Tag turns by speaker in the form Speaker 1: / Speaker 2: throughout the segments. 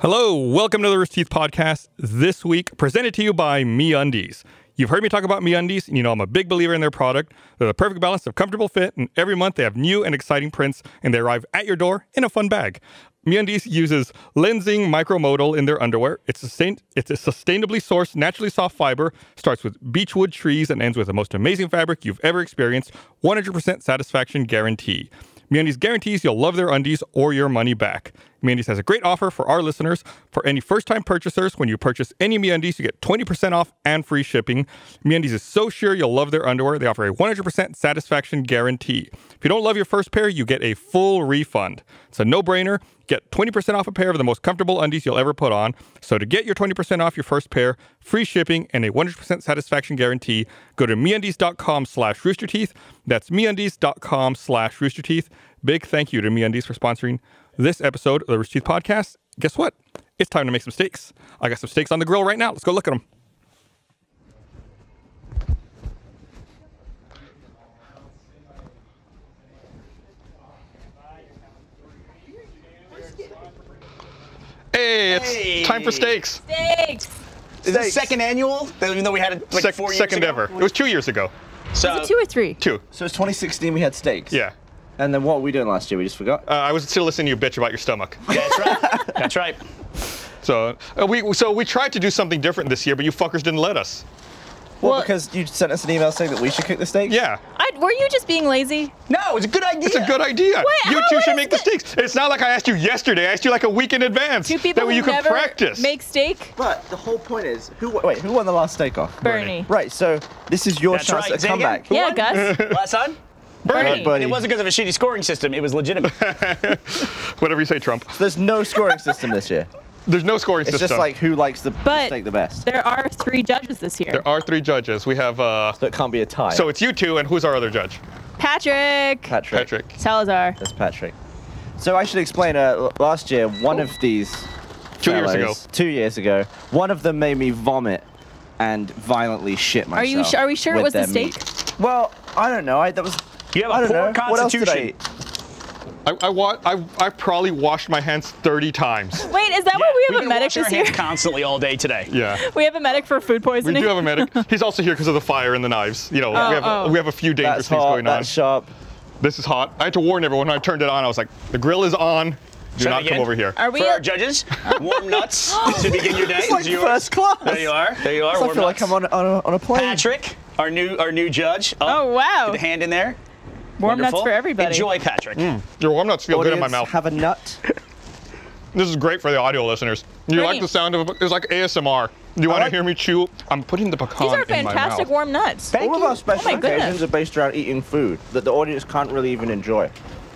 Speaker 1: Hello, welcome to the Rooster Teeth Podcast. This week, presented to you by Me Undies. You've heard me talk about Me Undies, and you know I'm a big believer in their product. They're the perfect balance of comfortable fit, and every month they have new and exciting prints, and they arrive at your door in a fun bag. Me Undies uses lensing micromodal in their underwear. It's, sustain- it's a sustainably sourced, naturally soft fiber, starts with beechwood trees, and ends with the most amazing fabric you've ever experienced. 100% satisfaction guarantee. MeUndies guarantees you'll love their undies or your money back. MeUndies has a great offer for our listeners. For any first-time purchasers, when you purchase any MeUndies, you get 20% off and free shipping. MeUndies is so sure you'll love their underwear, they offer a 100% satisfaction guarantee. If you don't love your first pair, you get a full refund. It's a no-brainer. Get 20% off a pair of the most comfortable undies you'll ever put on. So to get your 20% off your first pair, free shipping, and a 100% satisfaction guarantee, go to MeUndies.com slash roosterteeth. That's MeUndies.com slash roosterteeth. Big thank you to MeUndies for sponsoring this episode of the Rooster Teeth Podcast. Guess what? It's time to make some steaks. I got some steaks on the grill right now. Let's go look at them. Hey, it's time for
Speaker 2: Hey.
Speaker 1: steaks.
Speaker 3: Thanks.
Speaker 2: Is this second annual? Even though we had it like
Speaker 1: Sec-
Speaker 2: four years
Speaker 1: second
Speaker 2: ago?
Speaker 1: ever. It was two years ago.
Speaker 2: So,
Speaker 3: Two or three.
Speaker 1: Two.
Speaker 4: So it's 2016. We had steaks.
Speaker 1: Yeah.
Speaker 4: And then what were we doing last year? We just forgot.
Speaker 1: Uh, I was still listening to you bitch about your stomach.
Speaker 2: that's right. That's right.
Speaker 1: So uh, we so we tried to do something different this year, but you fuckers didn't let us.
Speaker 4: well,
Speaker 3: well-
Speaker 4: because you sent us an email saying that we should cook the steaks.
Speaker 1: Yeah.
Speaker 3: I, were you just being lazy?
Speaker 2: No, it's a good idea.
Speaker 1: It's a good idea.
Speaker 3: Wait,
Speaker 1: you
Speaker 3: how
Speaker 1: two
Speaker 3: is
Speaker 1: should make the
Speaker 3: it-
Speaker 1: steaks. It's not like I asked you yesterday. I asked you like a week in advance.
Speaker 3: Two people
Speaker 1: that way
Speaker 3: who
Speaker 1: you can
Speaker 3: never
Speaker 1: practice.
Speaker 3: make steak.
Speaker 4: But the whole point is, who wa- wait, who won the last steak off?
Speaker 3: Bernie.
Speaker 4: Right. So this is your
Speaker 2: That's
Speaker 4: chance
Speaker 2: right,
Speaker 4: at a
Speaker 2: say again.
Speaker 4: comeback.
Speaker 3: Yeah, Gus.
Speaker 2: Last time?
Speaker 3: Bernie.
Speaker 4: Bernie.
Speaker 2: It wasn't because of a shitty scoring system. It was legitimate.
Speaker 1: Whatever you say, Trump.
Speaker 4: There's no scoring system this year.
Speaker 1: There's no scoring
Speaker 4: It's
Speaker 1: system.
Speaker 4: just like who likes the the
Speaker 3: But-
Speaker 4: steak the best.
Speaker 3: There are three judges this year.
Speaker 1: there are three judges. We have uh
Speaker 4: So it can't be a tie.
Speaker 1: so it's you two and who's our other judge?
Speaker 3: Patrick.
Speaker 4: Patrick.
Speaker 1: Patrick.
Speaker 3: Salazar.
Speaker 4: That's Patrick. So I should explain. Uh, l- last year, one of these
Speaker 1: Two years
Speaker 4: fellows-
Speaker 1: ago.
Speaker 4: Two years ago, one of them made me vomit and violently shit myself.
Speaker 3: Are you su- are we sure it
Speaker 4: with
Speaker 3: was the
Speaker 4: their
Speaker 3: steak?
Speaker 4: meat. Well, I don't know. I that was.
Speaker 2: You have a
Speaker 4: I don't
Speaker 2: poor
Speaker 4: know. What else did
Speaker 2: constitution.
Speaker 4: I eat?
Speaker 1: I I, wa- I I probably washed my hands 30 times.
Speaker 3: Wait, is that why we have
Speaker 2: been
Speaker 3: a medic
Speaker 2: washing our
Speaker 3: this year?
Speaker 2: hands constantly all day today.
Speaker 1: Yeah.
Speaker 3: we have a medic for food
Speaker 1: We
Speaker 3: poisoning.
Speaker 1: do have a medic. He's also here because of the fire and the knives. You know, we have
Speaker 3: oh.
Speaker 1: we have a few dangerous
Speaker 4: That's
Speaker 1: things
Speaker 4: hot.
Speaker 1: going on.
Speaker 4: That's sharp.
Speaker 1: This is hot. I had to warn everyone when I turned it on. I was like, the grill is on. Do
Speaker 2: Try it
Speaker 1: not come
Speaker 2: again.
Speaker 1: over here.
Speaker 3: Are we?
Speaker 2: For our judges, warm nuts to begin your day.
Speaker 4: It's like
Speaker 2: Is yours?
Speaker 4: first class.
Speaker 2: There you are. There you are.
Speaker 4: So I
Speaker 2: warm
Speaker 4: feel like
Speaker 2: nuts.
Speaker 4: I'm on a- on a, on a plane.
Speaker 2: Patrick, our new our new judge.
Speaker 3: Oh, wow.
Speaker 2: Get the hand in there.
Speaker 3: warm nuts
Speaker 2: Wonderful.
Speaker 3: for everybody.
Speaker 2: Enjoy, Patrick.
Speaker 1: Your warm nuts feel good in my
Speaker 4: Audience,
Speaker 1: mouth.
Speaker 4: Have a nut. this
Speaker 1: This is grepe for the audio listeners. You
Speaker 3: Great.
Speaker 1: like the sound of it's like ASMR. You want to
Speaker 4: like-
Speaker 1: hear me chew? I'm putting the pecan
Speaker 3: These are
Speaker 1: in my
Speaker 3: fantastic
Speaker 1: mouth.
Speaker 3: warm nuts.
Speaker 4: All of our special
Speaker 3: Oh my goodness.
Speaker 4: occasions are based around eating food that the audience can't really even enjoy.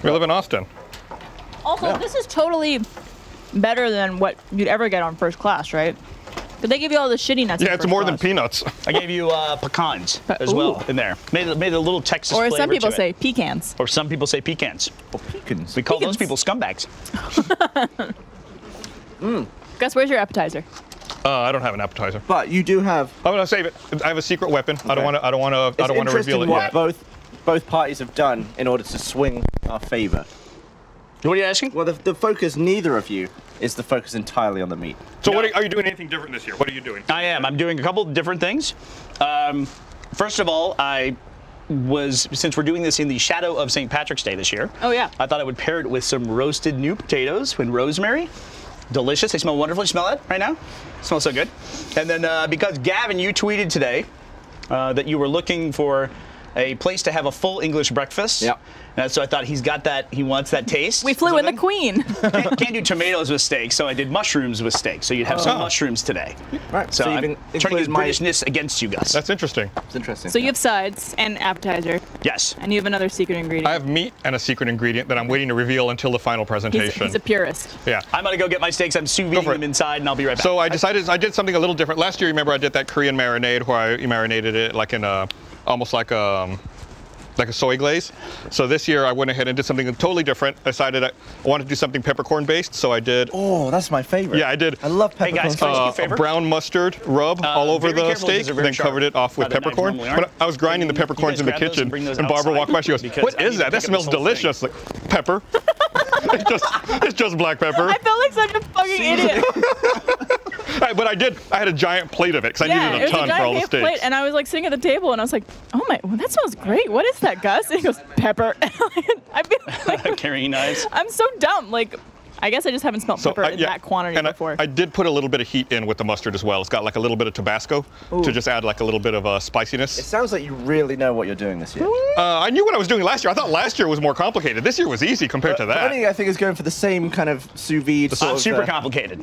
Speaker 1: We live in Austin.
Speaker 3: Also,
Speaker 4: Yeah.
Speaker 3: this is totally better than what you'd ever get on first class, right? But they give you all the shitty nuts.
Speaker 1: Yeah,
Speaker 3: in
Speaker 1: it's
Speaker 3: first
Speaker 1: more than
Speaker 3: class.
Speaker 1: peanuts.
Speaker 2: I gave you uh, pecans as well
Speaker 3: Ooh.
Speaker 2: in there. Made, it- made it a little Texas
Speaker 3: Or as
Speaker 2: flavor
Speaker 3: some people
Speaker 2: to it.
Speaker 3: say, pecans.
Speaker 2: Or some people say pecans.
Speaker 4: Pecans.
Speaker 2: We call
Speaker 3: Pecans.
Speaker 2: those people scumbags.
Speaker 3: Gus, where's your appetizer?
Speaker 1: Uh, I don't have an appetizer.
Speaker 4: But you do have.
Speaker 1: I'm gonna save it. I have a secret weapon. I don't
Speaker 4: Okay.
Speaker 1: want to. I don't want to. I
Speaker 4: It's
Speaker 1: don't want to
Speaker 4: interesting
Speaker 1: reveal it
Speaker 4: what
Speaker 1: yet.
Speaker 4: both both parties have done in order to swing our favour.
Speaker 2: What are you asking?
Speaker 4: Well, the, the focus neither of you is the focus entirely on the meat.
Speaker 1: So, what are, are you doing? Anything different this year? What are you doing?
Speaker 2: I am. I'm doing a couple different things. Um, first of all, I was since we're doing this in the shadow of St. Patrick's Day this year.
Speaker 3: Oh, yeah.
Speaker 2: I thought I would pair it with some roasted new potatoes with rosemary. Delicious. They smell wonderful. You smell that right now? smells so good. And then uh, because Gavin, you tweeted today uh, that you were looking for a place to have a full English breakfast.
Speaker 4: Yep.
Speaker 2: And so I thought he's got that. He wants that taste.
Speaker 3: We
Speaker 2: or
Speaker 3: flew in the
Speaker 2: something.
Speaker 3: queen.
Speaker 2: Can't, can't do tomatoes with steak, so I did mushrooms with steak. So you'd have some
Speaker 1: Oh.
Speaker 2: mushrooms today.
Speaker 4: Right,
Speaker 2: So,
Speaker 4: so you've
Speaker 2: I'm trying
Speaker 4: in-
Speaker 2: to use
Speaker 4: included my-
Speaker 2: Britishness against you guys.
Speaker 1: That's interesting.
Speaker 4: It's interesting.
Speaker 3: So you have sides and appetizer,
Speaker 2: yes.
Speaker 3: and you have another secret ingredient.
Speaker 1: I have meat and a secret ingredient that I'm waiting to reveal until the final
Speaker 3: he's,
Speaker 1: presentation.
Speaker 3: he's a purist.
Speaker 1: yeah.
Speaker 2: I'm gonna go get my steaks. I'm sous
Speaker 1: Go
Speaker 2: videing
Speaker 1: for it.
Speaker 2: them inside, and I'll be right back.
Speaker 1: So I decided I did something a little different. Last year, remember I did that Korean marinade where I marinated it like in a almost like a like a soy glaze. So this year I went ahead and did something totally different. I decided I wanted to do something peppercorn based, so I did
Speaker 4: oh, that's my favourite.
Speaker 1: Yeah, I did.
Speaker 4: I love
Speaker 2: Hey,
Speaker 4: peppercorn
Speaker 2: guys,
Speaker 4: sauce.
Speaker 2: can I ask you
Speaker 1: uh,
Speaker 2: a favor?
Speaker 1: brown mustard rub all over
Speaker 2: Uh, very
Speaker 1: the
Speaker 2: careful,
Speaker 1: steak,
Speaker 2: these are
Speaker 1: and
Speaker 2: very
Speaker 1: then
Speaker 2: sharp.
Speaker 1: covered it off with
Speaker 2: Not that knives
Speaker 1: peppercorn.
Speaker 2: normally aren't.
Speaker 1: But I was grinding the
Speaker 2: You- you
Speaker 1: peppercorns
Speaker 2: guys
Speaker 1: in the
Speaker 2: grab those and
Speaker 1: kitchen,
Speaker 2: bring those
Speaker 1: and Barbara
Speaker 2: outside
Speaker 1: walked by. She goes,
Speaker 2: because
Speaker 1: "What
Speaker 2: I need
Speaker 1: is
Speaker 2: to
Speaker 1: that?
Speaker 2: pick
Speaker 1: That
Speaker 2: up this
Speaker 1: smells
Speaker 2: whole thing."
Speaker 1: delicious." Like pepper. It's just, it's just black pepper.
Speaker 3: I felt like such a fucking idiot.
Speaker 1: I- but I did. I had a giant plate of it because I
Speaker 3: yeah,
Speaker 1: needed
Speaker 3: it
Speaker 1: a
Speaker 3: was a
Speaker 1: ton for all
Speaker 3: giant
Speaker 1: the
Speaker 3: half
Speaker 1: steaks.
Speaker 3: plate, and I was like sitting at the table, and I was like, "Oh my, well, that smells great. What is that, Gus?" And he goes, "Pepper." I feel like
Speaker 2: Carrying knives.
Speaker 3: I'm so dumb. Like, I guess I just haven't smelled pepper
Speaker 1: I-
Speaker 3: in
Speaker 1: yeah,
Speaker 3: that quantity
Speaker 1: and I-
Speaker 3: before.
Speaker 1: I, did put a little bit of heat in with the mustard as well. It's got like a little bit of Tabasco to just add like a little bit of uh,
Speaker 4: It
Speaker 1: spiciness.
Speaker 4: sounds like you really know what you're doing this year.
Speaker 1: Uh, I knew what I was doing last year. I thought last year was more complicated. This year was easy compared to that.
Speaker 4: Funny, I think is going for the same kind of sous vide. sort
Speaker 2: Uh,
Speaker 4: of,
Speaker 2: super
Speaker 4: uh,
Speaker 2: complicated.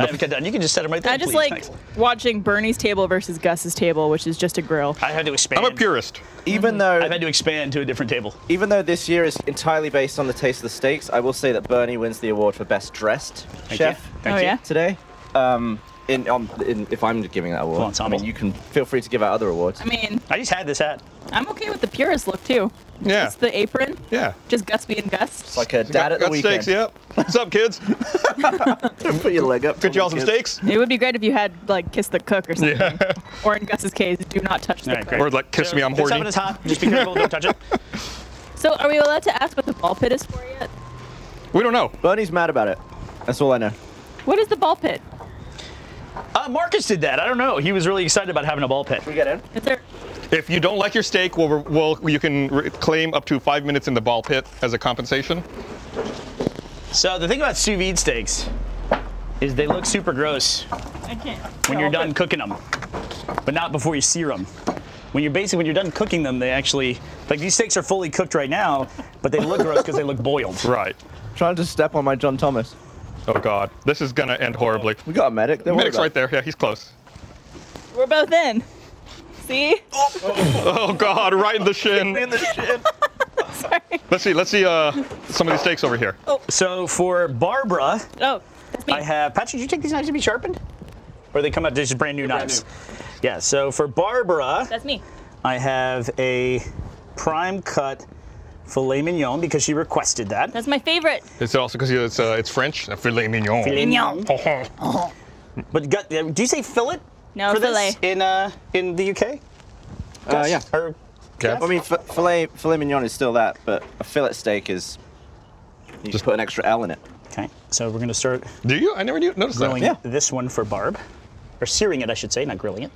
Speaker 2: I haven't got done. You can just set them right there.
Speaker 3: I just
Speaker 2: please.
Speaker 3: like
Speaker 2: Thanks.
Speaker 3: watching Bernie's table versus Gus's table, which is just a grill.
Speaker 2: I had to expand.
Speaker 1: I'm a purist. Mm-hmm.
Speaker 4: Even though
Speaker 2: I've had to expand to a different table.
Speaker 4: Even though this year is entirely based on the taste of the steaks, I will say that Bernie wins the award for best dressed chef
Speaker 2: you.
Speaker 3: oh
Speaker 2: you.
Speaker 3: yeah.
Speaker 4: today. Um, in, um, in, if I'm giving that award, I
Speaker 2: ensemble.
Speaker 4: mean, you can feel free to give out other awards.
Speaker 3: I mean,
Speaker 2: I just had this hat.
Speaker 3: I'm okay with the purist look too.
Speaker 1: Yeah.
Speaker 3: Just the apron.
Speaker 1: Yeah.
Speaker 3: Just Gus being Gus.
Speaker 4: It's like a dad at the
Speaker 1: got
Speaker 4: weekend.
Speaker 1: steaks. Yep. What's up, kids?
Speaker 4: Put your leg up.
Speaker 1: Get y'all some
Speaker 4: kids.
Speaker 1: steaks.
Speaker 3: It would be great if you had like kiss the cook or something. Or in Gus's case, do not touch the
Speaker 2: All right,
Speaker 3: cook.
Speaker 2: great.
Speaker 1: Or like, kiss me, I'm
Speaker 2: This
Speaker 1: horny.
Speaker 2: oven is hot. Just be careful. Don't touch it.
Speaker 3: So, are we allowed to ask what the ball pit is for yet?
Speaker 1: We don't know.
Speaker 4: Bernie's mad about it. That's all I know.
Speaker 3: What is the ball pit?
Speaker 2: Uh, Marcus did that. I don't know. He was really excited about having a ball pit.
Speaker 4: We get in.
Speaker 3: Is there?
Speaker 1: If you don't like your steak, we'll, we'll you can re- claim up to five minutes in the ball pit as a compensation.
Speaker 2: So the thing about sous vide steaks is they look super gross
Speaker 3: I can't.
Speaker 2: when you're done cooking them, but not before you sear them. When you're basically when you're done cooking them, they actually like these steaks are fully cooked right now, but they look gross because they look boiled.
Speaker 1: Right.
Speaker 4: Trying to step on my John Thomas.
Speaker 1: Oh God, this is gonna end horribly.
Speaker 4: We got a medic. Don't worry
Speaker 1: Medic's
Speaker 4: about
Speaker 1: right there. Yeah, he's close.
Speaker 3: We're both in. See?
Speaker 1: Oh God, right in the
Speaker 4: it.
Speaker 1: shin.
Speaker 3: Sorry.
Speaker 1: Let's see. Let's see uh, some of these steaks over here.
Speaker 2: So for Barbara,
Speaker 3: Oh, that's me.
Speaker 2: I have Patrick. Did you take these knives to be sharpened, or they come out they're just brand new knives? Yeah. So for Barbara,
Speaker 3: that's me.
Speaker 2: I have a prime cut filet mignon because she requested that.
Speaker 3: That's my favorite.
Speaker 1: It's also because it's uh, it's French. A filet mignon.
Speaker 3: Mignon. Uh-huh.
Speaker 2: But gut, uh, do you say fillet?
Speaker 3: No,
Speaker 2: for
Speaker 3: filet.
Speaker 2: This in uh in the UK?
Speaker 4: Uh, yeah.
Speaker 2: Or
Speaker 1: Yeah.
Speaker 4: I mean, f- filet filet mignon is still that, but a fillet steak is. You just put an extra L in it.
Speaker 2: okay. So we're gonna start
Speaker 1: Do you? I never knew, noticed
Speaker 2: grilling
Speaker 1: that.
Speaker 4: Yeah.
Speaker 2: this one for Barb, or searing it, I should say, not grilling it.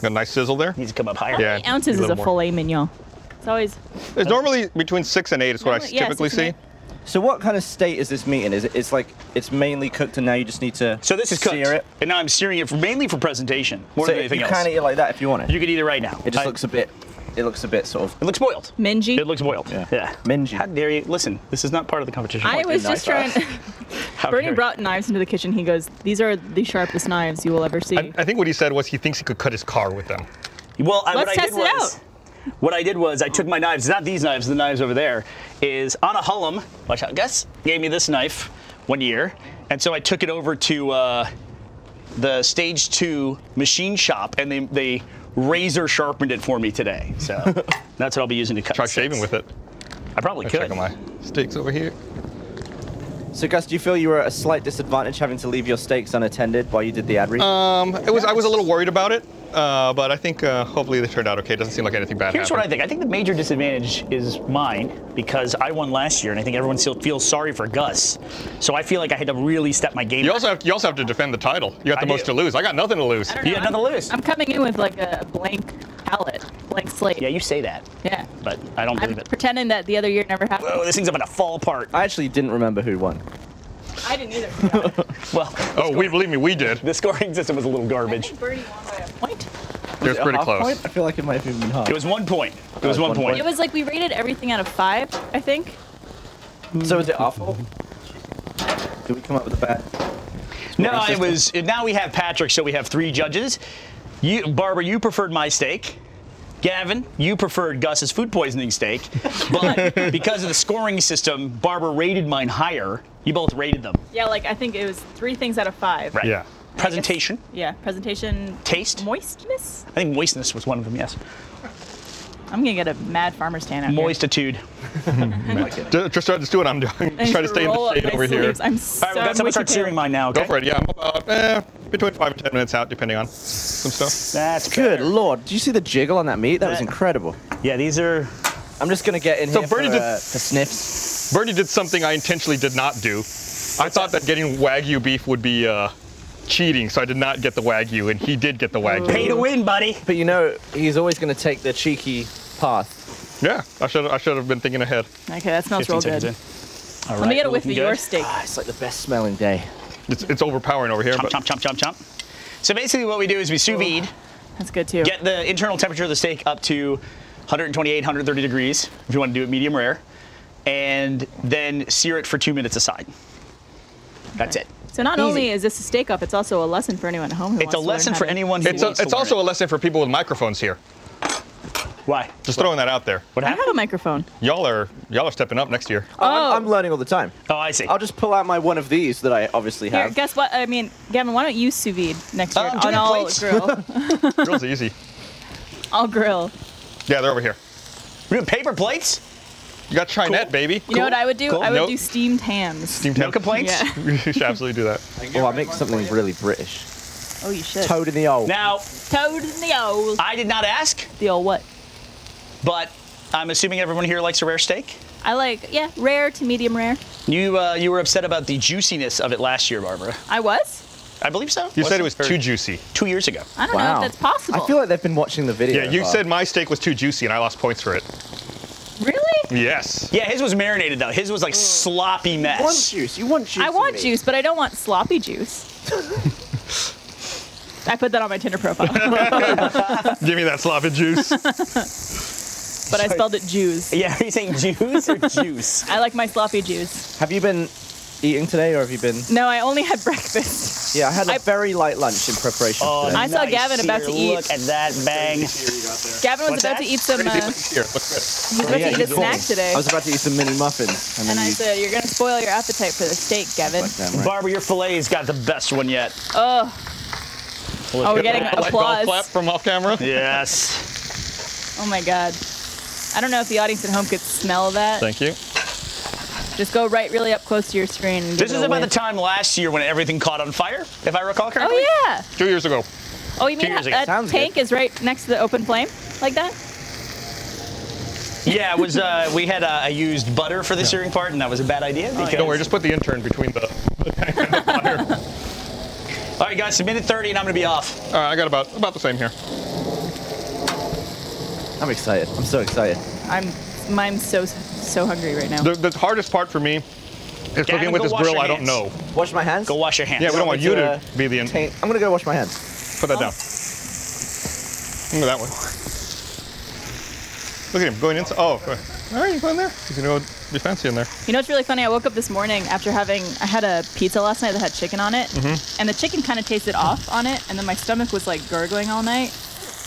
Speaker 1: Got a nice sizzle there.
Speaker 2: Needs to come up higher.
Speaker 1: Yeah.
Speaker 3: Eight ounces
Speaker 1: a
Speaker 3: is
Speaker 1: little
Speaker 3: a
Speaker 1: more.
Speaker 3: filet mignon. It's always.
Speaker 1: It's normally between six and eight. Is what I
Speaker 3: Normally- yeah,
Speaker 1: typically
Speaker 3: six and
Speaker 1: see.
Speaker 3: eight.
Speaker 4: So what kind of state is this meat in? Is it? It's like it's mainly cooked, and now you just need to
Speaker 2: So this is cooked,
Speaker 4: sear it.
Speaker 2: and now I'm searing it for, mainly for presentation more
Speaker 4: So
Speaker 2: than anything
Speaker 4: you
Speaker 2: else.
Speaker 4: can eat it like that if you want it.
Speaker 2: you could eat it right now.
Speaker 4: it just
Speaker 2: I-
Speaker 4: looks a bit. It looks a bit sort of.
Speaker 2: It looks boiled.
Speaker 3: Mingy?
Speaker 2: It looks boiled.
Speaker 4: Yeah.
Speaker 2: Yeah.
Speaker 4: Mingy.
Speaker 2: How dare you? Listen, this is not part of the competition.
Speaker 3: I was just
Speaker 4: knife
Speaker 3: trying.
Speaker 2: How dare
Speaker 3: Bernie
Speaker 2: you.
Speaker 3: brought knives into the kitchen. He goes, "These are the sharpest knives you will ever see."
Speaker 1: I think what he said was he thinks he could cut his car with them.
Speaker 2: Well, I, what
Speaker 3: Let's
Speaker 2: I did
Speaker 3: test it
Speaker 2: was, what I did was I took my knives, not these knives, the knives over there, is Anna Hullum, watch out, Gus, gave me this knife one year, and so I took it over to uh, the stage two machine shop, and they they razor sharpened it for me today. So that's what I'll be using to cut.
Speaker 1: Try shaving with it.
Speaker 2: I probably
Speaker 1: I'm
Speaker 2: could.
Speaker 1: checking my steaks over here.
Speaker 4: So Gus, do you feel you were at a slight disadvantage having to leave your steaks unattended while you did the ad read?
Speaker 2: Uh,
Speaker 1: Um, it was. I was a little worried about it, uh, but I think uh, hopefully they turned out okay. It doesn't seem like anything bad
Speaker 2: Here's what
Speaker 1: happened.
Speaker 2: I think. I think the major disadvantage is mine because I won last year, and I think everyone still feels sorry for Gus. So I feel like I had to really step my game.
Speaker 1: You
Speaker 2: up.
Speaker 1: also have. You also have to defend the title. You got the
Speaker 2: I
Speaker 1: most to
Speaker 2: do.
Speaker 1: lose. I got nothing to lose.
Speaker 3: I don't
Speaker 2: you
Speaker 3: know,
Speaker 2: got nothing
Speaker 3: I'm-
Speaker 2: to lose.
Speaker 3: I'm coming in with like a blank palette, blank slate.
Speaker 2: yeah, you say that.
Speaker 3: Yeah.
Speaker 2: but I don't
Speaker 3: I'm
Speaker 2: believe it.
Speaker 3: pretending that the other year never happened.
Speaker 2: Oh, this thing's about to fall apart.
Speaker 4: I actually didn't remember who won.
Speaker 3: I didn't either. to be honest.
Speaker 2: Well,
Speaker 1: Oh, we believe me, we did.
Speaker 2: the scoring system was a little
Speaker 3: I
Speaker 2: garbage.
Speaker 3: think Bernie won by a point.
Speaker 1: It was
Speaker 4: A
Speaker 1: pretty
Speaker 4: half
Speaker 1: close.
Speaker 4: point? I feel like it might have even been half.
Speaker 2: It was one point. It was one point.
Speaker 3: It was like we rated everything out of five, I think.
Speaker 4: so is it our fault? Did we come up with a bad?
Speaker 2: No, it
Speaker 4: system.
Speaker 2: was. Now we have Patrick, so we have three judges. You, Barbara, you preferred my steak. Gavin, you preferred Gus's food poisoning steak, but because of the scoring system, Barbara rated mine higher. You both rated them.
Speaker 3: Yeah, like I think it was three things out of five.
Speaker 2: Right.
Speaker 1: Yeah.
Speaker 2: Presentation,
Speaker 3: Yeah, presentation,
Speaker 2: taste.
Speaker 3: moistness.
Speaker 2: I think moistness was one of them. Yes.
Speaker 3: I'm gonna get a mad farmer's tan out
Speaker 2: Moistitude.
Speaker 1: Ju- Just try to do what I'm doing.
Speaker 3: here. I
Speaker 1: Try to
Speaker 3: just
Speaker 1: stay in
Speaker 3: roll
Speaker 1: the
Speaker 3: up
Speaker 1: shade
Speaker 3: my
Speaker 1: over here.
Speaker 3: sleeves. I'm
Speaker 2: All right, well,
Speaker 3: so
Speaker 2: that's how we start
Speaker 3: moistness-
Speaker 2: searing mine now. Okay.
Speaker 1: Go for it. Yeah, I'm about eh, between five and ten minutes out, depending on some stuff.
Speaker 2: That's
Speaker 4: Good
Speaker 2: better.
Speaker 4: lord! Did you see the jiggle on that meat? That was
Speaker 2: That-
Speaker 4: incredible.
Speaker 2: Yeah, these are
Speaker 4: I'm just gonna get in
Speaker 1: So
Speaker 4: here
Speaker 1: Bernie
Speaker 4: for,
Speaker 1: did-
Speaker 4: uh, for sniffs.
Speaker 1: Bernie did something I intentionally did not do. I thought that getting Wagyu beef would be uh, cheating, so I did not get the Wagyu, and he did get the Wagyu.
Speaker 2: Pay to win, buddy.
Speaker 4: But you know, he's always going to take the cheeky path.
Speaker 1: Yeah, I should I should have been thinking ahead.
Speaker 3: Okay, that smells
Speaker 2: 15
Speaker 3: real
Speaker 2: seconds in.
Speaker 3: good.
Speaker 2: All
Speaker 3: Let
Speaker 2: right,
Speaker 3: me get a
Speaker 2: we're
Speaker 3: whiff of
Speaker 2: looking
Speaker 3: your
Speaker 2: good.
Speaker 3: steak.
Speaker 4: Ah, It's like the best smelling day.
Speaker 1: It's, it's overpowering over here,
Speaker 2: Chomp,
Speaker 1: but
Speaker 2: chomp, chomp, chomp, chomp. So basically, what we do is we sous vide,
Speaker 3: That's good too.
Speaker 2: get the internal temperature of the steak up to 128, 130 degrees, if you want to do it medium rare, and then sear it for two minutes aside. That's it.
Speaker 3: So not
Speaker 2: Easy.
Speaker 3: only is this a steak up, it's also a lesson for anyone at home. Who
Speaker 2: It's a
Speaker 3: wants to learn
Speaker 2: lesson
Speaker 3: how
Speaker 2: for
Speaker 3: to-
Speaker 2: anyone who
Speaker 1: it's a,
Speaker 2: wants to
Speaker 1: it's
Speaker 2: learn
Speaker 1: also a
Speaker 2: it.
Speaker 1: lesson for people with microphones here.
Speaker 2: Why?
Speaker 1: Just throwing that out there.
Speaker 2: What
Speaker 3: I have a
Speaker 2: happened?
Speaker 3: microphone.
Speaker 1: Y'all are y'all are stepping up next year.
Speaker 4: Oh, I'm-
Speaker 3: Oh.
Speaker 4: I'm, learning all the time.
Speaker 2: Oh, I see.
Speaker 5: I'll just pull out my one of these that I obviously
Speaker 3: Here,
Speaker 5: have.
Speaker 3: guess what? I mean, Gavin, why don't you sous vide next year?
Speaker 2: Um, do
Speaker 3: and
Speaker 2: we have
Speaker 3: I'll
Speaker 2: plates?
Speaker 3: grill.
Speaker 1: Girls are easy.
Speaker 3: I'll grill.
Speaker 1: Yeah, they're over here.
Speaker 2: We have paper plates.
Speaker 1: You got Trinette, baby.
Speaker 3: You know what I would do?
Speaker 2: cool.
Speaker 3: I would
Speaker 1: Nope.
Speaker 3: do steamed hams.
Speaker 1: Steamed
Speaker 2: No
Speaker 1: ham.
Speaker 2: complaints.
Speaker 3: Yeah.
Speaker 1: you should absolutely do that.
Speaker 5: Oh, I make something really British.
Speaker 3: Oh, you should.
Speaker 4: Toad in the hole.
Speaker 2: Now,
Speaker 3: Toad in the old.
Speaker 2: I did not ask,
Speaker 3: The old what?
Speaker 2: but I'm assuming everyone here likes a rare steak.
Speaker 3: I like, yeah, rare to medium rare.
Speaker 2: You uh, you were upset about the juiciness of it last year, Barbara.
Speaker 3: I was?
Speaker 2: I believe so.
Speaker 1: You said it was
Speaker 2: Wasn't- or
Speaker 1: too juicy.
Speaker 2: two years ago.
Speaker 3: I don't know if that's possible.
Speaker 4: I feel like they've been watching the video.
Speaker 1: Yeah, you
Speaker 4: hard.
Speaker 1: said my steak was too juicy, and I lost points for it.
Speaker 3: really?
Speaker 1: Yes.
Speaker 2: Yeah, his was marinated though. His was
Speaker 3: Mm.
Speaker 2: like sloppy
Speaker 5: You want
Speaker 2: mess.
Speaker 5: juice? You want juice?
Speaker 3: I
Speaker 5: in
Speaker 3: want
Speaker 5: me.
Speaker 3: juice, but I don't want sloppy juice. I put that on my Tinder profile, but
Speaker 1: Give me that sloppy juice.
Speaker 3: I spelled it Jews.
Speaker 2: Yeah, are you saying juice or juice?
Speaker 3: I like my sloppy Jews.
Speaker 4: Have you been eating today, or have you been?
Speaker 3: No, I only had breakfast.
Speaker 4: Yeah, I had a
Speaker 3: I-
Speaker 4: very light lunch in preparation
Speaker 2: Oh,
Speaker 4: for today.
Speaker 3: Oh, I saw Gavin about to eat.
Speaker 2: Look at that bang.
Speaker 3: Gavin was
Speaker 2: What's
Speaker 3: about
Speaker 2: that?
Speaker 3: to eat some. Uh, he's
Speaker 1: Here, looks
Speaker 3: about
Speaker 4: Oh, yeah,
Speaker 3: to eat
Speaker 4: you
Speaker 3: a snack
Speaker 4: called.
Speaker 3: today,
Speaker 4: I was about to eat some mini muffins, and then
Speaker 3: and I
Speaker 4: you
Speaker 3: said, "You're gonna spoil your appetite for the steak, Gavin."
Speaker 4: like them, right?
Speaker 2: Barbara, your filet's got the best one yet.
Speaker 3: Oh, we're
Speaker 1: good.
Speaker 3: getting
Speaker 1: Let go
Speaker 3: applause.
Speaker 1: clap from off camera.
Speaker 2: Yes.
Speaker 3: Oh my God. I don't know if the audience at home could smell that.
Speaker 1: Thank you.
Speaker 3: Just go right really up close to your screen. and give
Speaker 2: This
Speaker 3: it
Speaker 2: is
Speaker 3: a
Speaker 2: about the
Speaker 3: whiff.
Speaker 2: time last year when everything caught on fire, if I recall correctly.
Speaker 3: Oh yeah.
Speaker 1: Two years ago.
Speaker 3: Oh, you
Speaker 2: Two
Speaker 3: mean
Speaker 2: years ago.
Speaker 3: that
Speaker 4: Sounds
Speaker 3: tank is right next to the open flame, like that?
Speaker 2: yeah. Yeah, it was. Uh, we had uh, I used butter for the searing part, and that was a bad idea. Because,
Speaker 1: Don't worry, just put the intern between the. uh,
Speaker 2: All right, guys, it's a minute 30, and I'm gonna be off.
Speaker 1: All right, I got about about the same here.
Speaker 4: I'm excited. I'm so excited.
Speaker 3: I'm, I'm so so hungry right now.
Speaker 1: The, the hardest part for me is cooking with
Speaker 2: go
Speaker 1: this
Speaker 2: wash
Speaker 1: grill.
Speaker 2: your
Speaker 1: I don't
Speaker 2: hands.
Speaker 1: know.
Speaker 4: Wash my hands.
Speaker 2: Go wash your hands.
Speaker 1: Yeah, we don't want you to
Speaker 4: uh,
Speaker 1: be the. In-
Speaker 4: Taint- I'm gonna go wash my hands.
Speaker 1: put that down. Look at that one. Look at him going inside. Oh, all right, you go in there. He's gonna go be fancy in there.
Speaker 3: You know what's really funny? I woke up this morning after having I had a pizza last night that had chicken on it,
Speaker 2: Mm-hmm.
Speaker 3: and the chicken kind of tasted off on it, and then my stomach was like gurgling all night.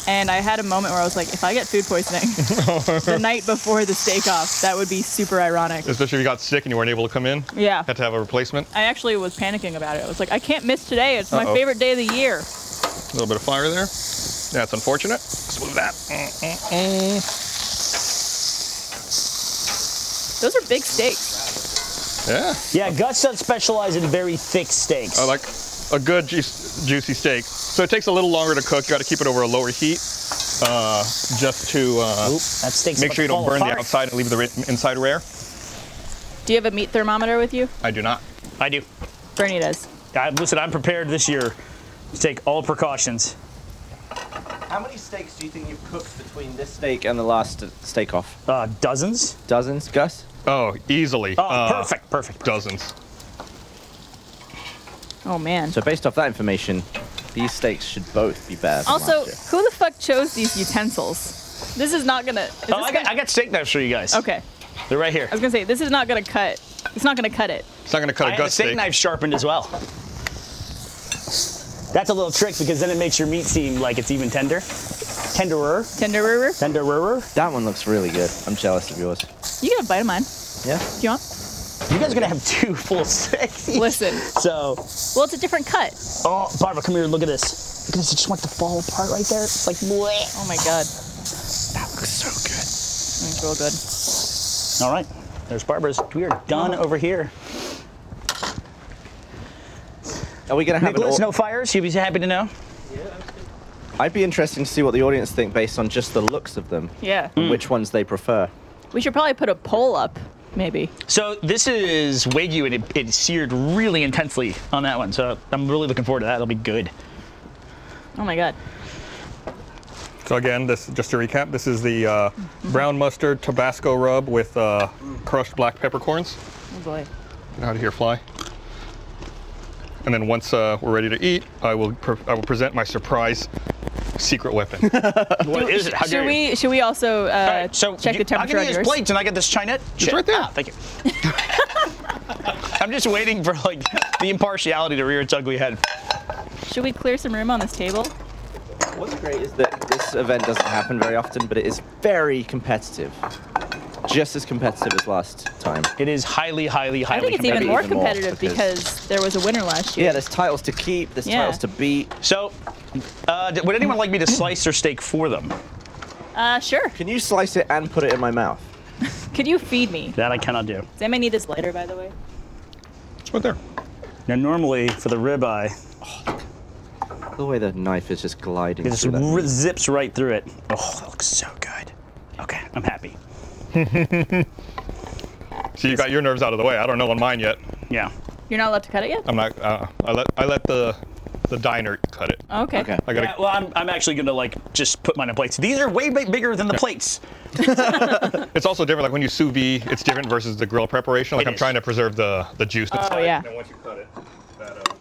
Speaker 3: And I had a moment where I was like, if I get food poisoning the night before the steak off, that would be super ironic.
Speaker 1: Especially if you got sick and you weren't able to come in.
Speaker 3: Yeah.
Speaker 1: Had to have a replacement.
Speaker 3: I actually was panicking about it. I was like, I can't miss today. It's my
Speaker 1: Uh-oh.
Speaker 3: favorite day of the year.
Speaker 1: A little bit of fire there. That's unfortunate. Let's move that.
Speaker 3: Those are big steaks.
Speaker 1: Yeah.
Speaker 2: Yeah, Gus does specialize in very thick steaks.
Speaker 1: I like a good juice, juicy steak. So it takes a little longer to cook. You got to keep it over a lower heat, uh, just to uh,
Speaker 2: Oop, that steak's
Speaker 1: make
Speaker 2: about
Speaker 1: sure you
Speaker 2: to
Speaker 1: don't
Speaker 2: fall
Speaker 1: burn the
Speaker 2: apart.
Speaker 1: outside and leave the ri- inside rare.
Speaker 3: Do you have a meat thermometer with you?
Speaker 1: I do not.
Speaker 2: I do.
Speaker 3: Bernie does.
Speaker 2: I, listen, I'm prepared this year to take all precautions.
Speaker 5: How many steaks do you think you've cooked between this steak and the last steak off?
Speaker 2: Uh, dozens?
Speaker 4: Dozens, Gus.
Speaker 1: Oh, easily.
Speaker 2: Oh,
Speaker 1: Uh,
Speaker 2: perfect, perfect.
Speaker 1: Dozens.
Speaker 3: Oh man.
Speaker 4: So based off that information, these steaks should both be better. than
Speaker 3: Also,
Speaker 4: last year.
Speaker 3: who the fuck chose these utensils? This is not gonna. Is
Speaker 2: Oh,
Speaker 3: this
Speaker 2: I
Speaker 3: gonna
Speaker 2: got, I got steak knives for you guys.
Speaker 3: okay.
Speaker 2: They're right here.
Speaker 3: I was gonna say this is not gonna cut. It's not gonna cut it.
Speaker 1: It's not going to
Speaker 2: I
Speaker 1: cut a
Speaker 2: had the
Speaker 1: gut
Speaker 2: steak
Speaker 1: steak.
Speaker 2: knife sharpened as well. That's a little trick because then it makes your meat seem like it's even tender. Tenderer,
Speaker 3: Tenderer.
Speaker 2: tenderer.
Speaker 4: that one looks really good. I'm jealous of yours.
Speaker 3: You get a bite of mine.
Speaker 4: Yeah.
Speaker 3: Do you want?
Speaker 2: You guys are gonna have two full steaks. each.
Speaker 3: Listen.
Speaker 2: So,
Speaker 3: Well, it's a different cut.
Speaker 2: oh, Barbara, come here. Look at this. Look at this. It just went to fall apart right there. It's like, bleh.
Speaker 3: Oh my god. Mm,
Speaker 2: that looks so good.
Speaker 3: It's real good.
Speaker 2: All right, there's Barbara's. We are done over here.
Speaker 4: Are we gonna have
Speaker 2: Nicholas,
Speaker 4: an? au-
Speaker 2: no fires. You'd be happy to know.
Speaker 4: I'd be interested to see what the audience think based on just the looks of them,
Speaker 3: Yeah.
Speaker 4: and which ones they prefer.
Speaker 3: We should probably put a poll up maybe.
Speaker 2: So this is wagyu, and it, it seared really intensely on that one. So I'm really looking forward to that. It'll be good.
Speaker 3: Oh my god.
Speaker 1: So again, this just to recap, this is the uh, brown mustard Tabasco rub with uh, crushed black peppercorns.
Speaker 3: Oh boy.
Speaker 1: Get out of here, fly. And then once uh, we're ready to eat, I will pre- I will present my surprise secret weapon.
Speaker 2: What is it? How
Speaker 3: should
Speaker 2: dare you?
Speaker 3: we should we also uh,
Speaker 2: All right, so
Speaker 3: check
Speaker 2: you-
Speaker 3: the temperature
Speaker 2: I'll
Speaker 3: on
Speaker 2: give you this
Speaker 3: yours?
Speaker 2: plates and I get this chinette. It's
Speaker 1: right there.
Speaker 2: thank you. I'm just waiting for like the impartiality to rear its ugly head.
Speaker 3: Should we clear some room on this table?
Speaker 4: What's great is that this event doesn't happen very often, but it is very competitive. Just as competitive as last time.
Speaker 2: It is highly, highly,
Speaker 3: I
Speaker 2: highly
Speaker 3: think it's
Speaker 2: competitive.
Speaker 3: even more
Speaker 4: even more,
Speaker 3: competitive
Speaker 4: because-
Speaker 3: because there was a winner last year.
Speaker 4: Yeah, there's titles to keep, there's
Speaker 3: Yeah.
Speaker 4: titles to beat.
Speaker 2: so, uh, d- would anyone like me to slice their steak for them?
Speaker 3: Uh, sure.
Speaker 4: Can you slice it and put it in my mouth?
Speaker 3: Could you feed me?
Speaker 2: That I cannot do.
Speaker 3: Sam, I need this lighter, by the way.
Speaker 1: it's right there.
Speaker 2: Now, normally for the ribeye,
Speaker 4: The way the knife is just gliding
Speaker 2: it just
Speaker 4: through that.
Speaker 2: r- zips right through it. Oh, that looks so good. Okay, I'm happy.
Speaker 1: So you got your nerves out of the way. I don't know on mine yet.
Speaker 2: Yeah.
Speaker 3: You're not allowed to cut it yet.
Speaker 2: Um,
Speaker 1: I'm not. Uh, I let I let the the diner cut it.
Speaker 3: Okay.
Speaker 4: Okay.
Speaker 1: I gotta.
Speaker 2: Oh, Yeah, well, I'm, I'm actually gonna like just put mine in plates. These are way bi- bigger than the plates.
Speaker 1: It's also different. Like when you sous vide, it's different versus the grill preparation. Like
Speaker 2: It
Speaker 1: I'm
Speaker 2: is.
Speaker 1: trying to preserve the the juice. That's
Speaker 3: Oh,
Speaker 1: inside,
Speaker 3: yeah.
Speaker 1: And then once you cut it, that. Uh,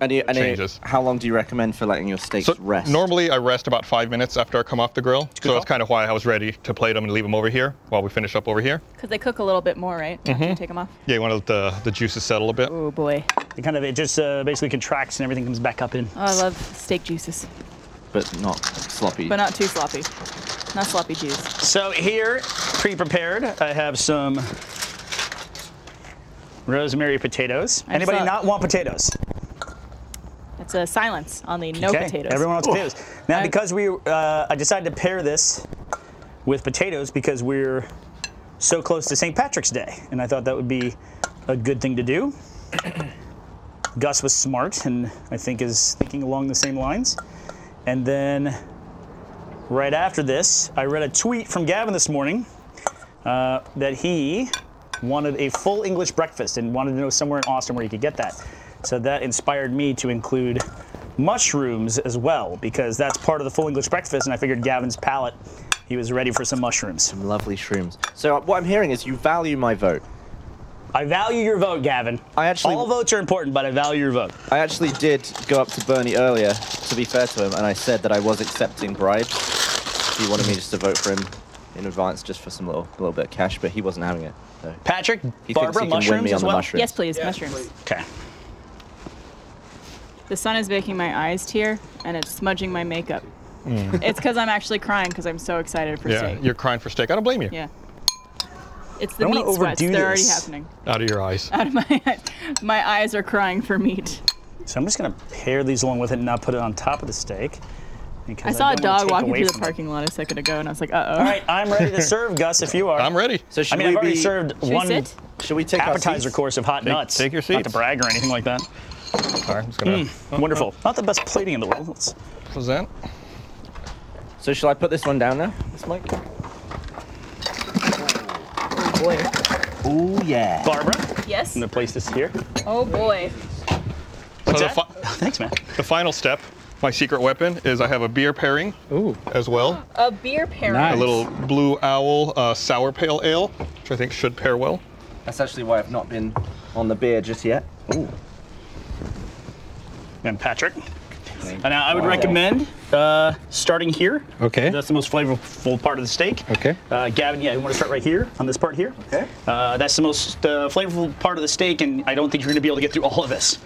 Speaker 4: And, you, and you-
Speaker 1: Changes.
Speaker 4: how long do you recommend for letting your steaks
Speaker 1: So
Speaker 4: rest?
Speaker 1: normally I rest about five minutes after I come off the grill. So
Speaker 2: call.
Speaker 1: that's kind of why I was ready to plate them and leave them over here while we finish up over here.
Speaker 3: Because they cook a little bit more, right? After
Speaker 2: Mm-hmm.
Speaker 3: you take them off.
Speaker 1: Yeah, you want to let the, the juices settle a bit.
Speaker 3: Oh boy.
Speaker 2: It kind of it just uh, basically contracts and everything comes back up in.
Speaker 3: Oh, I love steak juices,
Speaker 4: but not sloppy.
Speaker 3: but uh, not too sloppy. Not sloppy juice.
Speaker 2: So here, pre-prepared, I have some rosemary potatoes.
Speaker 3: I
Speaker 2: Anybody
Speaker 3: saw-
Speaker 2: not want potatoes?
Speaker 3: That's a silence on the no potatoes.
Speaker 2: Everyone wants potatoes. Now,
Speaker 3: I-
Speaker 2: because we, uh, I decided to pair this with potatoes because we're so close to St. Patrick's Day, and I thought that would be a good thing to do. Gus was smart, and I think is thinking along the same lines. And then, right after this, I read a tweet from Gavin this morning uh, that he wanted a full English breakfast and wanted to know somewhere in Austin where he could get that. So that inspired me to include mushrooms as well because that's part of the full English breakfast, and I figured Gavin's palate, he was ready for some mushrooms.
Speaker 4: Lovely shrooms. So uh, what I'm hearing is you value my vote.
Speaker 2: I value your vote, Gavin.
Speaker 4: I actually-
Speaker 2: all votes are important, but I value your vote.
Speaker 4: I actually did go up to Bernie earlier, to be fair to him, and I said that I was accepting bribes. He wanted me just to vote for him in advance, just for some little little bit of cash, but he wasn't having it. So
Speaker 2: Patrick,
Speaker 4: he
Speaker 2: Barbara,
Speaker 4: thinks he can win
Speaker 2: mushrooms
Speaker 4: me on
Speaker 2: as
Speaker 4: the
Speaker 2: well.
Speaker 4: mushrooms.
Speaker 3: Yes, please. mushrooms.
Speaker 2: Okay.
Speaker 3: The sun is making my eyes tear, and it's smudging my makeup.
Speaker 2: Mm.
Speaker 3: it's because I'm actually crying because I'm so excited for
Speaker 1: yeah,
Speaker 3: steak.
Speaker 1: you're crying for steak. I don't blame you.
Speaker 3: Yeah. It's the
Speaker 2: I don't
Speaker 3: meat
Speaker 2: wanna
Speaker 3: sweats.
Speaker 2: overdo
Speaker 3: They're already
Speaker 2: this.
Speaker 3: happening.
Speaker 1: Out of your eyes.
Speaker 3: Out of my eyes. My eyes are crying for meat.
Speaker 2: So I'm just gonna pair these along with it and not put it on top of the steak.
Speaker 3: I
Speaker 2: because
Speaker 3: saw a
Speaker 2: don't wanna
Speaker 3: dog
Speaker 2: take
Speaker 3: walking
Speaker 2: away
Speaker 3: through the
Speaker 2: from it.
Speaker 3: parking lot a second ago, and I was like, uh oh.
Speaker 2: All right, I'm ready to serve, Gus. If you are,
Speaker 1: I'm ready.
Speaker 4: So
Speaker 2: I
Speaker 4: should
Speaker 2: mean,
Speaker 4: we
Speaker 2: I've already
Speaker 4: be-
Speaker 2: served
Speaker 3: Should
Speaker 2: one
Speaker 3: we sit?
Speaker 4: Should we take our
Speaker 2: appetizer
Speaker 4: seats?
Speaker 2: course of hot nuts.
Speaker 1: take your
Speaker 2: Not to
Speaker 1: seats.
Speaker 2: brag or anything like that.
Speaker 4: Uh-huh.
Speaker 1: All right, I'm just gonna
Speaker 2: Hmm. Wonderful. Not the best plating in the world. Let's-
Speaker 1: present.
Speaker 4: So shall I put this one down now? This mic. Oh yeah.
Speaker 2: Barbara,
Speaker 3: Yes.
Speaker 2: I'm gonna place this here.
Speaker 3: Oh boy.
Speaker 1: So the,
Speaker 2: that?
Speaker 1: fi-
Speaker 2: Thanks, man.
Speaker 1: the final step, my secret weapon, is I have a beer pairing
Speaker 6: Ooh.
Speaker 1: as well.
Speaker 3: A beer pairing.
Speaker 1: A
Speaker 6: Nice.
Speaker 1: little Blue Owl uh, sour pale ale, which I think should pair well.
Speaker 4: That's actually why I've not been on the beer just yet. Ooh.
Speaker 2: And Patrick. And now I would recommend uh, starting here.
Speaker 6: Okay.
Speaker 2: That's the most flavorful part of the steak.
Speaker 6: Okay.
Speaker 2: Uh, Gavin, yeah, you want to start right here on this part here.
Speaker 4: Okay.
Speaker 2: Uh, that's the most uh, flavorful part of the steak, and I don't think you're gonna be able to get through all of this.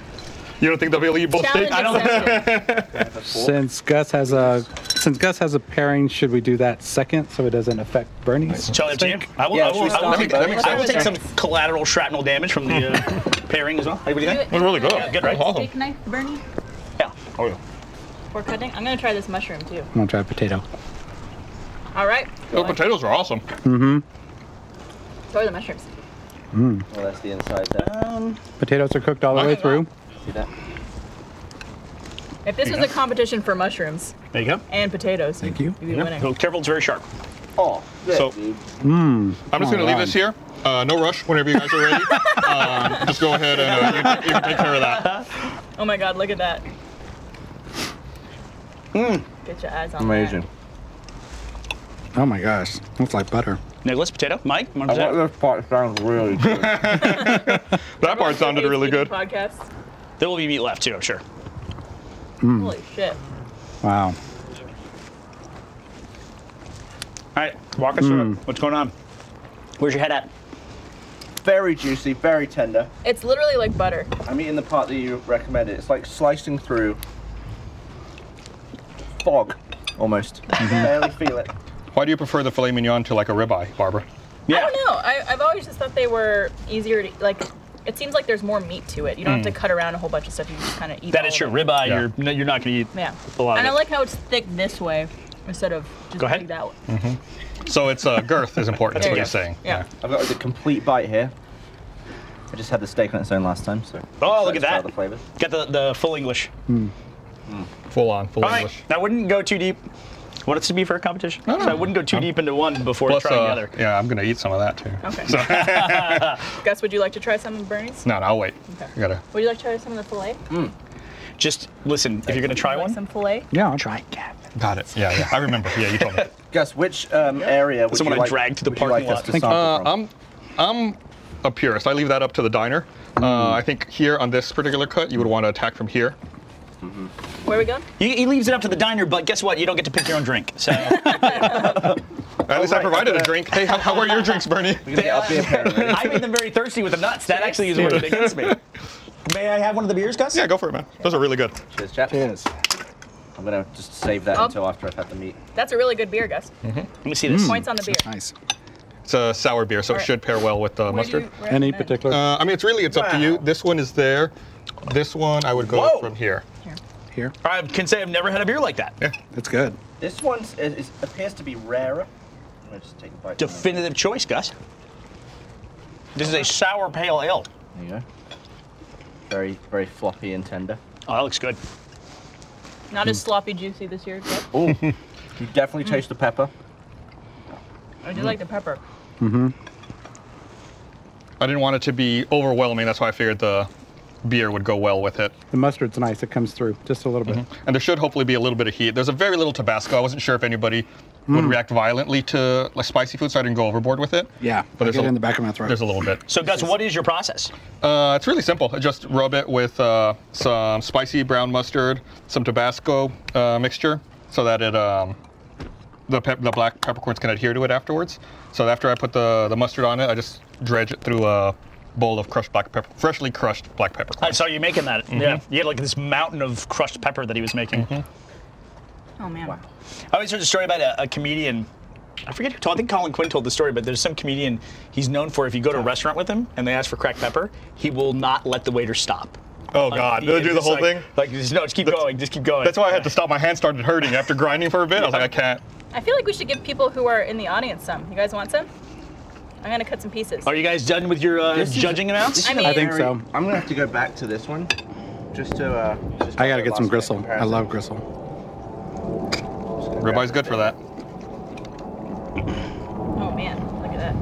Speaker 1: You don't think they'll be able to eat both steaks?
Speaker 3: Challenge accepted.
Speaker 6: Since Gus has a since Gus has a pairing, should we do that second so it doesn't affect Bernie's?
Speaker 2: Charlie, up to you. I will,
Speaker 4: Yeah,
Speaker 2: I
Speaker 4: should we
Speaker 2: will, I will
Speaker 4: start
Speaker 2: take,
Speaker 4: with
Speaker 2: I will
Speaker 3: both?
Speaker 2: take some collateral shrapnel damage from the uh, pairing as well. Hey, what do you think?
Speaker 1: That's really good.
Speaker 2: Yeah, good, right?
Speaker 1: Awesome.
Speaker 3: Steak knife, Bernie.
Speaker 2: Yeah.
Speaker 1: Oh, yeah.
Speaker 3: For cutting. I'm gonna try this mushroom too.
Speaker 6: I'm gonna try potato.
Speaker 3: All right.
Speaker 1: Those potatoes are awesome.
Speaker 3: Throw the mushrooms.
Speaker 4: Well, that's the inside there.
Speaker 6: Potatoes are cooked all the way through.
Speaker 4: See that?
Speaker 3: If this was a competition for mushrooms
Speaker 2: There you go.
Speaker 3: and potatoes,
Speaker 6: Thank you.
Speaker 3: you'd be
Speaker 2: Yeah.
Speaker 3: winning.
Speaker 2: Go careful, it's very sharp.
Speaker 4: Oh.
Speaker 1: So-
Speaker 4: dude.
Speaker 1: I'm just
Speaker 6: Oh,
Speaker 1: gonna leave
Speaker 6: God.
Speaker 1: this here. Uh, no rush. Whenever you guys are ready, um, just go ahead and uh, you, can- you can take care of that.
Speaker 3: Oh my god, look at that.
Speaker 1: Mm.
Speaker 3: Get your eyes on
Speaker 4: Amazing.
Speaker 6: Oh my gosh, looks like butter.
Speaker 2: Nicholas, potato. Mike, you want
Speaker 4: I
Speaker 2: a potato?
Speaker 4: bet this part sounds really good.
Speaker 1: That part
Speaker 3: That.
Speaker 1: sounded really good.
Speaker 3: Podcast.
Speaker 2: There will be meat left too, I'm sure.
Speaker 3: Holy shit.
Speaker 6: Wow.
Speaker 2: All right, walk us through it. What's going on? Where's your head at?
Speaker 4: very juicy, very tender.
Speaker 3: It's literally like butter.
Speaker 4: I'm eating the part that you recommended. It's like slicing through fog, almost. You barely feel it.
Speaker 1: Why do you prefer the filet mignon to like a ribeye, Barbara?
Speaker 3: I don't know. I, I've always just thought they were easier to like. It seems like there's more meat to it. You don't have to cut around a whole bunch of stuff. You just kind of eat.
Speaker 2: Mm. That
Speaker 3: all
Speaker 2: is
Speaker 3: of
Speaker 2: true.
Speaker 3: it.
Speaker 2: Ribeye,
Speaker 1: Yeah.
Speaker 2: you're no, you're not gonna eat
Speaker 3: Yeah.
Speaker 2: a lot.
Speaker 3: And I
Speaker 2: of it.
Speaker 3: like how it's thick this way instead of just
Speaker 2: Go ahead. Mm.
Speaker 3: big that way.
Speaker 1: So it's uh, girth is important. That's
Speaker 3: There
Speaker 1: what
Speaker 3: you
Speaker 1: he's
Speaker 3: go.
Speaker 1: saying.
Speaker 3: Yeah.
Speaker 4: I've got the complete bite here. I just had the steak on its own last time, so.
Speaker 2: Oh, look
Speaker 4: excited
Speaker 2: at
Speaker 4: to try
Speaker 2: that.
Speaker 4: The flavors.
Speaker 2: Got the, the full English.
Speaker 1: Full on, full
Speaker 2: All right,
Speaker 1: English.
Speaker 2: I wouldn't go too deep. What it's to be for a competition?
Speaker 1: No, no.
Speaker 2: So I wouldn't go too deep into one before
Speaker 1: Plus,
Speaker 2: trying the
Speaker 1: uh,
Speaker 2: other.
Speaker 1: yeah, I'm gonna eat some of that too.
Speaker 3: Okay.
Speaker 1: So,
Speaker 3: Gus, would you like to try some of Bernie's?
Speaker 1: no, no, I'll wait.
Speaker 3: Okay.
Speaker 1: I gotta.
Speaker 3: Would you like to try some of the filet?
Speaker 2: Just listen, if you're gonna try
Speaker 3: Like
Speaker 2: one,
Speaker 3: Some filet.
Speaker 6: Yeah, I'll try Gavin.
Speaker 1: Got it. Yeah, yeah. I remember. Yeah, you told me.
Speaker 4: Gus, which um, area would
Speaker 2: Someone
Speaker 4: you
Speaker 2: I
Speaker 4: like,
Speaker 2: dragged to the
Speaker 4: would you
Speaker 2: parking
Speaker 4: like us
Speaker 2: lot.
Speaker 4: to
Speaker 2: Thank-
Speaker 4: sample
Speaker 1: Uh,
Speaker 4: from?
Speaker 1: I'm, I'm a purist. I leave that up to the diner. Uh, I think here on this particular cut, you would want to attack from here.
Speaker 3: Where are we going?
Speaker 2: he, he leaves it up to the diner, but guess what? You don't get to pick your own drink. So
Speaker 1: At least I
Speaker 4: right,
Speaker 1: provided a
Speaker 4: okay.
Speaker 1: drink. Hey, how, how are your drinks, Bernie?
Speaker 4: We're gonna get our beer pairing ready.
Speaker 2: I made them very thirsty with the nuts. That actually is what it against me. May I have one of the beers, Gus?
Speaker 1: Yeah, go for it, man. Those are really good.
Speaker 4: Cheers, chaps. I'm gonna just save that
Speaker 3: Oh.
Speaker 4: until after I've had the meat.
Speaker 3: That's a really good beer, Gus.
Speaker 2: Let me see this.
Speaker 3: Points on the beer.
Speaker 6: Nice.
Speaker 1: It's a sour beer, so it
Speaker 3: Alright.
Speaker 1: should pair well with the
Speaker 3: What do
Speaker 1: mustard.
Speaker 3: you recommend?
Speaker 6: Any particular?
Speaker 1: Uh, I mean, it's really it's up to you.
Speaker 4: Wow.
Speaker 1: This one is there. This one I would go
Speaker 2: Whoa.
Speaker 1: from here.
Speaker 6: here,
Speaker 2: I can say I've never had a beer like that.
Speaker 6: it's good.
Speaker 4: This one is, is, appears to be rarer. I'm gonna just take a bite. from it.
Speaker 2: Definitive choice, Gus. This is a sour pale ale.
Speaker 4: There you go. Very, very floppy and tender.
Speaker 2: Oh, that looks good.
Speaker 3: Not as sloppy juicy this year. Gus.
Speaker 4: Oh, you definitely taste the pepper.
Speaker 3: I
Speaker 2: Mm.
Speaker 3: do like the pepper.
Speaker 1: I didn't want it to be overwhelming. That's why I figured the beer would go well with it.
Speaker 6: The mustard's nice. It comes through just a little bit.
Speaker 1: And there should hopefully be a little bit of heat. There's a very little Tabasco. I wasn't sure if anybody would
Speaker 6: Hmm.
Speaker 1: react violently to like spicy food, so I didn't go overboard with it.
Speaker 6: Yeah, I
Speaker 1: there's
Speaker 6: get
Speaker 1: a-
Speaker 6: it in the back of my throat.
Speaker 1: There's a little bit.
Speaker 2: So, Gus, what is your process?
Speaker 1: Uh, it's really simple. I just rub it with uh, some spicy brown mustard, some Tabasco uh, mixture, so that it um, the pep- the black peppercorns can adhere to it afterwards. So after I put the, the mustard on it, I just dredge it through a bowl of crushed black pepper, freshly crushed black
Speaker 2: I
Speaker 1: peppercorn.
Speaker 2: saw you making that.
Speaker 1: Mm-hmm.
Speaker 2: Yeah, you had like this mountain of crushed pepper that he was making.
Speaker 3: Oh man.
Speaker 4: Wow.
Speaker 2: I always heard the story about a, a comedian. I forget who told. I think Colin Quinn told the story, but there's some comedian he's known for. If you go to a restaurant with him and they ask for cracked pepper, he will not let the waiter stop.
Speaker 1: Oh
Speaker 2: Like,
Speaker 1: God,
Speaker 2: he-
Speaker 1: did I do the
Speaker 2: it's
Speaker 1: whole
Speaker 2: like-
Speaker 1: thing?
Speaker 2: Like just no, just keep going, just keep going.
Speaker 1: That's why I had to stop. My hand started hurting after grinding for a bit. I was like, I can't.
Speaker 3: I feel like we should give people who are in the audience some. You guys want some? I'm gonna cut some pieces.
Speaker 2: Are you guys done with your uh, judging amounts?
Speaker 3: I mean- I
Speaker 6: think so.
Speaker 4: I'm gonna have to go back to this one, just to. Uh, just
Speaker 6: I
Speaker 4: for
Speaker 6: gotta
Speaker 4: the
Speaker 6: get some
Speaker 4: last
Speaker 6: gristle. I
Speaker 4: comparison.
Speaker 6: love gristle.
Speaker 1: Ribeye's good for that.
Speaker 3: Oh man, look at that.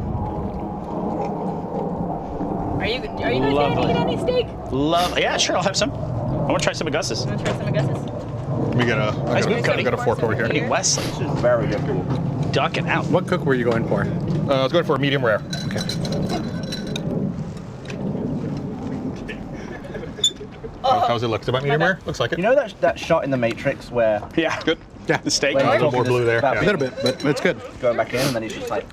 Speaker 3: Are you are you guys
Speaker 2: Lovely.
Speaker 3: gonna eat any steak?
Speaker 2: Love. Yeah, sure. I'll have some. I want to try some of Gus's.
Speaker 3: Wanna try some of Gus's?
Speaker 1: Let me get a. I
Speaker 2: Nice
Speaker 1: got,
Speaker 2: move,
Speaker 1: a-
Speaker 2: Cody.
Speaker 1: I got a fork over here.
Speaker 2: Hey, Wes,
Speaker 4: This is very good.
Speaker 2: ducking out.
Speaker 6: What cook were you going for?
Speaker 1: Uh, I was going for a medium rare. Uh, How- How's it look? Is it about medium rare? Looks like it.
Speaker 4: You know that that shot in the Matrix where
Speaker 2: Yeah.
Speaker 1: good.
Speaker 6: Yeah,
Speaker 2: The steak.
Speaker 4: Wait,
Speaker 1: A little
Speaker 4: Talking
Speaker 1: more
Speaker 4: this
Speaker 1: blue there.
Speaker 4: about
Speaker 1: yeah.
Speaker 6: a little bit, but it's good.
Speaker 4: going back in and then he's just like.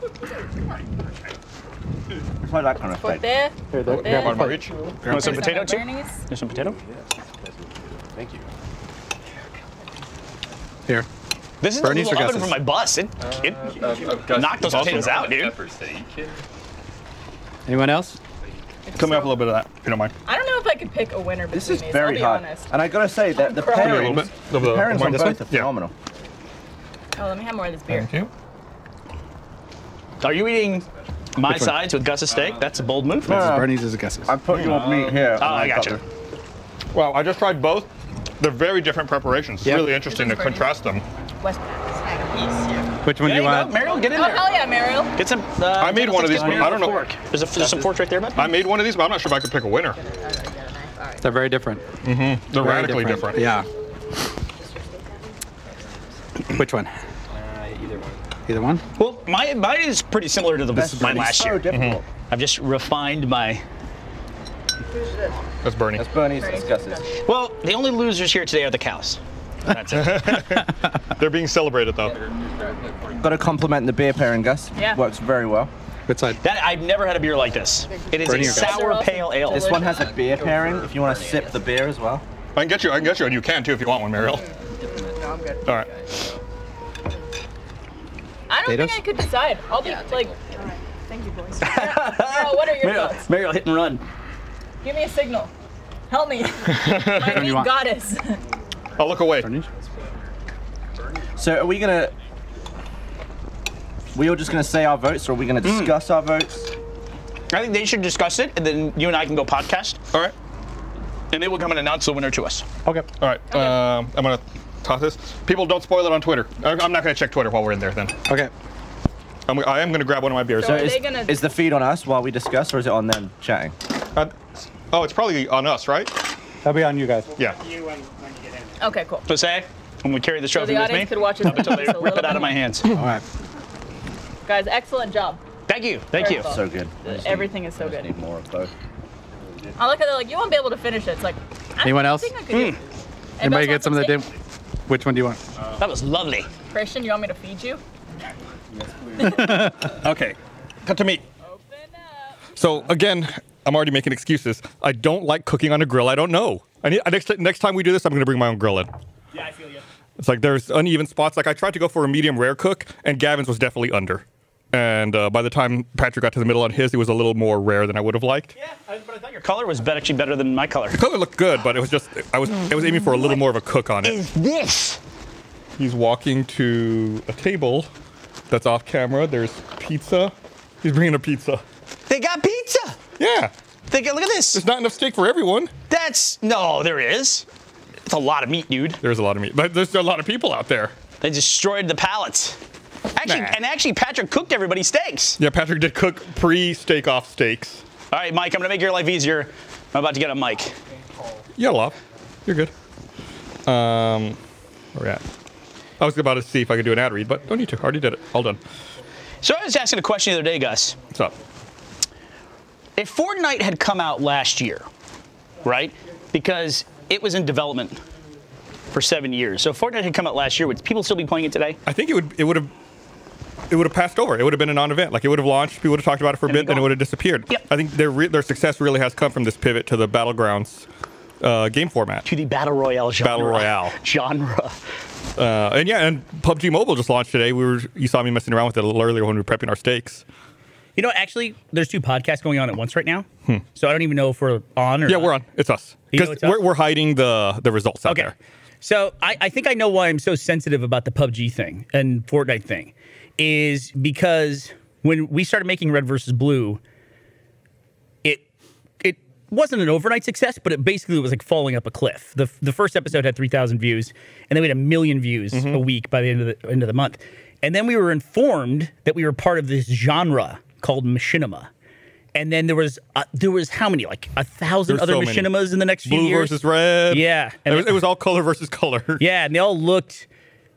Speaker 4: It's like that kind of
Speaker 3: Fork
Speaker 4: thing.
Speaker 3: there.
Speaker 6: Here, there,
Speaker 3: grab
Speaker 1: Out of my reach.
Speaker 2: You want some
Speaker 3: Some
Speaker 2: potato
Speaker 3: of
Speaker 2: too?
Speaker 3: Bernie's.
Speaker 2: There's some potato.
Speaker 6: Here.
Speaker 2: This is
Speaker 6: Bernie's
Speaker 2: the
Speaker 6: or
Speaker 2: little oven
Speaker 6: Gus's?
Speaker 2: from my bus. It, it knocked those potatoes out, dude.
Speaker 6: Anyone else?
Speaker 1: Cut me off a little bit of that, if you don't mind.
Speaker 3: I don't know if I could pick a winner between
Speaker 4: This is
Speaker 3: these. I'll
Speaker 4: very
Speaker 3: be
Speaker 4: hard.
Speaker 3: honest.
Speaker 4: And I gotta say that the
Speaker 3: Give me a
Speaker 1: little
Speaker 4: pairings,
Speaker 1: bit
Speaker 4: the
Speaker 1: of the
Speaker 4: pairings
Speaker 1: wine.
Speaker 4: on
Speaker 1: This one?
Speaker 4: both are
Speaker 1: Yeah.
Speaker 4: phenomenal.
Speaker 3: Oh, let me have more of this beer.
Speaker 1: you.
Speaker 2: Are you eating my
Speaker 6: Which one?
Speaker 2: sides with Gus's steak? That's a bold move.
Speaker 4: No. Uh,
Speaker 6: Bernie's is guesses.
Speaker 4: I put your meat here. and
Speaker 2: Oh, I
Speaker 4: got
Speaker 2: gotcha.
Speaker 4: the-
Speaker 1: Wow, I just tried both. They're very different preparations. It's
Speaker 6: Yeah.
Speaker 1: really interesting to contrast them.
Speaker 3: West.
Speaker 6: Which one
Speaker 2: There
Speaker 6: do you
Speaker 2: you go,
Speaker 6: want?
Speaker 2: Mariel, get in
Speaker 7: Oh,
Speaker 2: there.
Speaker 7: hell yeah, Mariel.
Speaker 2: Get some. Uh, I
Speaker 1: made one of these, but I don't know-
Speaker 2: Fork. There's, a, there's some forks right there, bud.
Speaker 1: I made one of these, but I'm not sure if I could pick a winner.
Speaker 6: They're very different.
Speaker 1: They're
Speaker 6: Very
Speaker 1: radically different.
Speaker 6: Mm-hmm. Yeah. Which one? Uh, Either one.
Speaker 2: Well, my mine is pretty similar to the mine last
Speaker 4: Oh,
Speaker 2: year.
Speaker 1: Mm-hmm.
Speaker 8: difficult.
Speaker 2: I've just refined my.
Speaker 1: That's Bernie.
Speaker 8: Bernie's, that's Gus's.
Speaker 2: Well, the only losers here today are the cows. That's it.
Speaker 1: They're being celebrated though.
Speaker 8: Got to compliment the beer pairing, Gus.
Speaker 7: Yeah.
Speaker 8: Works very well.
Speaker 6: Which side?
Speaker 2: that I've never had a beer like this. It is
Speaker 1: Pretty
Speaker 2: a
Speaker 1: good.
Speaker 2: sour pale ale.
Speaker 8: This one has a beer pairing. If you want to sip the beer as well.
Speaker 1: I can get you. I can get you, and you can too if you want one, Mariel. All right.
Speaker 7: I don't
Speaker 6: Potatoes?
Speaker 7: think I could decide. I'll be like. Thank you, boys. Girl, what are your
Speaker 2: Mariel,
Speaker 7: thoughts?
Speaker 2: Mariel, hit and run.
Speaker 7: Give me a signal. Help me. My meat
Speaker 6: want?
Speaker 7: goddess.
Speaker 1: I'll look away.
Speaker 6: Bernie's?
Speaker 8: So are we gonna? We all just gonna say our votes, or are we gonna
Speaker 4: Hmm.
Speaker 8: discuss our votes?
Speaker 2: I think they should discuss it, and then you and I can go podcast,
Speaker 1: All right.
Speaker 2: and they will come and announce the winner to us.
Speaker 6: Okay.
Speaker 1: All right. Um, I'm gonna toss this. People, don't spoil it on Twitter. I- I'm not gonna check Twitter while we're in there. Then
Speaker 6: Okay.
Speaker 1: I'm, I am gonna grab one of my beers.
Speaker 7: So- Are
Speaker 8: is,
Speaker 7: they gonna-
Speaker 8: is the feed on us while we discuss, or is it on them chatting?
Speaker 1: Uh, oh, it's probably on us, right?
Speaker 6: That'll be on you guys.
Speaker 1: Yeah.
Speaker 7: Okay, cool.
Speaker 2: So say, I'm gonna carry this
Speaker 7: So
Speaker 2: trophy
Speaker 7: the
Speaker 2: with me
Speaker 7: audience could watch us
Speaker 2: until they
Speaker 7: just a
Speaker 2: rip
Speaker 7: little
Speaker 2: it out
Speaker 7: bit.
Speaker 2: of my hands.
Speaker 6: All right.
Speaker 7: Guys, excellent job.
Speaker 2: Thank you, thank you.
Speaker 8: So good. I just need-
Speaker 7: Everything is so
Speaker 8: I just
Speaker 7: good.
Speaker 8: Need more of both.
Speaker 7: I look at it like you won't be able to finish it. It's like I
Speaker 6: Anyone else?
Speaker 7: think I could do it.
Speaker 6: Anybody
Speaker 7: else
Speaker 6: get
Speaker 7: want
Speaker 6: some of the
Speaker 7: steak?
Speaker 6: dim? Which one do you want?
Speaker 2: That was lovely.
Speaker 7: Christian, you want me to feed you?
Speaker 1: Okay. Cut to me.
Speaker 7: Open up.
Speaker 1: So again, I'm already making excuses. I don't like cooking on a grill. I don't know. I need, next next time we do this, I'm gonna bring my own grill in.
Speaker 2: Yeah, I feel you.
Speaker 1: It's like there's uneven spots. Like I tried to go for a medium rare cook, and Gavin's was definitely under. And uh, by the time Patrick got to the middle on his, it was a little more rare than I would have liked.
Speaker 2: Yeah, I- but I thought your color was bet- actually better than my color.
Speaker 1: Color looked good, but it was just I was I was aiming for a little more of a cook on it.
Speaker 2: Is this?
Speaker 1: He's walking to a table that's off camera. There's pizza. He's bringing a pizza.
Speaker 2: They got pizza.
Speaker 1: Yeah,
Speaker 2: They got, look at this.
Speaker 1: there's not enough steak for everyone.
Speaker 2: That's no, there is. It's a lot of meat, dude.
Speaker 1: There's a lot of meat, but there's a lot of people out there.
Speaker 2: They destroyed the pallets. Actually,
Speaker 1: Nah.
Speaker 2: and actually, Patrick cooked everybody steaks.
Speaker 1: Yeah, Patrick did cook pre-steak off steaks.
Speaker 2: All right, Mike, I'm gonna make your life easier. I'm about to get a mic.
Speaker 1: Yeah, Lop, you're good. Um, where we at? I was about to see if I could do an ad read, but don't need to. Already did it. All done.
Speaker 2: So I was asking a question the other day, Gus.
Speaker 1: What's up?
Speaker 2: If Fortnite had come out last year, right? Because it was in development for seven years. So if Fortnite had come out last year, would people still be playing it today?
Speaker 1: I think it would it would have it would have passed over. It would have been a non-event. Like it would have launched, people would have talked about it for a bit,
Speaker 2: gone.
Speaker 1: and it would have disappeared.
Speaker 2: Yep.
Speaker 1: I think their re- their success really has come from this pivot to the battlegrounds uh, game format.
Speaker 2: To the battle royale genre.
Speaker 1: Battle Royale.
Speaker 2: genre.
Speaker 1: Uh, and yeah, and PUBG Mobile just launched today. We were you saw me messing around with it a little earlier when we were prepping our steaks.
Speaker 9: You know, actually, there's two podcasts going on at once right now. So I don't even know if we're on or
Speaker 1: Hmm. Yeah,
Speaker 9: not.
Speaker 1: we're on. It's us
Speaker 9: You know
Speaker 1: because
Speaker 9: it's us?
Speaker 1: we're, we're hiding the the results out
Speaker 9: Okay.
Speaker 1: there.
Speaker 9: So I, I think I know why I'm so sensitive about the PUBG thing and Fortnite thing is because when we started making Red versus Blue, it it wasn't an overnight success, but it basically was like falling up a cliff. The the first episode had 3,000 views, and then we had a million views
Speaker 1: Mm-hmm.
Speaker 9: a week by the end of the end of the month. And then we were informed that we were part of this genre called machinima. And then there was uh, there was how many like a thousand
Speaker 1: There's
Speaker 9: other
Speaker 1: so many.
Speaker 9: machinimas in the next few
Speaker 1: Blue
Speaker 9: years.
Speaker 1: versus red.
Speaker 9: Yeah.
Speaker 1: it was, it was all color versus color.
Speaker 9: Yeah, and they all looked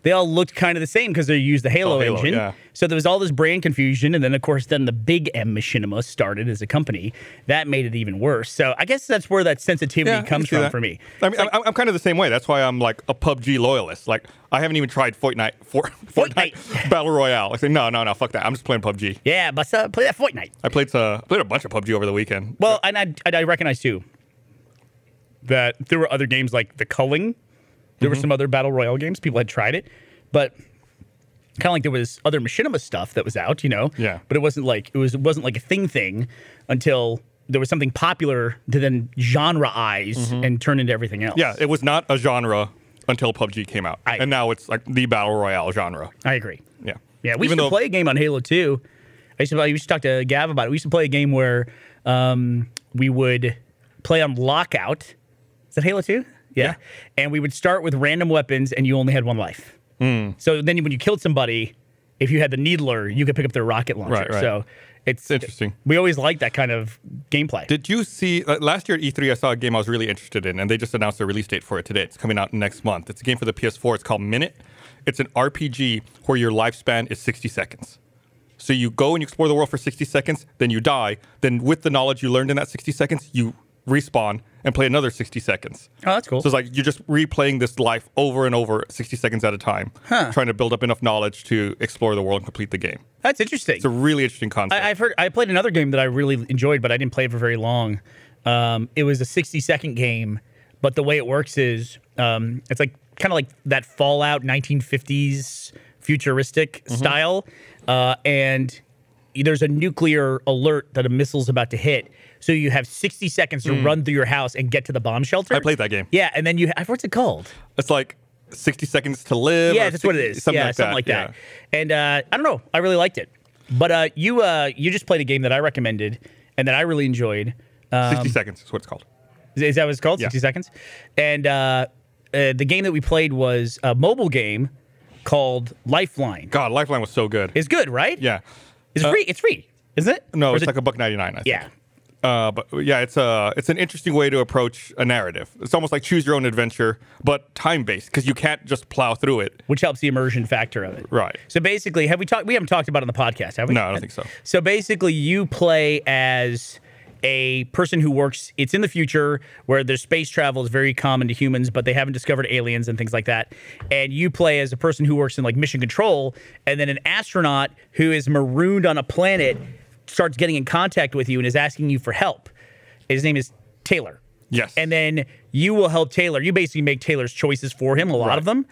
Speaker 9: they all looked kind of the same because they used the Halo,
Speaker 1: Oh, Halo,
Speaker 9: engine.
Speaker 1: yeah.
Speaker 9: So there was all this brand confusion, and then of course, then the Big M Machinima started as a company. That made it even worse. So I guess that's where that sensitivity
Speaker 1: I can
Speaker 9: comes
Speaker 1: see
Speaker 9: from
Speaker 1: that.
Speaker 9: for me.
Speaker 1: I mean, I'm, I'm kind of the same way. That's why I'm like a PUBG loyalist. Like, I haven't even tried Fortnite, for, Fortnite,
Speaker 9: Fortnite.
Speaker 1: Battle Royale. Like, no, no, no, fuck that. I'm just playing PUBG.
Speaker 9: Yeah, but uh, play that Fortnite.
Speaker 1: I played uh, played a bunch of PUBG over the weekend.
Speaker 9: Well, and I, and I recognize too that there were other games like The Culling.
Speaker 1: Mm-hmm.
Speaker 9: There were some other battle royale games. People had tried it, but kind of like there was other machinima stuff that was out, you know.
Speaker 1: Yeah.
Speaker 9: But it wasn't like it was it wasn't like a thing thing until there was something popular to then genreize and turn into everything else.
Speaker 1: Mm-hmm. yeah, it was not a genre until PUBG came out,
Speaker 9: I-
Speaker 1: and now it's like the Battle Royale genre.
Speaker 9: I agree.
Speaker 1: Yeah,
Speaker 9: Yeah, we
Speaker 1: Even
Speaker 9: used
Speaker 1: though-
Speaker 9: to play a game on Halo 2. I used to, I used to talk to Gav about it. We used to play a game where um, we would play on lockout. Is that Halo 2? Yeah.
Speaker 1: Yeah. Hmm.
Speaker 9: And we would start with random weapons and you only had one life. So then when you killed somebody, if you had the Needler, you could pick up their rocket launcher.
Speaker 1: Right, right.
Speaker 9: So it's
Speaker 1: interesting.
Speaker 9: We always like that kind of gameplay.
Speaker 1: Did you see uh, last year at E3? I saw a game I was really interested in, and they just announced the release date for it today. It's coming out next month. It's a game for the PS4. It's called Minute. It's an RPG where your lifespan is 60 seconds. So you go and you explore the world for 60 seconds, then you die. Then, with the knowledge you learned in that 60 seconds, you respawn and play another 60 seconds.
Speaker 9: oh, that's cool.
Speaker 1: So it's like you're just replaying this life over and over, 60 seconds at a time, trying to build up enough knowledge to explore the world and complete the game.
Speaker 9: that's interesting.
Speaker 1: It's a really interesting concept.
Speaker 9: I, I've heard I played another game that I really enjoyed, but I didn't play it for very long. Um, it was a 60 second game, but the way it works is um, it's like kind of like that Fallout 1950s futuristic
Speaker 1: Mm-hmm.
Speaker 9: style, uh, and there's a nuclear alert that a missile's about to hit. So you have 60 seconds to run through your house and get to the bomb shelter.
Speaker 1: Hmm. I played that game.
Speaker 9: Yeah, and then you I what's it called?
Speaker 1: It's like 60 seconds to live.
Speaker 9: Yeah,
Speaker 1: or
Speaker 9: that's what it
Speaker 1: 60
Speaker 9: is. yeah, something like that. And uh, I don't know. I really liked it. But uh, you uh, you just played a game that I recommended and that I really enjoyed.
Speaker 1: yeah.
Speaker 9: Uh,
Speaker 1: 60 seconds is what it's called.
Speaker 9: is that what it's called?
Speaker 1: Yeah.
Speaker 9: 60 Seconds? And uh, uh, the game that we played was a mobile game called Lifeline.
Speaker 1: God, Lifeline was so good.
Speaker 9: It's good, right?
Speaker 1: yeah.
Speaker 9: It's
Speaker 1: Uh,
Speaker 9: free. It's free, isn't it?
Speaker 1: No,
Speaker 9: Or
Speaker 1: it's
Speaker 9: is it-
Speaker 1: like a buck 99. I think.
Speaker 9: Yeah.
Speaker 1: Uh, but yeah, it's a it's an interesting way to approach a narrative. It's almost like choose your own adventure, but time based because you can't just plow through it.
Speaker 9: which helps the immersion factor of it.
Speaker 1: Right.
Speaker 9: So basically, have we talked? We haven't talked about it on the podcast, have we?
Speaker 1: No, I don't think so.
Speaker 9: So basically, you play as a person who works. It's in the future where there's space travel is very common to humans, but they haven't discovered aliens and things like that. And you play as a person who works in like mission control, and then an astronaut who is marooned on a planet starts getting in contact with you and is asking you for help. His name is Taylor.
Speaker 1: Yes.
Speaker 9: And then you will help Taylor. You basically make Taylor's choices for him, a lot of them,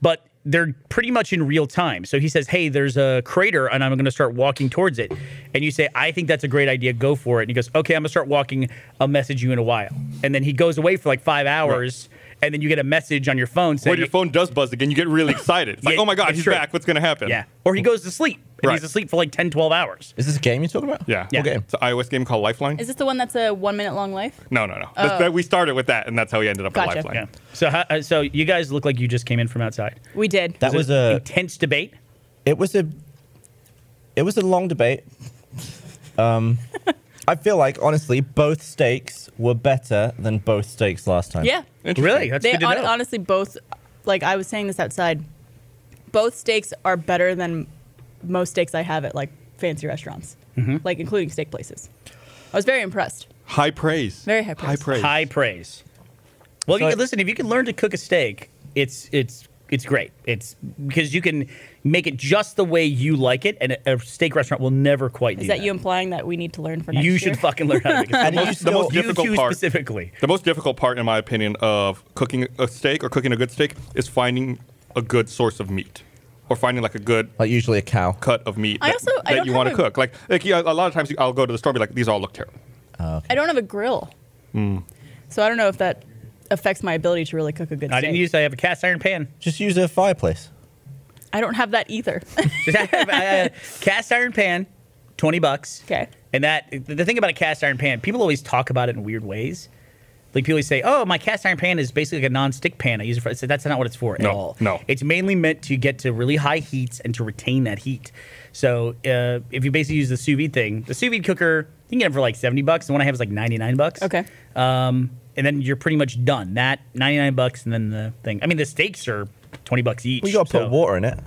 Speaker 9: but they're pretty much in real time. So he says, Hey, there's a crater and I'm going to start walking towards it. And you say, I think that's a great idea. Go for it. And he goes, Okay, I'm going to start walking. I'll message you in a while. And then he goes away for like five hours. And then you get a message on your phone saying,
Speaker 1: When your phone does buzz again, you get really excited. It's like,
Speaker 9: Yeah,
Speaker 1: oh my god,
Speaker 9: it's
Speaker 1: he's
Speaker 9: true.
Speaker 1: back. What's gonna happen?
Speaker 9: Yeah. Or he goes to sleep and
Speaker 1: Right.
Speaker 9: he's asleep for like 10, 12 hours.
Speaker 4: Is this a game you're talking about?
Speaker 1: Yeah.
Speaker 9: Yeah.
Speaker 4: Okay.
Speaker 1: It's an iOS game called Lifeline.
Speaker 3: Is this the one that's a one minute long life?
Speaker 1: no, no, no. That's- that- we started with that, and that's how we ended up with
Speaker 3: Gotcha.
Speaker 1: Lifeline.
Speaker 9: Yeah. So, how- uh, so you guys look like you just came in from outside.
Speaker 3: We did.
Speaker 4: That was a.
Speaker 9: Intense debate.
Speaker 4: It was a. It was a long debate. Um, I feel like honestly, both stakes were better than both stakes last time.
Speaker 3: yeah.
Speaker 1: Interesting.
Speaker 9: Really? That's
Speaker 3: They
Speaker 9: good to
Speaker 3: hon-
Speaker 9: know.
Speaker 3: honestly both, like I was saying this outside, both steaks are better than most steaks I have at like fancy restaurants, like including steak places. I was very impressed.
Speaker 1: High praise.
Speaker 3: Very high praise.
Speaker 9: High praise. Well,
Speaker 4: So-
Speaker 9: you, listen, if you can learn to cook a steak, it's it's it's great. It's because you can make it just the way you like it, and a, a steak restaurant will never quite
Speaker 3: Is
Speaker 9: do
Speaker 3: that you implying that we need to learn for next
Speaker 9: You
Speaker 3: year?
Speaker 9: should fucking learn how to make
Speaker 4: And
Speaker 9: it.
Speaker 4: you
Speaker 1: most- the
Speaker 4: still-
Speaker 1: most
Speaker 9: you
Speaker 1: difficult
Speaker 9: two
Speaker 1: part-
Speaker 9: specifically.
Speaker 1: The most difficult part, in my opinion, of cooking a steak or cooking a good steak is finding a good source of meat or finding like a good
Speaker 4: like usually a cow.
Speaker 1: cut of meat
Speaker 3: I
Speaker 1: that,
Speaker 3: also- I
Speaker 1: that
Speaker 3: don't
Speaker 1: you want to
Speaker 3: have a-
Speaker 1: cook. Like, like yeah, a lot of times I'll go to the store and be like, these all look terrible.
Speaker 3: I don't have a grill, so I don't know if that affects my ability to really cook a good
Speaker 9: I
Speaker 3: steak.
Speaker 9: didn't use. I have a cast iron pan.
Speaker 4: Just use a fireplace.
Speaker 3: I don't have that either.
Speaker 9: Just have a cast iron pan, twenty bucks.
Speaker 3: Okay.
Speaker 9: And that the thing about a cast iron pan, people always talk about it in weird ways. Like people always say, "Oh, my cast iron pan is basically like a non-stick pan. I use it for." I said, "That's not what it's for
Speaker 1: No,
Speaker 9: at all.
Speaker 1: no.
Speaker 9: it's mainly meant to get to really high heats and to retain that heat. So uh, if you basically use the sous vide thing, the sous vide cooker, you can get it for like seventy bucks. The one I have is like ninety-nine bucks.
Speaker 3: Okay.
Speaker 9: Um, and then you're pretty much done. That ninety-nine bucks, and then the thing. I mean, the steaks are twenty bucks each.
Speaker 4: Well, you got to put
Speaker 9: so-
Speaker 4: water in it.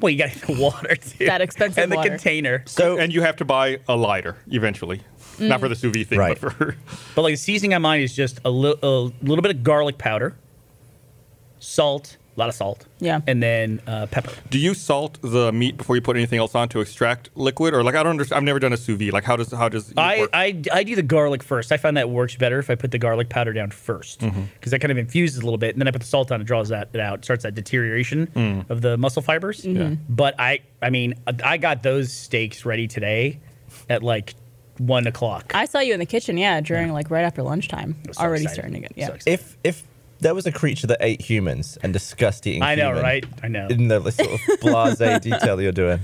Speaker 9: Well, you got the water too.
Speaker 3: That expensive
Speaker 9: and the
Speaker 3: water.
Speaker 9: container.
Speaker 4: So
Speaker 1: and you have to buy a lighter eventually.
Speaker 3: Mm.
Speaker 1: Not for the sous vide thing,
Speaker 4: Right.
Speaker 1: but for
Speaker 9: But like the seasoning on mine is just a, li- a little bit of garlic powder, salt, a lot of salt,
Speaker 3: Yeah.
Speaker 9: and then uh, pepper.
Speaker 1: Do you salt the meat before you put anything else on to extract liquid, or like I don't understand? I've never done a sous vide. Like how does how does it
Speaker 9: I,
Speaker 1: work?
Speaker 9: I, I do the garlic first. I find that works better if I put the garlic powder down first because that kind of infuses a little bit, and then I put the salt on. It draws that it out, starts that deterioration of the muscle fibers.
Speaker 3: Mm-hmm.
Speaker 9: But I I mean I got those steaks ready today at like one o'clock.
Speaker 3: I saw you in the kitchen, yeah, during like right after lunchtime,
Speaker 9: was so
Speaker 3: already
Speaker 9: excited.
Speaker 3: starting to get
Speaker 9: So
Speaker 3: yeah.
Speaker 9: excited.
Speaker 4: if if there was a creature that ate humans and discussed eating,
Speaker 9: I know,
Speaker 4: human
Speaker 9: right? I know.
Speaker 4: In the sort of blasé detail you're doing,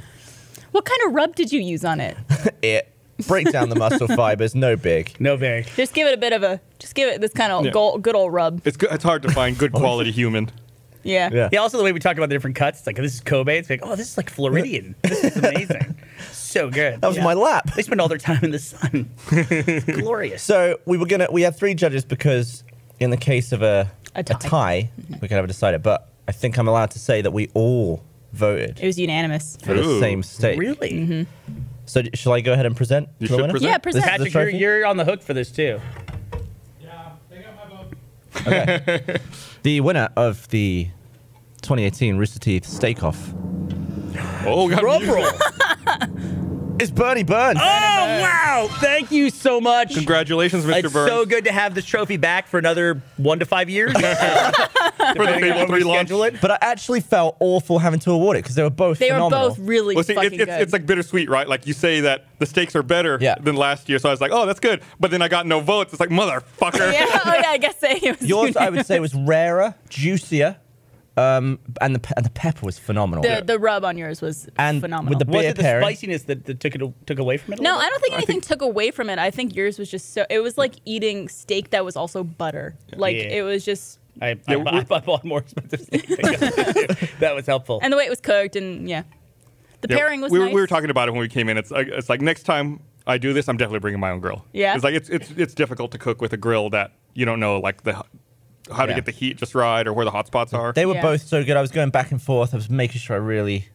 Speaker 3: What kind of rub did you use on it?
Speaker 4: it break down the muscle fibers. No big.
Speaker 9: no very.
Speaker 3: just give it a bit of a, just give it this kind of
Speaker 1: Yeah.
Speaker 3: go- good old rub.
Speaker 9: Oh.
Speaker 1: it's good, it's hard to find good quality human.
Speaker 3: Yeah.
Speaker 4: Yeah.
Speaker 9: Yeah, also the way we talk about the different cuts, it's like this is Kobe. It's like, oh, this is like Floridian. this is amazing. So good.
Speaker 4: That was my lap.
Speaker 9: They spend all their time in the sun. It's glorious.
Speaker 4: So we were gonna we had three judges because in the case of a
Speaker 3: A tie. Mm-hmm.
Speaker 4: we could have decided. But I think I'm allowed to say that we all voted
Speaker 3: It was unanimous.
Speaker 4: for the
Speaker 1: Ooh.
Speaker 4: same steak.
Speaker 9: really?
Speaker 3: Mm-hmm.
Speaker 4: So d- shall I go ahead and present?
Speaker 1: You
Speaker 4: to the
Speaker 1: should
Speaker 4: winner?
Speaker 1: present. Yeah,
Speaker 3: present.
Speaker 4: This is the
Speaker 9: Patrick, you're,
Speaker 4: trophy?
Speaker 9: you're on the hook for this too.
Speaker 4: The winner of the 2018 Rooster Teeth Steak Off
Speaker 1: Oh, God.
Speaker 9: Drum roll.
Speaker 4: is Bernie Burns.
Speaker 3: Ah!
Speaker 9: Oh wow! Thank you so much.
Speaker 1: Congratulations, Mr.
Speaker 9: It's
Speaker 1: Burns.
Speaker 9: so good to have this trophy back for another one to five years.
Speaker 1: for the Fable 3 launch.
Speaker 9: Schedule it.
Speaker 4: But I actually felt awful having to award it because they were both
Speaker 3: They were
Speaker 4: phenomenal.
Speaker 3: both really
Speaker 1: Well, see, it,
Speaker 3: fucking
Speaker 1: it's,
Speaker 3: good.
Speaker 1: it's like bittersweet, right? Like you say that the stakes are better
Speaker 4: Yeah.
Speaker 1: than last year, so I was like, oh, that's good. But then I got no votes. It's like, motherfucker.
Speaker 3: yeah, oh yeah, I guess they. It was
Speaker 4: Yours, I would say, was rarer, juicier, um, and the pe- and the pepper was phenomenal.
Speaker 3: the, the rub on yours was
Speaker 4: And
Speaker 3: phenomenal.
Speaker 4: with the-
Speaker 9: Was
Speaker 4: Beer
Speaker 9: it the
Speaker 4: pairing.
Speaker 9: spiciness that, that took it took away from it? a
Speaker 3: no,
Speaker 9: little bit?
Speaker 3: I don't think anything took away from it. I think yours was just so. It was like eating steak that was also butter. Like
Speaker 9: Yeah.
Speaker 3: it was just,
Speaker 9: I,
Speaker 1: Yeah,
Speaker 9: I, I, I bought more expensive steak. than I got. that was helpful.
Speaker 3: and the way it was cooked, and yeah, the
Speaker 1: Yeah,
Speaker 3: pairing was
Speaker 1: we, were-
Speaker 3: nice.
Speaker 1: we were talking about it when we came in. It's like, it's like next time I do this, I'm definitely bringing my own grill.
Speaker 3: Yeah.
Speaker 1: It's like it's it's it's difficult to cook with a grill that you don't know like the how to
Speaker 4: Yeah.
Speaker 1: get the heat just right or where the hot spots are. Uh,
Speaker 4: They were
Speaker 3: Yeah.
Speaker 4: both so good. I was going back and forth. I was making sure I really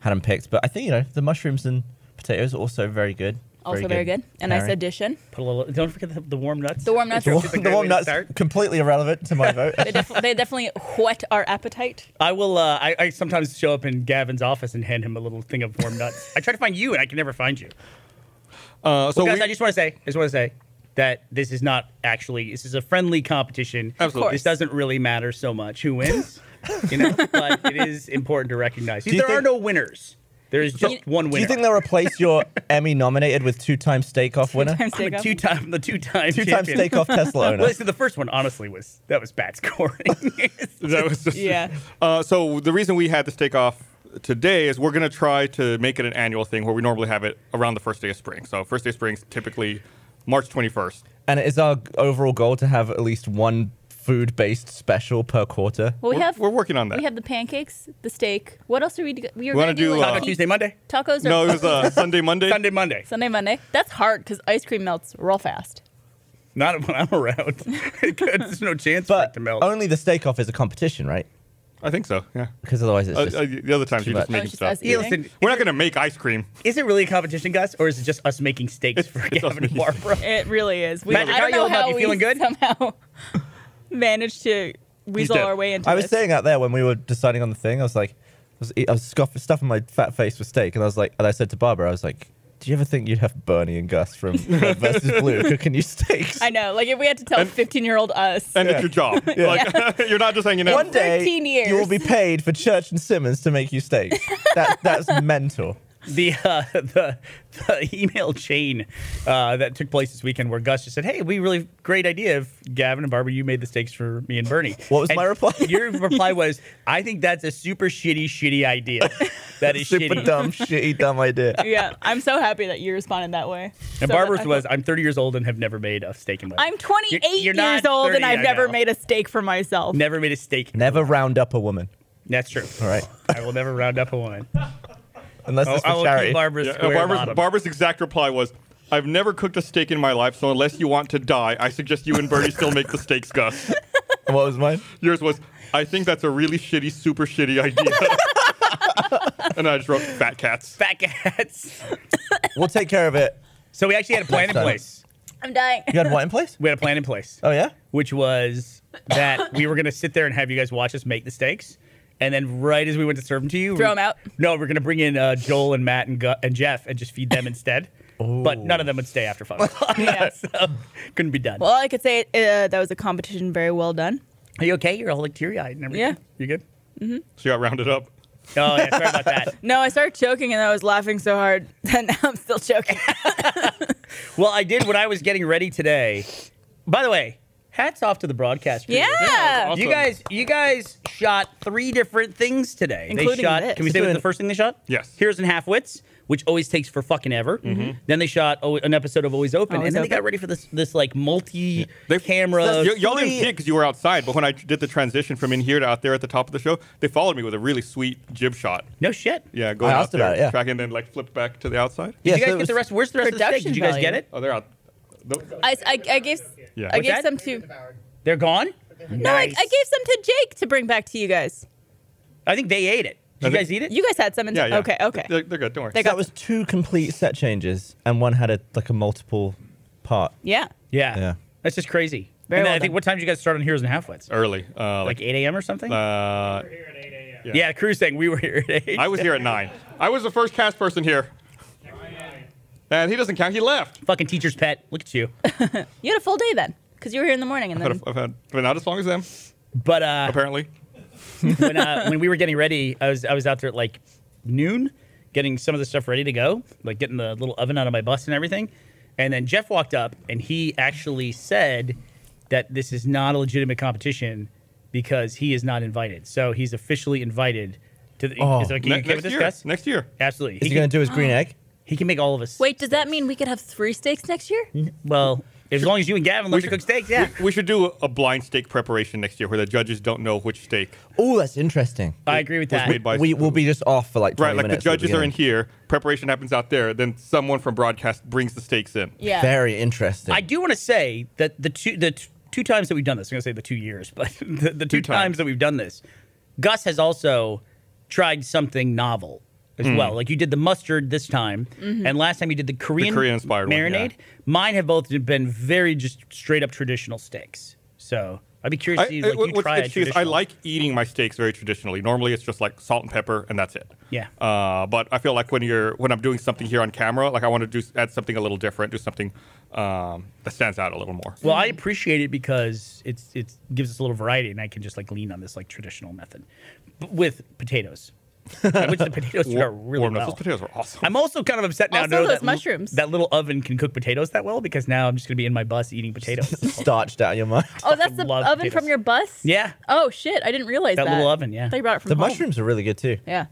Speaker 4: had them picked. But I think you know the mushrooms and potatoes are also very good.
Speaker 3: also very, good. A nice addition.
Speaker 9: Put a little. Don't forget the, the warm nuts.
Speaker 3: The warm nuts.
Speaker 4: The,
Speaker 3: are-
Speaker 4: one-
Speaker 9: It's a
Speaker 4: the
Speaker 9: great way
Speaker 4: one
Speaker 9: to
Speaker 4: that's
Speaker 9: start.
Speaker 4: completely irrelevant to my vote.
Speaker 3: they, def- they definitely whet our appetite.
Speaker 9: I will. Uh, I, I sometimes show up in Gavin's office and hand him a little thing of warm nuts. I try to find you, and I can never find you.
Speaker 1: Uh, so
Speaker 9: Well, guys,
Speaker 1: we-
Speaker 9: I just want to say, I just want to say that this is not actually. This is a friendly competition.
Speaker 1: Absolutely.
Speaker 9: This doesn't really matter so much who wins, you know. But it is important to recognize.
Speaker 4: you
Speaker 9: There are
Speaker 4: think-
Speaker 9: no winners. There is just one
Speaker 4: Do
Speaker 9: winner.
Speaker 4: you think they'll replace your Emmy nominated with two-time Steak Off winner?
Speaker 3: Sometimes they
Speaker 9: I'm a
Speaker 3: go-
Speaker 9: two-time, the two-time,
Speaker 4: Two-time
Speaker 9: champion.
Speaker 4: Steak Off Tesla owner.
Speaker 9: Well, listen, the first one honestly was that was bad scoring.
Speaker 1: that was just
Speaker 3: Yeah.
Speaker 1: Uh, so the reason we had this take off today is we're going to try to make it an annual thing where we normally have it around the first day of spring. So first day of spring is typically March 21st.
Speaker 4: And it is our overall goal to have at least one food-based special per quarter.
Speaker 3: Well, we
Speaker 1: We're-
Speaker 3: have.
Speaker 1: we're working on that.
Speaker 3: We have the pancakes, the steak. What else are we? do- We are
Speaker 1: We wanna
Speaker 3: going to do,
Speaker 1: do,
Speaker 9: Taco
Speaker 3: like,
Speaker 1: uh,
Speaker 9: Tuesday, Monday,
Speaker 3: tacos. Or
Speaker 1: No, it was uh, Sunday, Monday.
Speaker 9: Sunday, Monday.
Speaker 3: Sunday, Monday. That's hard because ice cream melts real fast.
Speaker 9: Not when I'm around. There's no chance for it
Speaker 4: But
Speaker 9: to melt.
Speaker 4: only the Steak Off is a competition, right?
Speaker 1: I think so. Yeah.
Speaker 4: Because otherwise it's
Speaker 3: Oh,
Speaker 1: Uh,
Speaker 4: just...
Speaker 1: uh, the other times
Speaker 4: too
Speaker 1: you're just
Speaker 4: much. Oh,
Speaker 1: making
Speaker 3: It's just
Speaker 1: stuff.
Speaker 3: us
Speaker 9: yeah,
Speaker 3: eating.
Speaker 9: listen,
Speaker 1: We're not going to make ice cream.
Speaker 9: is it really a competition, Gus, or is it just us making steaks
Speaker 1: It's-
Speaker 9: for
Speaker 1: it's us
Speaker 9: Gavin and
Speaker 1: making
Speaker 9: Barbara?
Speaker 3: It really is. We,
Speaker 9: Magic,
Speaker 3: I
Speaker 9: how
Speaker 3: don't
Speaker 9: you
Speaker 3: know
Speaker 9: holding up?
Speaker 3: how
Speaker 9: You
Speaker 3: we
Speaker 9: feeling good?
Speaker 3: somehow managed to weasel
Speaker 1: dead.
Speaker 3: our way into
Speaker 4: I was
Speaker 3: this.
Speaker 4: saying out there when we were deciding on the thing, I was like, I was, e, I was scuff- stuffing my fat face with steak, and I was like, and I said to Barbara, I was like, do you ever think you'd have Bernie and Gus from Red versus Blue cooking you steaks?
Speaker 3: I know. Like if we had to tell 15 year old us.
Speaker 1: And it's your job. Like you're not just hanging out.
Speaker 4: One day,
Speaker 3: 13 years.
Speaker 4: you will be paid for Church and Simmons to make you steaks. that, that's mental.
Speaker 9: The, uh, the the email chain uh, that took place this weekend, where Gus just said, "Hey, we really great idea if Gavin and Barbara, you made the steaks for me and Bernie."
Speaker 4: What was
Speaker 9: And
Speaker 4: my reply?
Speaker 9: Your reply was, "I think that's a super shitty, shitty idea. That is
Speaker 4: Super
Speaker 9: shitty."
Speaker 4: dumb, shitty, dumb idea.
Speaker 3: yeah, I'm so happy that you responded that way. So
Speaker 9: And Barbara's
Speaker 3: that I-
Speaker 9: was, "I'm 30 years old and have never made a steak in my life.
Speaker 3: I'm 28
Speaker 9: You're- you're not
Speaker 3: years old
Speaker 9: 30,
Speaker 3: and I've
Speaker 9: I
Speaker 3: never
Speaker 9: know.
Speaker 3: made a steak for myself.
Speaker 9: never made a steak. in my
Speaker 4: Never round up a woman.
Speaker 9: That's true.
Speaker 4: All right.
Speaker 9: I will never round up a woman.
Speaker 4: Unless
Speaker 9: Oh,
Speaker 4: it's for
Speaker 9: I will
Speaker 4: charity.
Speaker 9: keep Barbara's
Speaker 1: Yeah, uh,
Speaker 9: square
Speaker 1: Barbara's,
Speaker 9: bottom.
Speaker 1: Barbara's exact reply was, "I've never cooked a steak in my life, so unless you want to die, I suggest you and Bernie still make the steaks, Gus."
Speaker 4: what was mine?
Speaker 1: Yours was, "I think that's a really shitty, super shitty idea." and I just wrote fat cats.
Speaker 9: Fat cats.
Speaker 4: We'll take care of it.
Speaker 9: So we actually had a plan in
Speaker 4: Sorry.
Speaker 9: place.
Speaker 3: I'm dying.
Speaker 4: You had what in place?
Speaker 9: We had a plan in place,
Speaker 4: Oh, yeah?
Speaker 9: which was that we were going to sit there and have you guys watch us make the steaks. And then, right as we went to serve them to you,
Speaker 3: Throw
Speaker 9: we-
Speaker 3: 'em out?
Speaker 9: No, we're going to bring in uh, Joel and Matt and, Gu- and Jeff and just feed them instead. But none of them would stay after five o'clock.
Speaker 3: Yeah.
Speaker 9: so, couldn't be done.
Speaker 3: Well, all I could say uh, that was a competition very well done.
Speaker 9: Are you okay? You're all like teary eyed and everything.
Speaker 3: Yeah.
Speaker 9: You good?
Speaker 1: She got rounded up.
Speaker 9: Oh, yeah. Sorry about that.
Speaker 3: No, I started choking and I was laughing so hard that now I'm still choking.
Speaker 9: Well, I did when I was getting ready today. By the way, hats off to the broadcast. crew.
Speaker 3: yeah.
Speaker 1: awesome.
Speaker 9: You guys, you guys shot three different things today.
Speaker 3: Including
Speaker 9: they shot.
Speaker 3: this.
Speaker 9: Can we say what the first thing they shot?
Speaker 1: Yes. Mm-hmm.
Speaker 9: Here's and half wits. which always takes for fucking ever. Then they shot o- an episode of Always Open,
Speaker 3: Always
Speaker 9: and then they got
Speaker 3: Open.
Speaker 9: ready for this this like multi
Speaker 1: They-
Speaker 9: camera.
Speaker 1: Y- y'all didn't see because you were outside, but when I did the transition from in here to out there at the top of the show, they followed me with a really sweet jib shot.
Speaker 9: No shit.
Speaker 1: Yeah, going
Speaker 4: I
Speaker 1: out
Speaker 4: asked
Speaker 1: there,
Speaker 4: about it, yeah.
Speaker 1: track, and then like flipped back to the outside.
Speaker 9: Did
Speaker 4: Yeah,
Speaker 9: you guys
Speaker 4: so it
Speaker 9: get the
Speaker 4: was-
Speaker 9: rest? Where's the rest of the steak? Did you guys
Speaker 3: Production
Speaker 9: get it?
Speaker 1: Oh, they're out. Th-
Speaker 3: I, I, I gave
Speaker 1: Yeah.
Speaker 3: I
Speaker 1: What's
Speaker 3: gave
Speaker 9: that?
Speaker 3: some to
Speaker 9: They're gone.
Speaker 3: no I, I gave some to Jake to bring back to you guys.
Speaker 9: I think they ate it. Did
Speaker 1: I
Speaker 9: you
Speaker 1: think-
Speaker 9: guys eat it?
Speaker 3: You guys had some. In-
Speaker 1: Yeah, yeah.
Speaker 3: Okay. Okay.
Speaker 1: They're, they're good. Don't worry.
Speaker 3: They
Speaker 4: that
Speaker 3: got
Speaker 4: was two complete set changes, and one had a like a multiple part.
Speaker 3: yeah.
Speaker 9: yeah.
Speaker 4: Yeah.
Speaker 9: That's just crazy.
Speaker 3: Very
Speaker 9: and then
Speaker 3: well
Speaker 9: I think
Speaker 3: done.
Speaker 9: what time did you guys start on Heroes and Halfwits?
Speaker 1: early. Uh, like,
Speaker 9: Like 8 a.m. or something?
Speaker 1: uh,
Speaker 9: yeah, Crew's saying we were here at 8.
Speaker 1: I was here at nine. I was the first cast person here, and he doesn't count. He left.
Speaker 9: Fucking teacher's pet. Look at you.
Speaker 3: You had a full day then, because you were here in the morning, and
Speaker 1: I've had,
Speaker 3: then
Speaker 1: a- I've had been out as long as them,
Speaker 9: But uh,
Speaker 1: apparently.
Speaker 9: when, uh, when we were getting ready, I was I was out there at like noon, getting some of the stuff ready to go, like getting the little oven out of my bus and everything. And then Jeff walked up and he actually said that this is not a legitimate competition because he is not invited. So he's officially invited to the.
Speaker 4: Oh.
Speaker 9: is it okay,
Speaker 1: Ne-
Speaker 9: you okay
Speaker 1: next
Speaker 9: with this,
Speaker 1: year.
Speaker 9: Gus?
Speaker 1: Next year.
Speaker 9: Absolutely.
Speaker 4: Is
Speaker 9: He
Speaker 4: he going
Speaker 9: can,
Speaker 4: to do his green egg?
Speaker 9: he can make all of us.
Speaker 3: wait, does that mean we could have three steaks next year?
Speaker 9: Mm-hmm. Well, as long as you and Gavin learn to
Speaker 1: should-
Speaker 9: cook steaks, yeah.
Speaker 1: We should do a blind steak preparation next year, where the judges don't know which steak
Speaker 4: Oh, that's interesting.
Speaker 9: I agree with
Speaker 1: was
Speaker 9: that.
Speaker 1: made by.
Speaker 4: We will be just off for like 20
Speaker 1: Right, like the
Speaker 4: minutes at
Speaker 1: judges are in
Speaker 4: beginning.
Speaker 1: here. Preparation happens out there. Then someone from broadcast brings the stakes in.
Speaker 3: Yeah.
Speaker 4: Very interesting.
Speaker 9: I do want to say that the two the t- two times that we've done this, I'm going to say the two years, but the, the two,
Speaker 1: Two times.
Speaker 9: times that we've done this, Gus has also tried something novel as
Speaker 1: Hmm.
Speaker 9: well. Like you did the mustard this time, and last time you did the Korean,
Speaker 1: Korean-inspired one,
Speaker 9: marinade.
Speaker 1: yeah.
Speaker 9: Mine have both been very just straight up traditional steaks. So I'd be curious
Speaker 1: I,
Speaker 9: to see like,
Speaker 1: what-
Speaker 9: you
Speaker 1: what's
Speaker 9: try a
Speaker 1: interesting is I
Speaker 9: traditional-
Speaker 1: like eating my steaks very traditionally. Normally, it's just like salt and pepper, and that's it.
Speaker 9: Yeah.
Speaker 1: Uh, but I feel like when you're when I'm doing something here on camera, like I want to do s- add something a little different, do something um, that stands out a little more.
Speaker 9: Well, I appreciate it because it's it gives us a little variety, and I can just like lean on this like traditional method B- with potatoes, which the potatoes
Speaker 1: War-
Speaker 9: are really
Speaker 1: warm
Speaker 9: well.
Speaker 1: nuts. Those potatoes are awesome.
Speaker 9: I'm also kind of upset now. to
Speaker 3: Also
Speaker 9: know
Speaker 3: those
Speaker 9: that l-
Speaker 3: mushrooms.
Speaker 9: that little oven can cook potatoes that well because now I'm just gonna be in my bus eating potatoes.
Speaker 4: starched out of your mind.
Speaker 3: Oh, that's the
Speaker 9: love
Speaker 3: oven
Speaker 9: potatoes.
Speaker 3: from your bus.
Speaker 9: Yeah.
Speaker 3: Oh shit! I didn't realize
Speaker 9: That
Speaker 3: that.
Speaker 9: little oven, yeah.
Speaker 3: They brought it from
Speaker 4: The
Speaker 3: home.
Speaker 4: mushrooms are really good too.
Speaker 3: Yeah.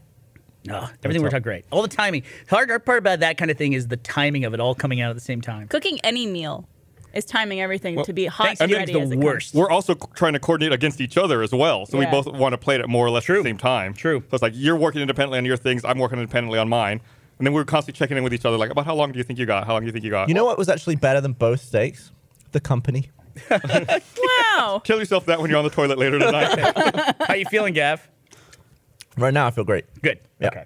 Speaker 9: Ugh, everything worked out great. All the timing. The hard hard part about that kind of thing is the timing of it all coming out at the same time.
Speaker 3: Cooking any meal is timing everything to be hot and
Speaker 9: Thanksgiving's
Speaker 3: ready as
Speaker 9: the
Speaker 3: it comes.
Speaker 9: worst.
Speaker 1: We're also c- trying to coordinate against each other as well, so we
Speaker 3: Yeah.
Speaker 1: both want to play it at more or less at the same time.
Speaker 9: True.
Speaker 1: So it's like you're working independently on your things, I'm working independently on mine, and then we're constantly checking in with each other, like about how long do you think you got? How long do you think you got?
Speaker 4: You know what was actually better than both steaks? The company.
Speaker 9: Oh.
Speaker 3: Wow.
Speaker 1: kill yourself that when you're on the toilet later tonight.
Speaker 9: How you feeling, Gav?
Speaker 4: Right now, I feel great.
Speaker 9: Good.
Speaker 4: Yeah.
Speaker 9: Okay.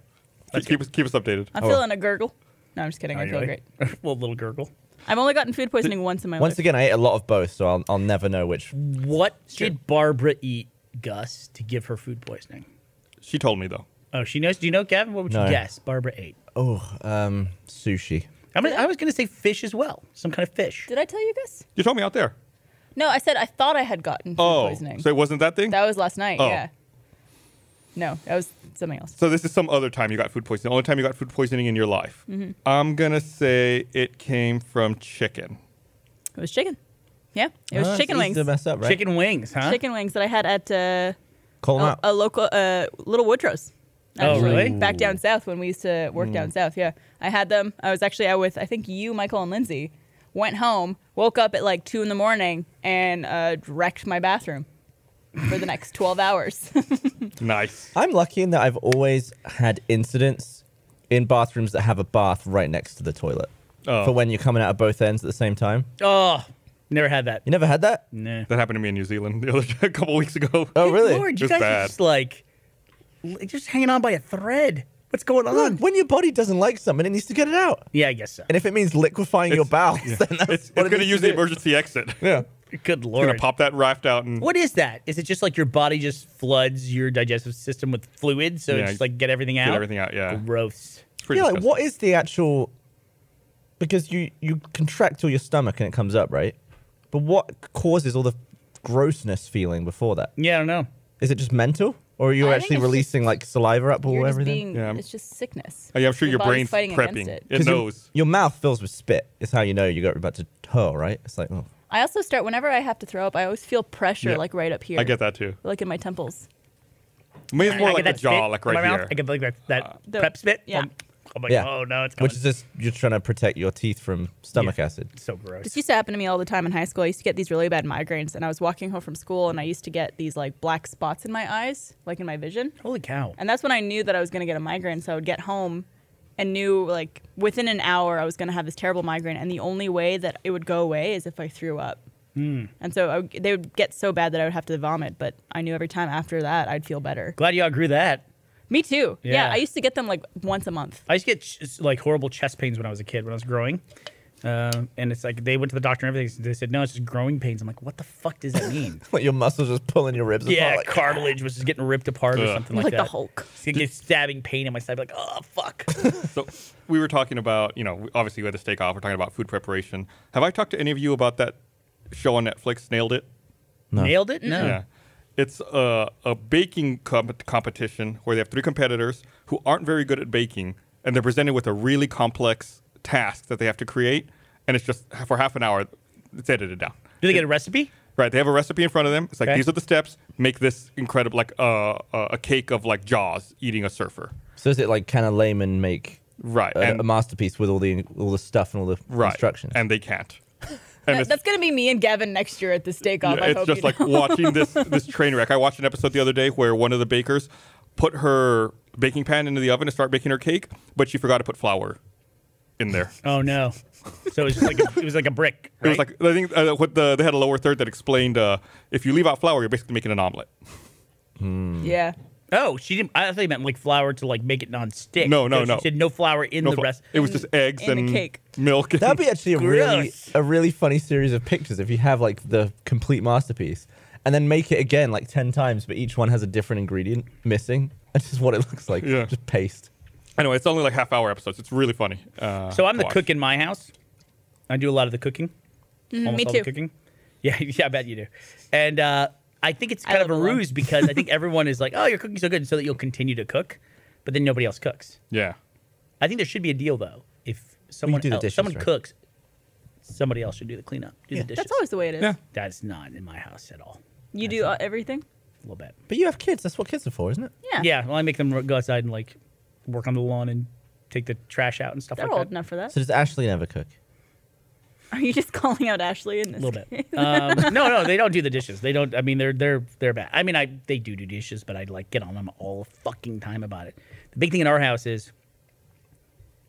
Speaker 1: keep, keep us keep us updated.
Speaker 3: I'm
Speaker 4: Oh, well.
Speaker 3: feeling a gurgle. No, I'm just kidding. I feel great.
Speaker 9: well, little gurgle.
Speaker 3: I've only gotten food poisoning once in my
Speaker 4: Once
Speaker 3: life.
Speaker 4: again, I ate a lot of both, so I'll, I'll never know which.
Speaker 9: What did Barbara eat, Gus, to give her food poisoning?
Speaker 1: She told me though.
Speaker 9: Oh, she knows. Do you know, Gavin? What would you
Speaker 4: No.
Speaker 9: guess Barbara ate?
Speaker 4: Oh, um, sushi.
Speaker 9: I'm gonna, I was going to say fish as well. Some kind of fish.
Speaker 3: Did I tell you guys?
Speaker 1: You told me out there.
Speaker 3: No, I said I thought I had gotten food
Speaker 1: Oh,
Speaker 3: poisoning.
Speaker 1: so it wasn't that thing.
Speaker 3: that was last night.
Speaker 1: Oh.
Speaker 3: Yeah. No, that was something else.
Speaker 1: so this is some other time you got food poisoning. Only time you got food poisoning in your life.
Speaker 3: Mm-hmm.
Speaker 1: I'm gonna say it came from chicken.
Speaker 3: It was chicken. Yeah, it was
Speaker 4: Ah, it's
Speaker 3: chicken
Speaker 4: easy
Speaker 3: wings.
Speaker 4: To mess up, right?
Speaker 9: Chicken wings, huh?
Speaker 3: Chicken wings that I had at uh,
Speaker 4: Call 'em
Speaker 3: a,
Speaker 4: out.
Speaker 3: a local uh, Little Woodrow's.
Speaker 9: Oh,
Speaker 3: actually,
Speaker 9: really?
Speaker 3: Back down south when we used to work
Speaker 1: Mm.
Speaker 3: down south. Yeah, I had them. I was actually out with I think you, Michael, and Lindsay. Went home, woke up at like two in the morning, and uh, wrecked my bathroom for the next twelve hours.
Speaker 1: Nice.
Speaker 4: I'm lucky in that I've always had incidents in bathrooms that have a bath right next to the toilet.
Speaker 1: Oh.
Speaker 4: For when you're coming out of both ends at the same time.
Speaker 9: Oh, never had that.
Speaker 4: You never had that?
Speaker 9: Nah.
Speaker 1: That happened to me in New Zealand the other a couple weeks ago.
Speaker 4: Oh, really?
Speaker 9: Lord, you
Speaker 1: Just
Speaker 9: guys are
Speaker 1: bad.
Speaker 9: just like li- just hanging on by a thread. What's going on?
Speaker 4: Look, when your body doesn't like something, it needs to get it out.
Speaker 9: yeah, I guess so.
Speaker 4: And if it means liquefying your bowels, then that's
Speaker 1: It's,
Speaker 4: what
Speaker 1: it's
Speaker 4: it
Speaker 1: gonna
Speaker 4: needs
Speaker 1: use the
Speaker 4: to do.
Speaker 1: emergency exit.
Speaker 4: Yeah.
Speaker 9: Good
Speaker 1: Gonna
Speaker 9: lord.
Speaker 1: pop that raft out and
Speaker 9: What is that? Is it just like your body just floods your digestive system with fluid, so
Speaker 1: Yeah,
Speaker 9: it's just like get everything out?
Speaker 1: get everything out. Yeah.
Speaker 9: Gross.
Speaker 1: It's pretty
Speaker 4: yeah, like
Speaker 1: disgusting.
Speaker 4: what is the actual? Because you you contract all your stomach and it comes up, right? But what causes all the grossness feeling before that?
Speaker 9: Yeah, I don't know.
Speaker 4: Is it just mental, or are you
Speaker 3: I think
Speaker 4: actually
Speaker 3: it's just-
Speaker 4: releasing like saliva up
Speaker 3: You're
Speaker 4: or
Speaker 3: just
Speaker 4: everything?
Speaker 3: being,
Speaker 1: Yeah.
Speaker 3: it's just sickness.
Speaker 1: Oh, yeah, I'm sure your,
Speaker 3: body's
Speaker 1: brain's
Speaker 3: fighting
Speaker 1: prepping.
Speaker 3: against it.
Speaker 1: It
Speaker 4: your-
Speaker 1: knows.
Speaker 4: Your, mouth fills with spit. Is how you know you got about to hurl, right? It's like, oh,
Speaker 3: I also start whenever I have to throw up. I always feel pressure
Speaker 1: Yeah.
Speaker 3: like right up here.
Speaker 1: I get that too.
Speaker 3: Like in my temples.
Speaker 1: I mean, it's more
Speaker 9: I
Speaker 1: like
Speaker 9: get
Speaker 1: the
Speaker 9: that
Speaker 1: jaw,
Speaker 9: spit
Speaker 1: like
Speaker 9: in
Speaker 1: right
Speaker 9: my mouth.
Speaker 1: here. Uh,
Speaker 9: I get like that, that
Speaker 3: The-
Speaker 9: prep spit.
Speaker 3: yeah.
Speaker 9: I'm like,
Speaker 4: yeah.
Speaker 9: oh no, it's coming.
Speaker 4: Which is just you're trying to protect your teeth from stomach acid.
Speaker 9: so gross.
Speaker 3: This used to happen to me all the time in high school. I used to get these really bad migraines, and I was walking home from school, and I used to get these like black spots in my eyes, like in my vision.
Speaker 9: Holy cow!
Speaker 3: And that's when I knew that I was going to get a migraine. So I would get home and knew like within an hour I was going to have this terrible migraine. And the only way that it would go away is if I threw up.
Speaker 1: Hmm.
Speaker 3: And so I would, they would get so bad that I would have to vomit. But I knew every time after that I'd feel better.
Speaker 9: Glad you outgrew that.
Speaker 3: Me too. Yeah.
Speaker 9: Yeah.
Speaker 3: I used to get them like once a month.
Speaker 9: I used to get ch- like horrible chest pains when I was a kid when I was growing. Uh, and it's like they went to the doctor and everything. They said, no, it's just growing pains. I'm like, what the fuck does that mean?
Speaker 4: Like your muscles just pulling your ribs
Speaker 9: yeah,
Speaker 4: apart. Like,
Speaker 9: cartilage was just getting ripped apart or
Speaker 1: Ugh.
Speaker 9: something
Speaker 3: Like,
Speaker 9: like,
Speaker 3: the
Speaker 9: that.
Speaker 3: Hulk.
Speaker 9: So you get stabbing pain in my side. Like, oh fuck.
Speaker 1: So we were talking about, you know, obviously we had this take off. We're talking about food preparation. Have I talked to any of you about that show on Netflix, Nailed It?
Speaker 9: Nailed it. No.
Speaker 1: Yeah. It's a, a baking comp- competition where they have three competitors who aren't very good at baking, and they're presented with a really complex task that they have to create, and it's just for half an hour, it's edited down.
Speaker 9: Do they get a recipe?
Speaker 1: Right, they have a recipe in front of them. It's like
Speaker 9: Okay.
Speaker 1: these are the steps. Make this incredible, like uh, a a cake of like Jaws eating a surfer.
Speaker 4: So is it like can a layman make
Speaker 1: Right,
Speaker 4: a,
Speaker 1: and-
Speaker 4: a masterpiece with all the all the stuff and all the
Speaker 1: Right,
Speaker 4: instructions?
Speaker 1: and they can't.
Speaker 3: That-
Speaker 1: it's-
Speaker 3: that's going to be me and Gavin next year at this
Speaker 1: Yeah,
Speaker 3: takeoff. I
Speaker 1: it's
Speaker 3: hope
Speaker 1: just
Speaker 3: you
Speaker 1: like
Speaker 3: know.
Speaker 1: watching this this train wreck. I watched an episode the other day where one of the bakers put her baking pan into the oven to start baking her cake, but she forgot to put flour in there.
Speaker 9: Oh no. So it was just like a, it was like a brick.
Speaker 1: It was
Speaker 9: right?
Speaker 1: like I think uh, what the, they had a lower third that explained uh, if you leave out flour, you're basically making an omelet.
Speaker 3: yeah.
Speaker 9: oh she didn't. I thought you meant like flour to like make it non-stick.
Speaker 1: No, no,
Speaker 9: so
Speaker 1: no.
Speaker 9: She said no flour in
Speaker 1: No
Speaker 9: the
Speaker 1: fl-
Speaker 9: rest.
Speaker 1: it was just eggs
Speaker 3: and
Speaker 1: and,
Speaker 3: a cake.
Speaker 1: milk. and-
Speaker 4: That'd be actually a really
Speaker 9: Gross.
Speaker 4: a really funny series of pictures if you have like the complete masterpiece and then make it again like ten times, but each one has a different ingredient missing. That's just what it looks like.
Speaker 1: Yeah.
Speaker 4: Just paste.
Speaker 1: anyway. It's only like half hour episodes. It's really funny. Uh,
Speaker 9: So I'm
Speaker 1: to
Speaker 9: the
Speaker 1: watch.
Speaker 9: cook in my house. I do a lot of the cooking. Almost
Speaker 3: Mm-hmm, me
Speaker 9: all
Speaker 3: too.
Speaker 9: The cooking. Yeah, yeah, I bet you do. And uh, I think it's kind of
Speaker 3: live
Speaker 9: a
Speaker 3: alone.
Speaker 9: ruse because I think everyone is like, "Oh, you're cooking so good," so that you'll continue to cook, but then nobody else cooks.
Speaker 1: Yeah.
Speaker 9: I think there should be a deal though. If someone
Speaker 4: do the
Speaker 9: else,
Speaker 4: dishes,
Speaker 9: someone
Speaker 4: right?
Speaker 9: cooks, somebody else should do the cleanup, do the dishes.
Speaker 3: That's always the way it is.
Speaker 1: Yeah.
Speaker 9: That's not in my house at all.
Speaker 3: You do uh, everything?
Speaker 9: A little bit.
Speaker 4: But you have kids. That's what kids are for, isn't it?
Speaker 3: Yeah.
Speaker 9: Yeah. Well, I make them go outside and like work on the lawn and take the trash out and stuff
Speaker 3: They're
Speaker 9: like
Speaker 3: old
Speaker 9: that.
Speaker 3: enough for that.
Speaker 4: So does Ashley never cook?
Speaker 3: Are you just calling out Ashley in this?
Speaker 9: A little bit. Um, no, no, they don't do the dishes. They don't. I mean, they're they're they're bad. I mean, I they do do dishes, but I like get on them all the fucking time about it. The big thing in our house is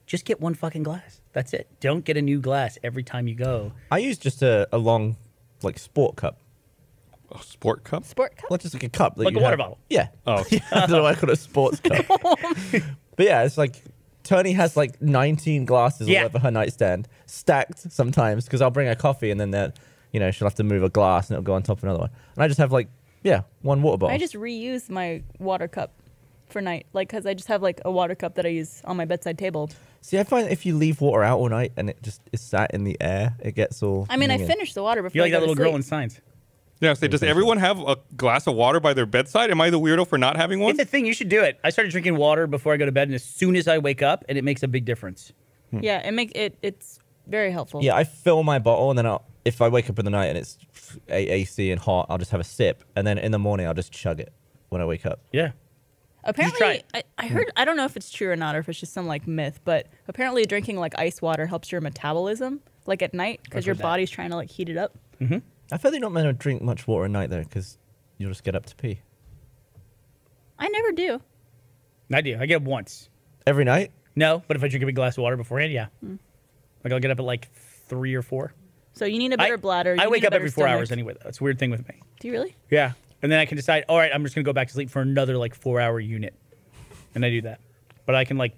Speaker 9: just get one fucking glass. That's it. Don't get a new glass every time you go.
Speaker 4: I use just a, a long like sport cup.
Speaker 1: Oh, sport cup.
Speaker 3: Sport cup?
Speaker 4: Well, just like a cup. that
Speaker 9: Like
Speaker 4: you
Speaker 9: a water
Speaker 4: have-
Speaker 9: bottle.
Speaker 4: Yeah.
Speaker 1: Oh.
Speaker 4: Yeah, I don't know why I call it a sports cup. but yeah, it's like Tony has like 19 glasses
Speaker 9: Yeah.
Speaker 4: all over her nightstand, stacked sometimes, because I'll bring her coffee and then that, you know, she'll have to move a glass and it'll go on top of another one. And I just have like, yeah, one water bottle.
Speaker 3: I just reuse my water cup for night, like because I just have like a water cup that I use on my bedside table.
Speaker 4: See, I find if you leave water out all night and it just is sat in the air, it gets all.
Speaker 3: I mean, I
Speaker 4: minging.
Speaker 3: finish the water before.
Speaker 9: You're
Speaker 3: I
Speaker 9: like
Speaker 3: go
Speaker 9: that little
Speaker 3: to
Speaker 9: girl in
Speaker 3: sleep.
Speaker 9: science.
Speaker 1: Yeah. Say, does everyone have a glass of water by their bedside? Am I the weirdo for not having one?
Speaker 9: It's a thing. You should do it. I started drinking water before I go to bed, and as soon as I wake up, and it makes a big difference.
Speaker 3: Yeah, it make it. It's very helpful.
Speaker 4: Yeah, I fill my bottle, and then I'll, if I wake up in the night and it's a- AC and hot, I'll just have a sip, and then in the morning I'll just chug it when I wake up.
Speaker 9: Yeah. try
Speaker 3: apparently,
Speaker 9: it.
Speaker 3: I, I heard. I don't know if it's true or not, or if it's just some like myth, but apparently, drinking like ice water helps your metabolism, like at night, because your
Speaker 9: heard that.
Speaker 3: body's trying to like heat it up.
Speaker 4: I feel you're not meant to drink much water at night though, because you'll just get up to pee
Speaker 3: I never do.
Speaker 9: I do. I get up once.
Speaker 4: every night.
Speaker 9: No, but if I drink a big glass of water beforehand, yeah.
Speaker 3: Mm.
Speaker 9: Like I'll get up at like three or four.
Speaker 3: So you need a better
Speaker 9: I,
Speaker 3: bladder.
Speaker 9: I
Speaker 3: you
Speaker 9: wake
Speaker 3: need a
Speaker 9: up every
Speaker 3: better
Speaker 9: four
Speaker 3: stomach.
Speaker 9: hours anyway. Though. It's a weird thing with me.
Speaker 3: Do you really?
Speaker 9: Yeah. And then I can decide, all right, I'm just going to go back to sleep for another like four hour unit. And I do that. But I can like,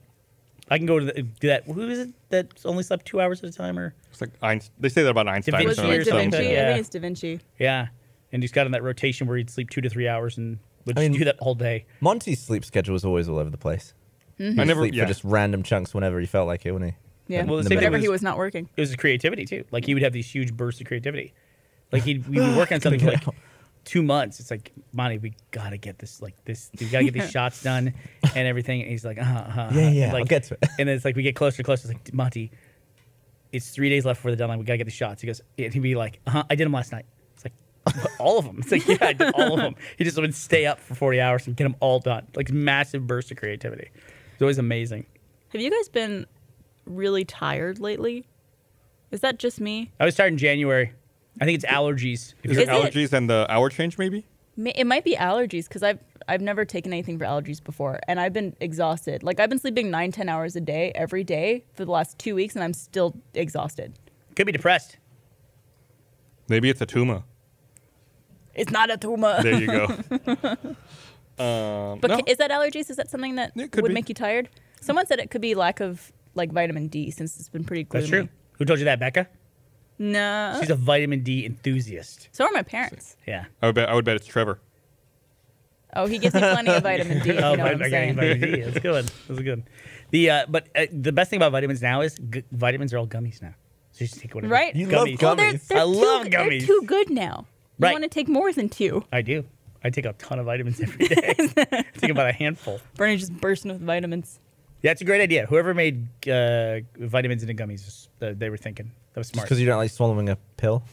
Speaker 9: I can go to the, do that. Who is it that only slept two hours at a time or?
Speaker 1: It's like Einstein. They say that about Einstein.
Speaker 9: Vinci
Speaker 1: or
Speaker 3: Was it
Speaker 9: Sure,
Speaker 1: something.
Speaker 3: Da
Speaker 9: or
Speaker 1: So-
Speaker 3: Vinci? I
Speaker 9: yeah.
Speaker 3: think it's Da Vinci.
Speaker 9: Yeah. And just got on that rotation where he'd sleep two to three hours and would
Speaker 4: I
Speaker 9: just
Speaker 4: mean-
Speaker 9: do that all day.
Speaker 4: Monty's sleep schedule was always all over the place.
Speaker 1: I never.
Speaker 4: Sleep
Speaker 1: Yeah.
Speaker 4: for just random chunks whenever he felt like it, wouldn't he?
Speaker 3: Yeah.
Speaker 9: Well, the same thing
Speaker 3: Whenever
Speaker 9: was-
Speaker 3: he was not working.
Speaker 9: It was his creativity too. Like he would have these huge bursts of creativity. Like he'd we'd be working on something for
Speaker 4: Gotta
Speaker 9: like
Speaker 4: get
Speaker 9: two months. It's like, Monty, we got to get this, like this, we got to get these shots done and everything. And he's like, uh huh. Uh-huh.
Speaker 4: Yeah,
Speaker 9: uh-huh.
Speaker 4: yeah,
Speaker 9: Like,
Speaker 4: I'll get to it.
Speaker 9: And then it's like we get closer and closer. It's like Monty, it's three days left before the deadline. We gotta get the shots. He goes, and he'd be like, uh-huh, I did them last night. It's like all of them. It's like yeah, I did all of them. He just would stay up for forty hours and get them all done. Like massive burst of creativity. It's always amazing.
Speaker 3: Have you guys been really tired lately? Is that just me?
Speaker 9: I was tired in January. I think it's allergies. If
Speaker 1: Is it
Speaker 3: Is
Speaker 9: you're-
Speaker 3: it-
Speaker 1: allergies and the hour change, maybe?
Speaker 3: Ma- It might be allergies because I've I've never taken anything for allergies before, and I've been exhausted. Like I've been sleeping nine, ten hours a day every day for the last two weeks, and I'm still exhausted.
Speaker 9: could be depressed.
Speaker 1: Maybe it's a tumor.
Speaker 3: It's not a tumor.
Speaker 1: There you go. um,
Speaker 3: But
Speaker 1: no.
Speaker 3: ca- is that allergies? Is that something that
Speaker 1: It
Speaker 3: would
Speaker 1: could be.
Speaker 3: make you tired? Someone said it could be lack of like vitamin D since it's been pretty gloomy.
Speaker 9: That's true. Who told you that, Becca?
Speaker 3: No.
Speaker 9: She's a vitamin D enthusiast.
Speaker 3: so are my parents.
Speaker 9: Yeah.
Speaker 1: I would bet. I would bet it's Trevor.
Speaker 3: Oh, he gives me plenty of vitamin D. if you know what I'm
Speaker 9: vitamin-
Speaker 3: saying.
Speaker 9: okay, vitamin D. That's a good. one. That's a good. one. The uh, but uh, the best thing about vitamins now is g- vitamins are all gummies now. So you just take whatever.
Speaker 3: Right?
Speaker 4: You love
Speaker 3: Well, they're,
Speaker 4: Gummies.
Speaker 3: they're
Speaker 9: I
Speaker 3: too,
Speaker 9: love
Speaker 3: They're
Speaker 9: gummies.
Speaker 3: too good now. You
Speaker 9: Right.
Speaker 3: want to take more than two.
Speaker 9: I do. I take a ton of vitamins every day. I take about a handful.
Speaker 3: Bernie's just bursting with vitamins.
Speaker 9: Yeah, it's a great idea. Whoever made uh, vitamins into gummies, is- uh, they were thinking that was smart.
Speaker 4: because you don't like swallowing a pill.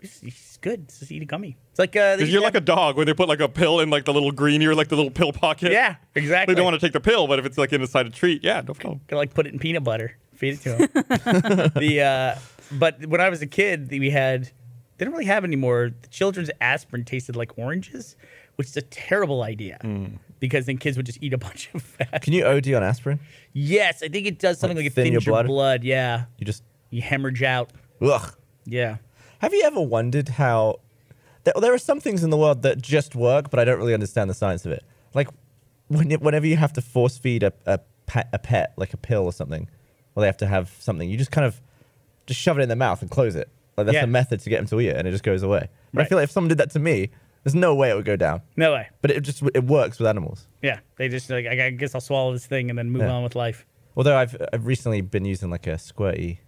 Speaker 9: it's, it's good. It's just eat a gummy. It's like uh, they
Speaker 1: 'Cause You're
Speaker 9: used
Speaker 1: like
Speaker 9: to
Speaker 1: a dog where they put like a pill in like the little green. You're like the little pill pocket.
Speaker 9: have- yeah, exactly.
Speaker 1: They don't want to take the pill, but if it's like inside a treat, yeah, no problem.
Speaker 9: Gonna like put it in peanut butter, feed it to him. the uh, but when I was a kid, the- we had they don't really have anymore. The children's aspirin tasted like oranges, which is a terrible idea
Speaker 4: Mm.
Speaker 9: because then kids would just eat a bunch of fat.
Speaker 4: Can you OD on aspirin?
Speaker 9: Yes, I think it does something like,
Speaker 4: Like
Speaker 9: it
Speaker 4: thin
Speaker 9: thins
Speaker 4: your
Speaker 9: your blood.
Speaker 4: blood?
Speaker 9: Yeah,
Speaker 4: You just
Speaker 9: you hemorrhage out.
Speaker 4: ugh.
Speaker 9: Yeah,
Speaker 4: Have you ever wondered how there, there are some things in the world that just work, but I don't really understand the science of it. Like when it- whenever you have to force feed a a pet, a pet like a pill or something, or they have to have something, you just kind of just shove it in their mouth and close it. Like that's
Speaker 9: Yeah.
Speaker 4: a method to get them to eat it, and it just goes away. But I
Speaker 9: Right.
Speaker 4: feel like if someone did that to me, there's no way it would go down.
Speaker 9: no way.
Speaker 4: But it just it works with animals.
Speaker 9: Yeah, they just like I I guess I'll swallow this thing and then move
Speaker 4: Yeah.
Speaker 9: on with life.
Speaker 4: Although I've I've recently been using like a squirty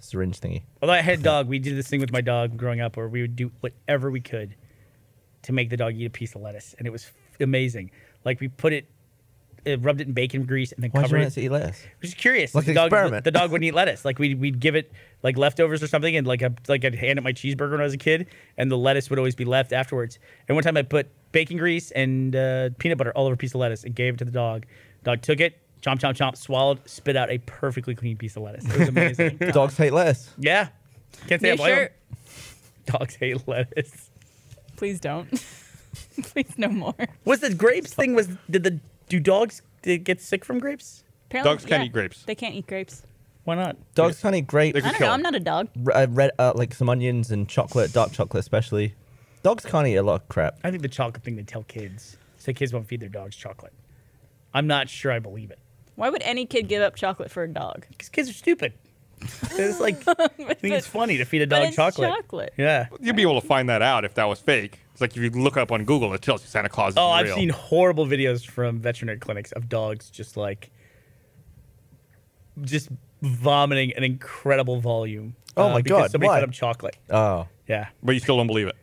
Speaker 4: syringe thingy.
Speaker 9: Although I had a dog, we did this thing with my dog growing up where we would do whatever we could to make the dog eat a piece of lettuce, and it was f- amazing. Like we put it, uh rubbed it in bacon grease, and then
Speaker 4: Why do you
Speaker 9: covered
Speaker 4: want it
Speaker 9: it.
Speaker 4: to eat lettuce?
Speaker 9: I was just curious.
Speaker 4: Like
Speaker 9: the
Speaker 4: an
Speaker 9: dog,
Speaker 4: experiment.
Speaker 9: The, dog wouldn't eat lettuce. Like we'd, we'd give it like leftovers or something, and like a, like I'd hand it my cheeseburger when I was a kid, and the lettuce would always be left afterwards. And one time I put bacon grease and uh, peanut butter all over a piece of lettuce and gave it to the dog. Dog took it, chomp chomp chomp, swallowed, spit out a perfectly clean piece of lettuce. It was amazing.
Speaker 4: Dogs hate lettuce.
Speaker 9: Yeah. Can't say
Speaker 3: Are
Speaker 9: I
Speaker 3: you
Speaker 9: blame
Speaker 3: sure?
Speaker 9: 'em. Dogs hate lettuce.
Speaker 3: Please don't. Please no more.
Speaker 9: Was the grapes thing was did the do dogs did get sick from grapes?
Speaker 3: Apparently,
Speaker 1: Dogs can't eat grapes.
Speaker 3: They can't eat grapes.
Speaker 9: Why not?
Speaker 4: Dogs can't eat grapes.
Speaker 1: They
Speaker 3: I
Speaker 1: could
Speaker 3: don't
Speaker 1: kill
Speaker 3: know.
Speaker 1: 'em.
Speaker 3: I'm not a dog.
Speaker 4: r- uh, red, uh, like some onions and chocolate, dark chocolate especially. Dogs can't eat a lot of crap.
Speaker 9: I think the chocolate thing they tell kids. So kids won't feed their dogs chocolate. I'm not sure I believe it.
Speaker 3: Why would any kid give up chocolate for a dog?
Speaker 9: Because kids are stupid. It's like I think it's funny to feed a
Speaker 3: but
Speaker 9: dog
Speaker 3: it's
Speaker 9: chocolate.
Speaker 3: chocolate.
Speaker 9: Yeah.
Speaker 1: You'd be able to find that out if that was fake. It's like if you look up on Google, it tells you Santa Claus is
Speaker 9: Oh, I've
Speaker 1: real.
Speaker 9: seen horrible videos from veterinary clinics of dogs just like just vomiting an incredible volume. uh,
Speaker 4: Oh my
Speaker 9: because
Speaker 4: God,
Speaker 9: Somebody
Speaker 4: why?
Speaker 9: fed them chocolate.
Speaker 4: Oh,
Speaker 9: Yeah.
Speaker 1: But you still don't believe it.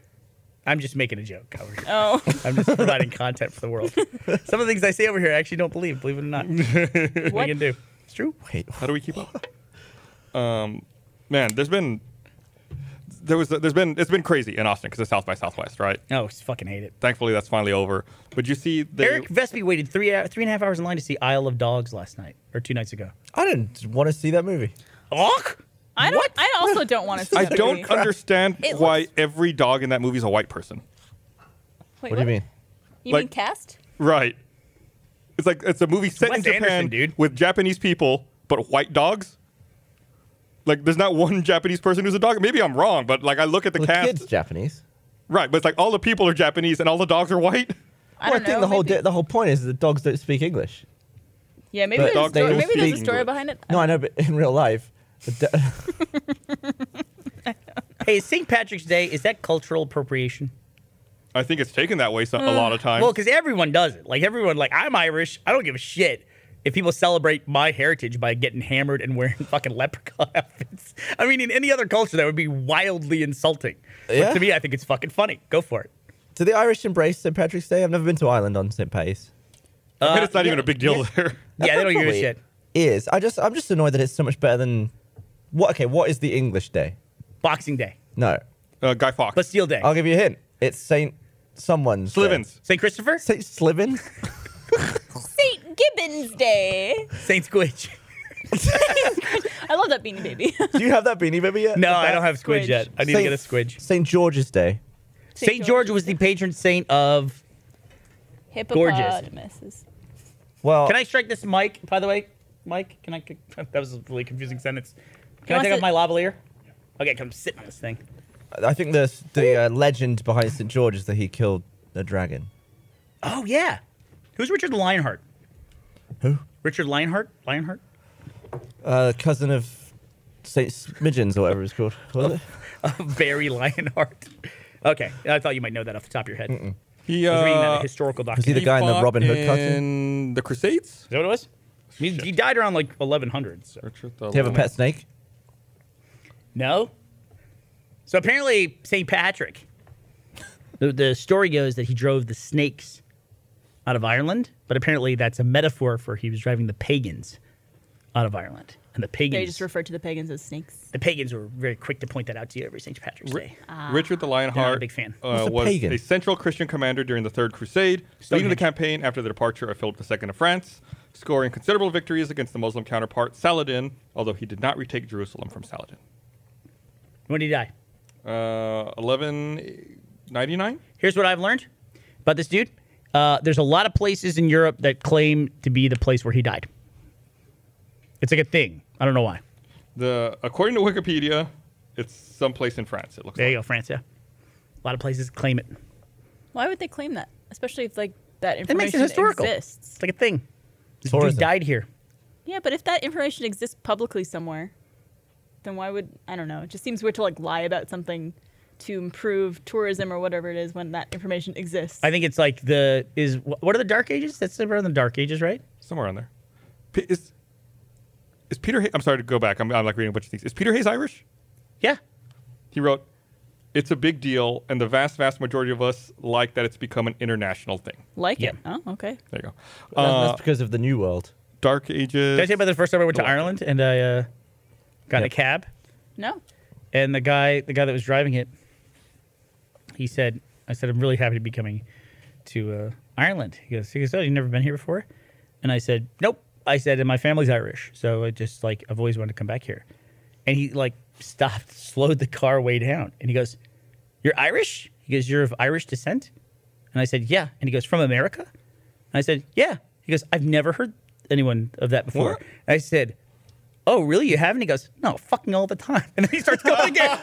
Speaker 9: I'm just making a joke. over here.
Speaker 3: Oh,
Speaker 9: I'm just providing content for the world. Some of the things I say over here, I actually don't believe. Believe it or not, what
Speaker 3: what?
Speaker 9: I can do. It's true.
Speaker 4: wait.
Speaker 1: How do we keep up? Um, man, there's been there was there's been it's been crazy in Austin because it's South by Southwest, right?
Speaker 9: No, just fucking hate it.
Speaker 1: Thankfully, that's finally over. But you see, they,
Speaker 9: Eric Vespi waited three hou- three and a half hours in line to see Isle of Dogs last night or two nights ago.
Speaker 4: I didn't want to see that movie.
Speaker 9: Och!
Speaker 3: I don't. I also don't want to. See
Speaker 1: I
Speaker 3: that
Speaker 1: don't
Speaker 3: movie.
Speaker 1: understand
Speaker 3: It
Speaker 1: why
Speaker 3: looks-
Speaker 1: every dog in that movie is a white person.
Speaker 3: Wait,
Speaker 4: What do you mean?
Speaker 3: You mean
Speaker 1: Like-
Speaker 3: cast?
Speaker 1: Right. It's like it's a movie set
Speaker 9: Wes
Speaker 1: in Japan
Speaker 9: Anderson, dude.
Speaker 1: with Japanese people, but white dogs. Like there's not one Japanese person who's a dog. Maybe I'm wrong, but like I look at the
Speaker 4: Well, the
Speaker 1: cast,
Speaker 4: kid's Japanese.
Speaker 1: right? But it's like all the people are Japanese and all the dogs are white.
Speaker 3: I
Speaker 4: Well,
Speaker 3: don't
Speaker 4: think
Speaker 3: know.
Speaker 4: the whole
Speaker 3: maybe-
Speaker 4: di- the whole point is that dogs don't speak English.
Speaker 3: yeah, maybe
Speaker 4: But
Speaker 3: there's a
Speaker 1: dogs
Speaker 3: story.
Speaker 1: don't
Speaker 3: Maybe there's a
Speaker 1: speak
Speaker 3: story
Speaker 1: English.
Speaker 3: behind it.
Speaker 4: No, I know, but in real life, the do-
Speaker 9: Hey, is St. Patrick's Day is that cultural appropriation?
Speaker 1: I think it's taken that way so,
Speaker 3: Mm.
Speaker 1: a lot of times.
Speaker 9: Well, because everyone does it. Like everyone, like I'm Irish. I don't give a shit if people celebrate my heritage by getting hammered and wearing fucking leprechaun outfits. I mean, in any other culture, that would be wildly insulting. But
Speaker 4: Yeah.
Speaker 9: to me, I think it's fucking funny. Go for it.
Speaker 4: do the Irish embrace St Patrick's Day? I've never been to Ireland on St Patty's.
Speaker 1: I
Speaker 4: uh,
Speaker 1: mean, it's not
Speaker 9: yeah,
Speaker 1: even a big deal
Speaker 9: yeah.
Speaker 1: there.
Speaker 9: Yeah, they don't give a
Speaker 4: Probably
Speaker 9: shit.
Speaker 4: Is I just I'm just annoyed that it's so much better than what? Okay, what is the English day?
Speaker 9: Boxing Day,
Speaker 4: No,
Speaker 1: Uh, Guy Fawkes,
Speaker 9: Bastille Day,
Speaker 4: I'll give you a hint. It's Saint someone's day.
Speaker 1: Slivens.
Speaker 9: St. Christopher,
Speaker 4: Saint Slivens.
Speaker 3: Saint Pippin's Day.
Speaker 9: Saint Squidge.
Speaker 3: I love that beanie baby.
Speaker 4: Do you have that beanie baby yet?
Speaker 9: No,
Speaker 4: Is
Speaker 9: I
Speaker 4: that-
Speaker 9: don't have Squidge
Speaker 3: Squidge.
Speaker 9: yet. I need to get a Squidge.
Speaker 4: St. George's Day.
Speaker 9: Saint George was the patron saint of.
Speaker 3: hippopotamuses.
Speaker 4: Well,
Speaker 9: Can I strike this mic? By the way, Mike, can I? That was a really confusing sentence. Can I
Speaker 3: wants
Speaker 9: take off
Speaker 3: to-
Speaker 9: my lavalier? Okay, come sit on this thing.
Speaker 4: I think the the uh, legend behind St. George is that he killed a dragon.
Speaker 9: Oh yeah, who's Richard Lionheart?
Speaker 4: Who?
Speaker 9: Richard Lionheart? Lionheart?
Speaker 4: Uh, cousin of St. Smidgens or whatever it's called. Was
Speaker 9: Oh.
Speaker 4: it?
Speaker 9: Barry Lionheart. Okay, I thought you might know that off the top of your head.
Speaker 1: He,
Speaker 9: I was reading that
Speaker 1: uh,
Speaker 9: in a historical
Speaker 4: he
Speaker 9: document.
Speaker 4: the
Speaker 1: he
Speaker 4: guy in the
Speaker 1: fought
Speaker 4: Robin Hood cartoon?
Speaker 1: in the Crusades.
Speaker 9: Is that what it was? He, he died around like 1100. So.
Speaker 1: Richard
Speaker 4: Do you have a pet snake?
Speaker 9: No. So apparently, St. Patrick. The, the story goes that he drove the snakes out of Ireland, but apparently that's a metaphor for he was driving the pagans out of Ireland. And the pagans,
Speaker 3: They just refer to the pagans as snakes.
Speaker 9: the pagans were very quick to point that out to you every St. Patrick's Day.
Speaker 1: Richard the Lionheart
Speaker 9: big fan.
Speaker 1: Uh,
Speaker 4: a
Speaker 1: was
Speaker 4: pagan?
Speaker 1: a central Christian commander during the Third Crusade, leading the
Speaker 9: Stonehenge.
Speaker 1: campaign after the departure of Philip II of France, scoring considerable victories against the Muslim counterpart Saladin, although he did not retake Jerusalem from Saladin.
Speaker 9: When did he die?
Speaker 1: Uh, 1199?
Speaker 9: Here's what I've learned about this dude. Uh, there's a lot of places in Europe that claim to be the place where he died. It's like a thing. I don't know why.
Speaker 1: The, according to Wikipedia, it's someplace in France, it looks
Speaker 9: There
Speaker 1: like.
Speaker 9: you go, France. Yeah, a lot of places claim it.
Speaker 3: Why would they claim that? Especially if like that
Speaker 9: That
Speaker 3: information
Speaker 9: makes it historical.
Speaker 3: exists.
Speaker 9: It's like a thing. This dude
Speaker 4: Tourism.
Speaker 9: died here.
Speaker 3: Yeah, but if that information exists publicly somewhere, then why would I don't know? It just seems weird to like lie about something to improve tourism or whatever it is when that information exists.
Speaker 9: I think it's like the is wh- what are the Dark Ages? That's around the Dark Ages, right?
Speaker 1: Somewhere on there. P- is, is Peter Hay- I'm sorry to go back. I'm, I'm like reading a bunch of things. Is Peter Hayes Irish?
Speaker 9: Yeah.
Speaker 1: He wrote, It's a big deal, and the vast, vast majority of us like that it's become an international thing.
Speaker 3: like
Speaker 9: Yeah.
Speaker 3: it. Oh, okay.
Speaker 1: There you go.
Speaker 4: That-
Speaker 1: Uh,
Speaker 4: That's because of the New World.
Speaker 1: Dark Ages.
Speaker 9: Did I tell you about the first time I went to
Speaker 1: Go on.
Speaker 9: Ireland and I uh, got in a
Speaker 4: Yep.
Speaker 9: cab
Speaker 3: No.
Speaker 9: and the guy the guy that was driving it, he said, I said I'm really happy to be coming to uh, Ireland. He goes, he goes, oh, you've never been here before, and I said, nope. I said, and my family's Irish, so I just like I've always wanted to come back here, and he like stopped, slowed the car way down, and he goes, you're Irish? He goes, you're of Irish descent. And I said, yeah. And he goes, from America? And I said, yeah. He goes, I've never heard anyone of that before.
Speaker 1: What?
Speaker 9: And I said, oh, really? You haven't? He goes, no, fucking all the time. And then he starts going again.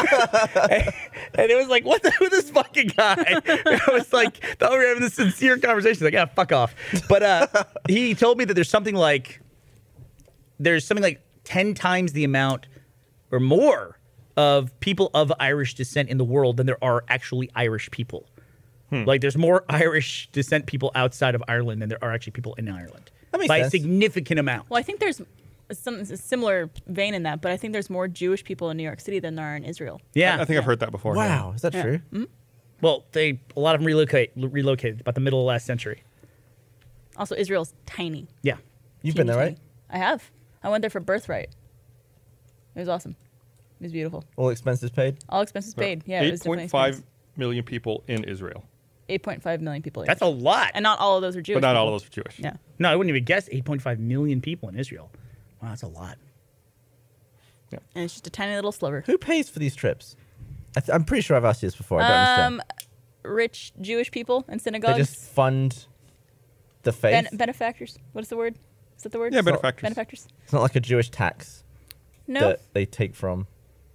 Speaker 9: and, and it was like, what the, who this fucking guy? I was like, thought we were having this sincere conversation. Like, yeah, fuck off. But uh, he told me that there's something like, there's something like 10 times the amount or more of people of Irish descent in the world than there are actually Irish people. Like there's more Irish descent people outside of Ireland than there are actually people in Ireland.
Speaker 4: That makes
Speaker 9: by a
Speaker 4: sense.
Speaker 9: significant amount.
Speaker 3: Well, I think there's some a similar vein in that, but I think there's more Jewish people in New York City than there are in Israel.
Speaker 9: yeah.
Speaker 1: I think I've heard that before. yeah.
Speaker 4: Wow, is that true?
Speaker 3: Mm-hmm.
Speaker 9: well, they a lot of them relocate relocated about the middle of last century.
Speaker 3: Also, Israel's tiny.
Speaker 9: Yeah.
Speaker 4: You've been there,
Speaker 3: Teeny
Speaker 4: right?
Speaker 3: tiny. I have. I went there for birthright. It was awesome. It was beautiful.
Speaker 4: All expenses paid.
Speaker 3: All expenses paid. Yeah, it was definitely an
Speaker 1: 8.5
Speaker 3: experience.
Speaker 1: million people in Israel,
Speaker 3: 8.5 million people. in
Speaker 9: That's a
Speaker 3: Israel.
Speaker 9: lot.
Speaker 3: And not all of those are Jewish.
Speaker 1: but not all of
Speaker 3: people.
Speaker 1: those are Jewish.
Speaker 3: Yeah.
Speaker 9: no, I wouldn't even guess 8.5 million people in Israel. Wow, that's a lot.
Speaker 3: And it's just a tiny little sliver.
Speaker 4: Who pays for these trips? I th- I'm pretty sure I've asked you this before. I don't
Speaker 3: Um,
Speaker 4: understand.
Speaker 3: rich Jewish people and
Speaker 4: They
Speaker 3: synagogues.
Speaker 4: just fund the faith.
Speaker 3: Ben- benefactors. What is the word? Is that the word?
Speaker 1: Yeah, benefactors.
Speaker 3: Benefactors.
Speaker 4: it's not like a Jewish tax
Speaker 3: No,
Speaker 4: that they take from.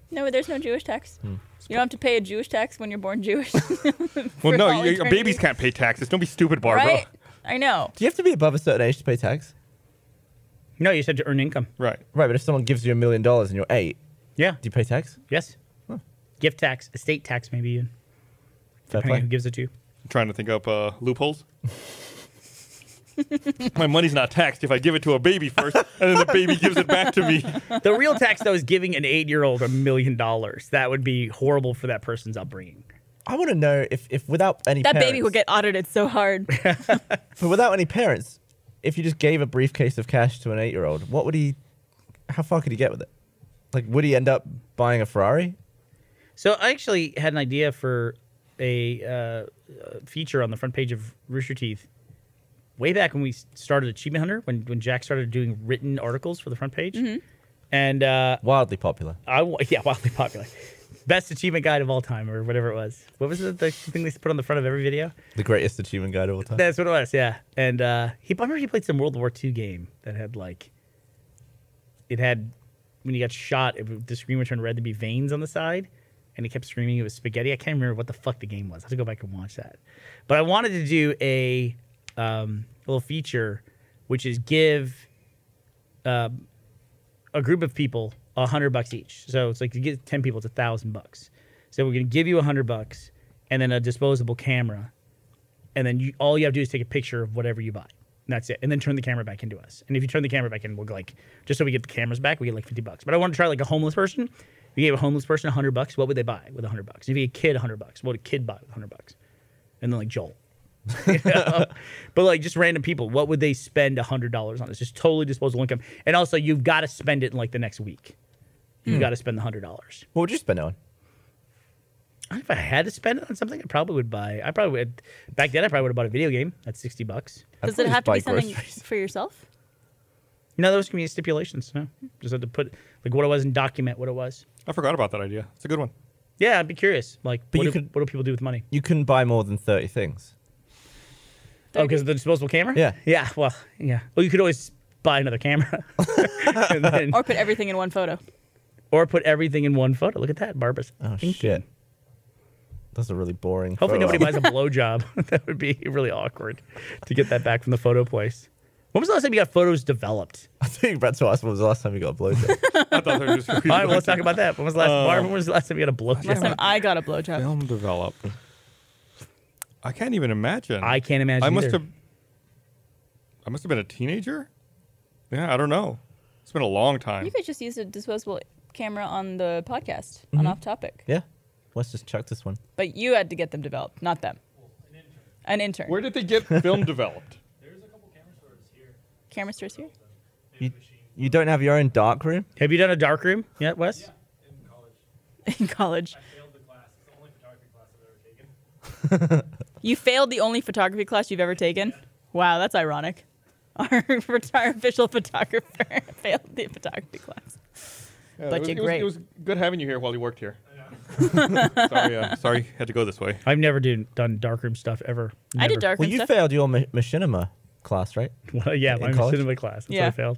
Speaker 3: no, there's no Jewish tax. You don't have to pay a Jewish tax when you're born Jewish.
Speaker 1: Hmm. Well,
Speaker 3: For
Speaker 1: no,
Speaker 3: all
Speaker 1: you, your
Speaker 3: eternity.
Speaker 1: babies can't pay taxes. Don't be stupid, Barbara.
Speaker 3: right? I know.
Speaker 4: Do you have to be above a certain age to pay tax?
Speaker 9: No, you said to earn income.
Speaker 1: Right.
Speaker 4: Right, but if someone gives you a million dollars and you're eight,
Speaker 9: Yeah.
Speaker 4: do you pay tax?
Speaker 9: Yes. Gift tax, estate tax, maybe even.
Speaker 4: Fair
Speaker 9: Depending on
Speaker 4: play.
Speaker 9: who gives it to you.
Speaker 1: I'm trying to think up uh, loopholes. My money's not taxed if I give it to a baby first, and then the baby gives it back to me.
Speaker 9: The real tax, though, is giving an eight year old a million dollars. That would be horrible for that person's upbringing.
Speaker 4: I want to know if, if without any
Speaker 3: That
Speaker 4: parents,
Speaker 3: baby will get audited so hard.
Speaker 4: but without any parents, if you just gave a briefcase of cash to an eight year old, what would he? How far could he get with it? Like, would he end up buying a Ferrari?
Speaker 9: So I actually had an idea for a uh, uh, feature on the front page of Rooster Teeth way back when we started Achievement Hunter, when when Jack started doing written articles for the front page, and uh,
Speaker 4: Wildly popular.
Speaker 9: I w- yeah, wildly popular. Best achievement guide of all time, or whatever it was. What was it, the thing they put on the front of every video?
Speaker 4: The greatest achievement guide of all time.
Speaker 9: That's what it was, yeah. And uh, he, I remember he played some World War II game that had like, it had when he got shot, it, would- the screen would turn red. There'd be veins on the side, and he kept screaming it was spaghetti. I can't remember what the fuck the game was. I have to go back and watch that. But I wanted to do a um, little feature, which is give um, a group of people a hundred bucks each. So it's like you get ten people, it's a thousand bucks. So we're gonna give you a hundred bucks and then a disposable camera, and then you, all you have to do is take a picture of whatever you buy. And that's it. And then turn the camera back into us. And if you turn the camera back in, we'll go like just so we get the cameras back, we get like fifty bucks. But I want to try like a homeless person. If you gave a homeless person a hundred bucks, what would they buy with a hundred bucks? If you gave a kid a hundred bucks, what would a kid buy with a hundred bucks? And then like Joel. You know? but like just random people, what would they spend a hundred dollars on? It's just totally disposable income. And also, you've got to spend it in like the next week. You've got to spend the hundred dollars.
Speaker 4: What would you spend it on?
Speaker 9: If I had to spend it on something, I probably would buy. I probably would. Back then, I probably would have bought a video game. That's sixty bucks.
Speaker 4: I'd
Speaker 3: Does
Speaker 4: probably
Speaker 3: it have
Speaker 4: just
Speaker 3: to
Speaker 4: buy
Speaker 3: be something
Speaker 4: groceries.
Speaker 3: for yourself?
Speaker 9: No, those can be stipulations. No, just had to put like what it was and document what it was.
Speaker 1: I forgot about that idea. It's a good one.
Speaker 9: Yeah, I'd be curious. Like,
Speaker 4: But
Speaker 9: what,
Speaker 4: you
Speaker 9: do,
Speaker 4: could-
Speaker 9: what do people do with money?
Speaker 4: You can buy more than 30 things.
Speaker 9: Oh, because of the disposable camera.
Speaker 4: Yeah.
Speaker 9: yeah. Well, yeah. Well, you could always buy another camera, and then,
Speaker 3: Or put everything in one photo.
Speaker 9: or put everything in one photo. Look at that, Barbara's.
Speaker 4: Oh,
Speaker 9: thinking.
Speaker 4: shit. Oh. That's a really boring.
Speaker 9: Hopefully
Speaker 4: photo
Speaker 9: nobody
Speaker 4: album.
Speaker 9: buys a blowjob. that would be really awkward to get that back from the photo place. When was the last time you got photos developed?
Speaker 4: I think Brett's asked when was the last time you got a blowjob.
Speaker 1: I thought they were just
Speaker 9: All right, well, let's talk about that. When was the last?
Speaker 4: Uh,
Speaker 9: Barb, when was the last time you got a
Speaker 3: Last time
Speaker 9: blowjob?
Speaker 3: I got a blowjob.
Speaker 1: film develop. I can't even imagine.
Speaker 9: I can't imagine.
Speaker 1: I must
Speaker 9: either.
Speaker 1: have. I must have been a teenager. Yeah, I don't know. It's been a long time.
Speaker 3: You could just use a disposable camera on the podcast on off topic.
Speaker 4: yeah. Let's just chuck this one.
Speaker 3: But you had to get them developed, not them. An intern.
Speaker 1: Where did they get film developed?
Speaker 3: Camera stores here.
Speaker 4: You, you don't have your own dark room?
Speaker 9: Have you done a dark room yet, Wes?
Speaker 3: in college. You failed the only photography class you've ever taken? Wow, that's ironic. Our retired official photographer failed the photography class.
Speaker 1: Yeah,
Speaker 3: But
Speaker 1: it was,
Speaker 3: you're
Speaker 1: it was-
Speaker 3: great.
Speaker 1: It was, good having you here while you worked here. sorry, uh, sorry, had to go this way.
Speaker 9: I've never do, done dark room stuff ever.
Speaker 3: I did
Speaker 9: Never.
Speaker 3: dark
Speaker 4: Well,
Speaker 3: room
Speaker 4: you
Speaker 3: stuff.
Speaker 4: failed your ma- machinima class, right?
Speaker 9: Well, yeah,
Speaker 4: In
Speaker 9: my
Speaker 4: college?
Speaker 9: cinema class. That's what
Speaker 3: Yeah.
Speaker 9: I failed.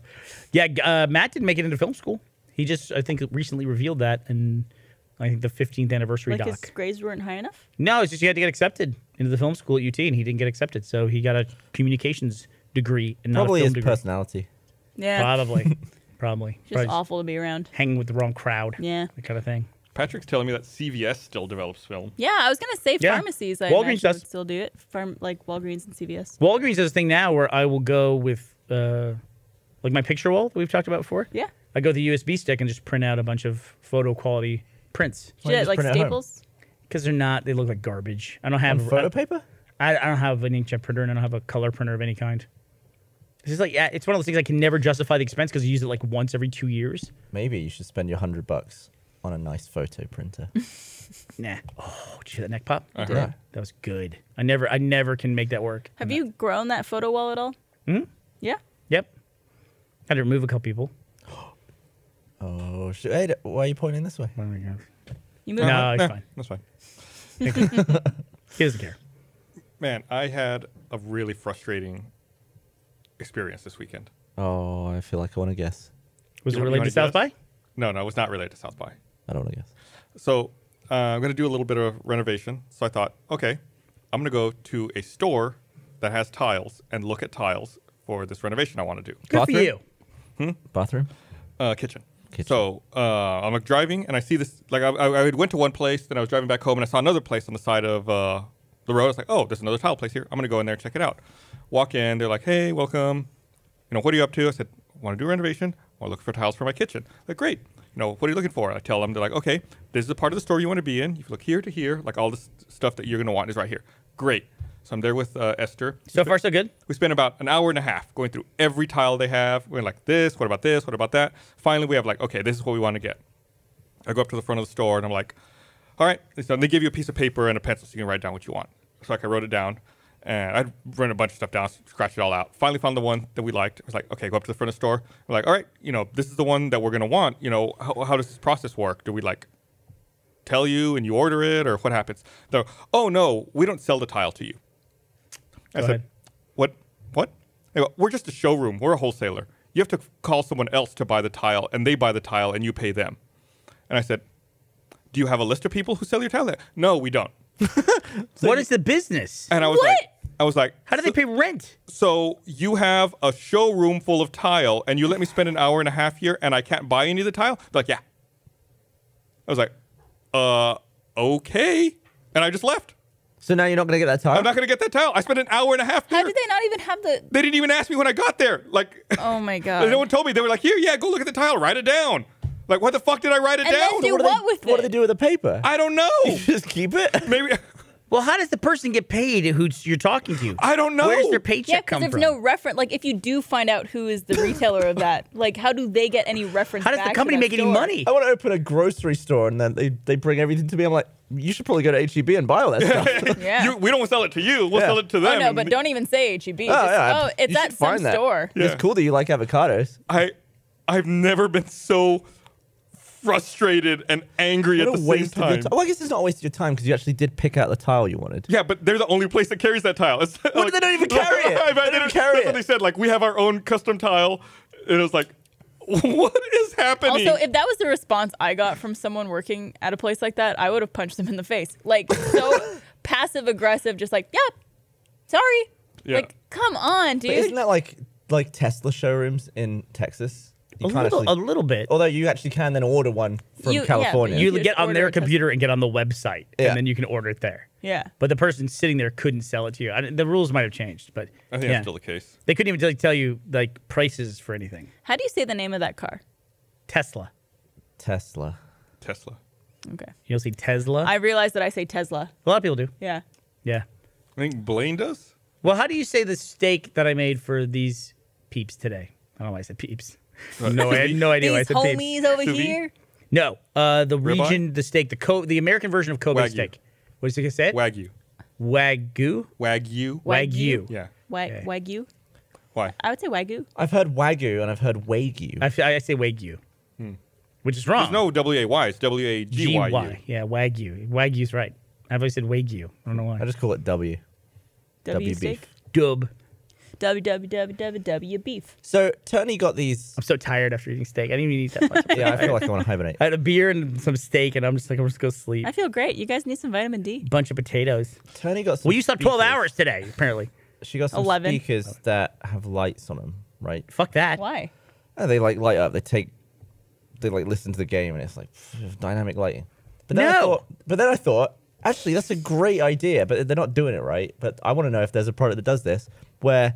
Speaker 9: Yeah, g- uh, Matt didn't make it into film school. He just, I think, recently revealed that, and I think the 15th anniversary
Speaker 3: like
Speaker 9: doc.
Speaker 3: his grades weren't high enough.
Speaker 9: No, it's just you had to get accepted into the film school at UT, and he didn't get accepted, so he got a communications degree and not
Speaker 4: Probably
Speaker 9: a
Speaker 4: his
Speaker 9: film degree.
Speaker 4: personality.
Speaker 3: Yeah.
Speaker 9: Probably, probably,
Speaker 3: Just
Speaker 9: Probably
Speaker 3: awful to be around.
Speaker 9: Hanging with the wrong crowd.
Speaker 3: Yeah.
Speaker 9: that kind of thing.
Speaker 1: Patrick's telling me that CVS still develops film.
Speaker 3: Yeah, I was gonna say
Speaker 9: Yeah.
Speaker 3: pharmacies. I
Speaker 9: Walgreens
Speaker 3: imagine
Speaker 9: does.
Speaker 3: would still do it. Farm like Walgreens and CVS.
Speaker 9: Walgreens does a thing now where I will go with, uh, like my picture wall that we've talked about before.
Speaker 3: Yeah.
Speaker 9: I go with the USB stick and just print out a bunch of photo quality prints
Speaker 4: Why don't you
Speaker 3: Shit,
Speaker 4: just
Speaker 3: like
Speaker 4: print it at home?
Speaker 3: Staples.
Speaker 9: because they're not. They look like garbage. I don't
Speaker 4: On
Speaker 9: have
Speaker 4: photo paper?
Speaker 9: I, I don't have an inkjet printer and I don't have a color printer of any kind. It's just like yeah, it's one of those things I can never justify the expense because I use it like once every two years.
Speaker 4: Maybe you should spend your 100 bucks on a nice photo printer.
Speaker 9: Nah. Oh, did you hear that neck pop?
Speaker 1: I
Speaker 4: Yeah.
Speaker 1: heard.
Speaker 9: That was good. I never, I never can make that work.
Speaker 3: Have you grown that photo wall at all? Hmm. Yeah.
Speaker 9: Yep. Had to remove a couple people.
Speaker 4: oh, shit. Hey, d- why are you pointing this way?
Speaker 3: You moved.
Speaker 9: No, it's
Speaker 1: Eh,
Speaker 9: fine.
Speaker 1: That's fine.
Speaker 9: He doesn't care.
Speaker 1: Man, I had a really frustrating experience this weekend.
Speaker 4: Oh, I feel like I want to guess.
Speaker 9: Was
Speaker 1: You wanna-
Speaker 9: it
Speaker 1: you
Speaker 9: related
Speaker 1: wanna
Speaker 9: to South
Speaker 1: guess?
Speaker 9: by?
Speaker 1: No, no, it was not related to South by.
Speaker 4: I don't want to guess.
Speaker 1: So uh, I'm going to do a little bit of renovation. So I thought, okay, I'm going to go to a store that has tiles and look at tiles for this renovation I want to do.
Speaker 9: Good
Speaker 4: Bathroom?
Speaker 9: for you.
Speaker 4: Bathroom?
Speaker 1: Uh, kitchen.
Speaker 4: Kitchen.
Speaker 1: So uh, I'm like driving and I see this. Like I, I, I went to one place, then I was driving back home and I saw another place on the side of uh, the road. I was like, oh, there's another tile place here. I'm going to go in there and check it out. Walk in, they're like, hey, welcome. You know, what are you up to? I said, want to do renovation. I look for tiles for my kitchen. Like, great. You know, what are you looking for? I tell them, they're like, okay, this is the part of the store you want to be in. You look here to here, like all this stuff that you're going to want is right here. Great. So I'm there with uh, Esther.
Speaker 9: So far, so good.
Speaker 1: We spent about an hour and a half going through every tile they have. We're like, this, what about this, what about that? Finally, we have like, okay, this is what we want to get. I go up to the front of the store and I'm like, all right. So they give you a piece of paper and a pencil so you can write down what you want. So like, I wrote it down. And I'd run a bunch of stuff down, scratch it all out. Finally found the one that we liked. It was like, okay, go up to the front of the store. We're like, all right, you know, this is the one that we're going to want. You know, how, how does this process work? Do we like tell you and you order it or what happens? They're, oh no, we don't sell the tile to you. I
Speaker 9: Go
Speaker 1: said,
Speaker 9: ahead.
Speaker 1: what? What? They go, we're just a showroom. We're a wholesaler. You have to call someone else to buy the tile, and they buy the tile, and you pay them. And I said, do you have a list of people who sell your tile? They're, No, we don't.
Speaker 9: what is the business?
Speaker 1: And I was like, I was like,
Speaker 9: How do they pay rent?
Speaker 1: so you have a showroom full of tile, and you let me spend an hour and a half here, and I can't buy any of the tile? They're like, yeah. I was like, uh, okay. And I just left.
Speaker 4: So now you're not going to get that tile?
Speaker 1: I'm not gonna get that tile. I spent an hour and a half there.
Speaker 3: How did they not even have the?
Speaker 1: They didn't even ask me when I got there. Like,
Speaker 3: Oh my god.
Speaker 1: no one told me. They were like, here, yeah, go look at the tile, write it down. Like, what the fuck did I write it
Speaker 3: And then
Speaker 1: down?
Speaker 3: do
Speaker 4: what, do
Speaker 3: What
Speaker 4: they,
Speaker 3: with
Speaker 4: what do
Speaker 3: it?
Speaker 4: they do with the paper?
Speaker 1: I don't know.
Speaker 4: just keep it?
Speaker 1: Maybe
Speaker 9: Well, how does the person get paid who you're talking to?
Speaker 1: I don't know.
Speaker 9: Where's their
Speaker 3: yeah,
Speaker 9: paycheck
Speaker 3: because
Speaker 9: come
Speaker 3: there's
Speaker 9: from?
Speaker 3: no reference. Like, if you do find out who is the retailer of that, like, how do they get any reference?
Speaker 9: how does
Speaker 3: back
Speaker 9: the
Speaker 3: to
Speaker 9: company
Speaker 3: that
Speaker 9: make any
Speaker 3: store?
Speaker 9: money?
Speaker 4: I want to open a grocery store and then they, they bring everything to me. I'm like, you should probably go to HEB and buy all that stuff. Oh,
Speaker 3: Yeah.
Speaker 1: You- we don't sell it to you. We'll
Speaker 4: Yeah.
Speaker 1: sell it to them.
Speaker 3: oh no,
Speaker 1: And
Speaker 3: but
Speaker 1: the-
Speaker 3: don't even say HEB. Oh,
Speaker 4: yeah.
Speaker 3: oh it's
Speaker 4: You
Speaker 3: at
Speaker 4: should
Speaker 3: some
Speaker 4: find that.
Speaker 3: store.
Speaker 1: Yeah.
Speaker 4: It's cool that you like avocados.
Speaker 1: I, I've never been so frustrated and angry
Speaker 4: What
Speaker 1: at
Speaker 4: a
Speaker 1: the same
Speaker 4: waste of
Speaker 1: time.
Speaker 4: your oh. time. Well, I guess it's not a waste of your time because you actually did pick out the tile you wanted.
Speaker 1: Yeah, but they're the only place that carries that tile. It's
Speaker 4: What, they don't even carry it?
Speaker 1: I bet
Speaker 4: They
Speaker 1: they
Speaker 4: don't
Speaker 1: don't-
Speaker 4: carry
Speaker 1: that's
Speaker 4: it.
Speaker 1: what they said. Like, we have our own custom tile. And it was like, what is happening?
Speaker 3: Also, if that was the response I got from someone working at a place like that, I would have punched them in the face. Like so passive aggressive, just like, yep, sorry.
Speaker 1: Yeah.
Speaker 3: Like, come on,
Speaker 4: But isn't
Speaker 3: dude.
Speaker 4: that like like Tesla showrooms in Texas? You
Speaker 9: a
Speaker 4: can't
Speaker 9: little, a
Speaker 4: actually-
Speaker 9: little bit.
Speaker 1: Oh,
Speaker 4: although you actually can then order one from
Speaker 3: You- yeah,
Speaker 4: California.
Speaker 3: you
Speaker 9: You
Speaker 3: just
Speaker 9: get on
Speaker 3: order
Speaker 9: their
Speaker 3: it, 'cause-
Speaker 9: computer and get on the website,
Speaker 4: Yeah.
Speaker 9: and then you can order it there.
Speaker 3: Yeah.
Speaker 9: But the person sitting there couldn't sell it to you. I, the rules might have changed, but
Speaker 1: I think
Speaker 9: yeah.
Speaker 1: that's still the case.
Speaker 9: They couldn't even like, tell you like prices for anything.
Speaker 3: How do you say the name of that car?
Speaker 9: Tesla.
Speaker 4: Tesla.
Speaker 1: Tesla.
Speaker 3: Okay.
Speaker 9: You'll see Tesla.
Speaker 3: I realized that I say Tesla.
Speaker 9: a lot of people do.
Speaker 3: Yeah.
Speaker 9: Yeah.
Speaker 1: I think Blaine does.
Speaker 9: Well, how do you say the steak that I made for these peeps today? I don't know why I said peeps.
Speaker 1: Uh,
Speaker 9: No, I had no idea why I
Speaker 3: These
Speaker 9: said
Speaker 3: homies
Speaker 9: peeps.
Speaker 3: over
Speaker 1: Sous vide?
Speaker 3: here.
Speaker 9: No, uh, the
Speaker 1: Ribeye?
Speaker 9: region, the steak, the co- the American version of Kobe
Speaker 1: Wagyu.
Speaker 9: steak. What is it gonna say? it?
Speaker 1: Wagyu.
Speaker 9: Wagyu.
Speaker 1: Wagyu.
Speaker 3: Wagyu.
Speaker 9: Wagyu.
Speaker 1: Yeah.
Speaker 3: Wa-
Speaker 9: Okay.
Speaker 3: Wagyu.
Speaker 1: Why?
Speaker 3: I would say Wagyu.
Speaker 4: I've heard Wagyu and I've heard Wagyu.
Speaker 9: I, f- I say Wagyu, which is wrong.
Speaker 1: Hmm. There's no W A Y. It's W A G Y U.
Speaker 9: Yeah, Wagyu. Wagyu's right. I've always said Wagyu. I don't know why.
Speaker 4: I just call it W.
Speaker 3: W
Speaker 4: W
Speaker 3: steak.
Speaker 4: beef.
Speaker 9: dub.
Speaker 3: WWWW beef.
Speaker 4: So Tony got these.
Speaker 9: I'm so tired after eating steak. I didn't even eat that much.
Speaker 4: Yeah, I feel like I want to hibernate.
Speaker 9: I had a beer and some steak, and I'm just like, I'm just gonna sleep.
Speaker 3: I feel great. You guys need some vitamin D.
Speaker 9: Bunch of potatoes.
Speaker 4: Tony got. Some
Speaker 9: Well, you slept 12
Speaker 4: speakers.
Speaker 9: hours today, apparently.
Speaker 4: She got some
Speaker 3: 11.
Speaker 4: speakers that have lights on them, right?
Speaker 9: Fuck that.
Speaker 3: Why?
Speaker 4: And they like light up. They take, they like listen to the game, and it's like pff, dynamic lighting. But then I
Speaker 9: No.
Speaker 4: thought, but then I thought, actually, that's a great idea. But they're not doing it right. But I want to know if there's a product that does this, where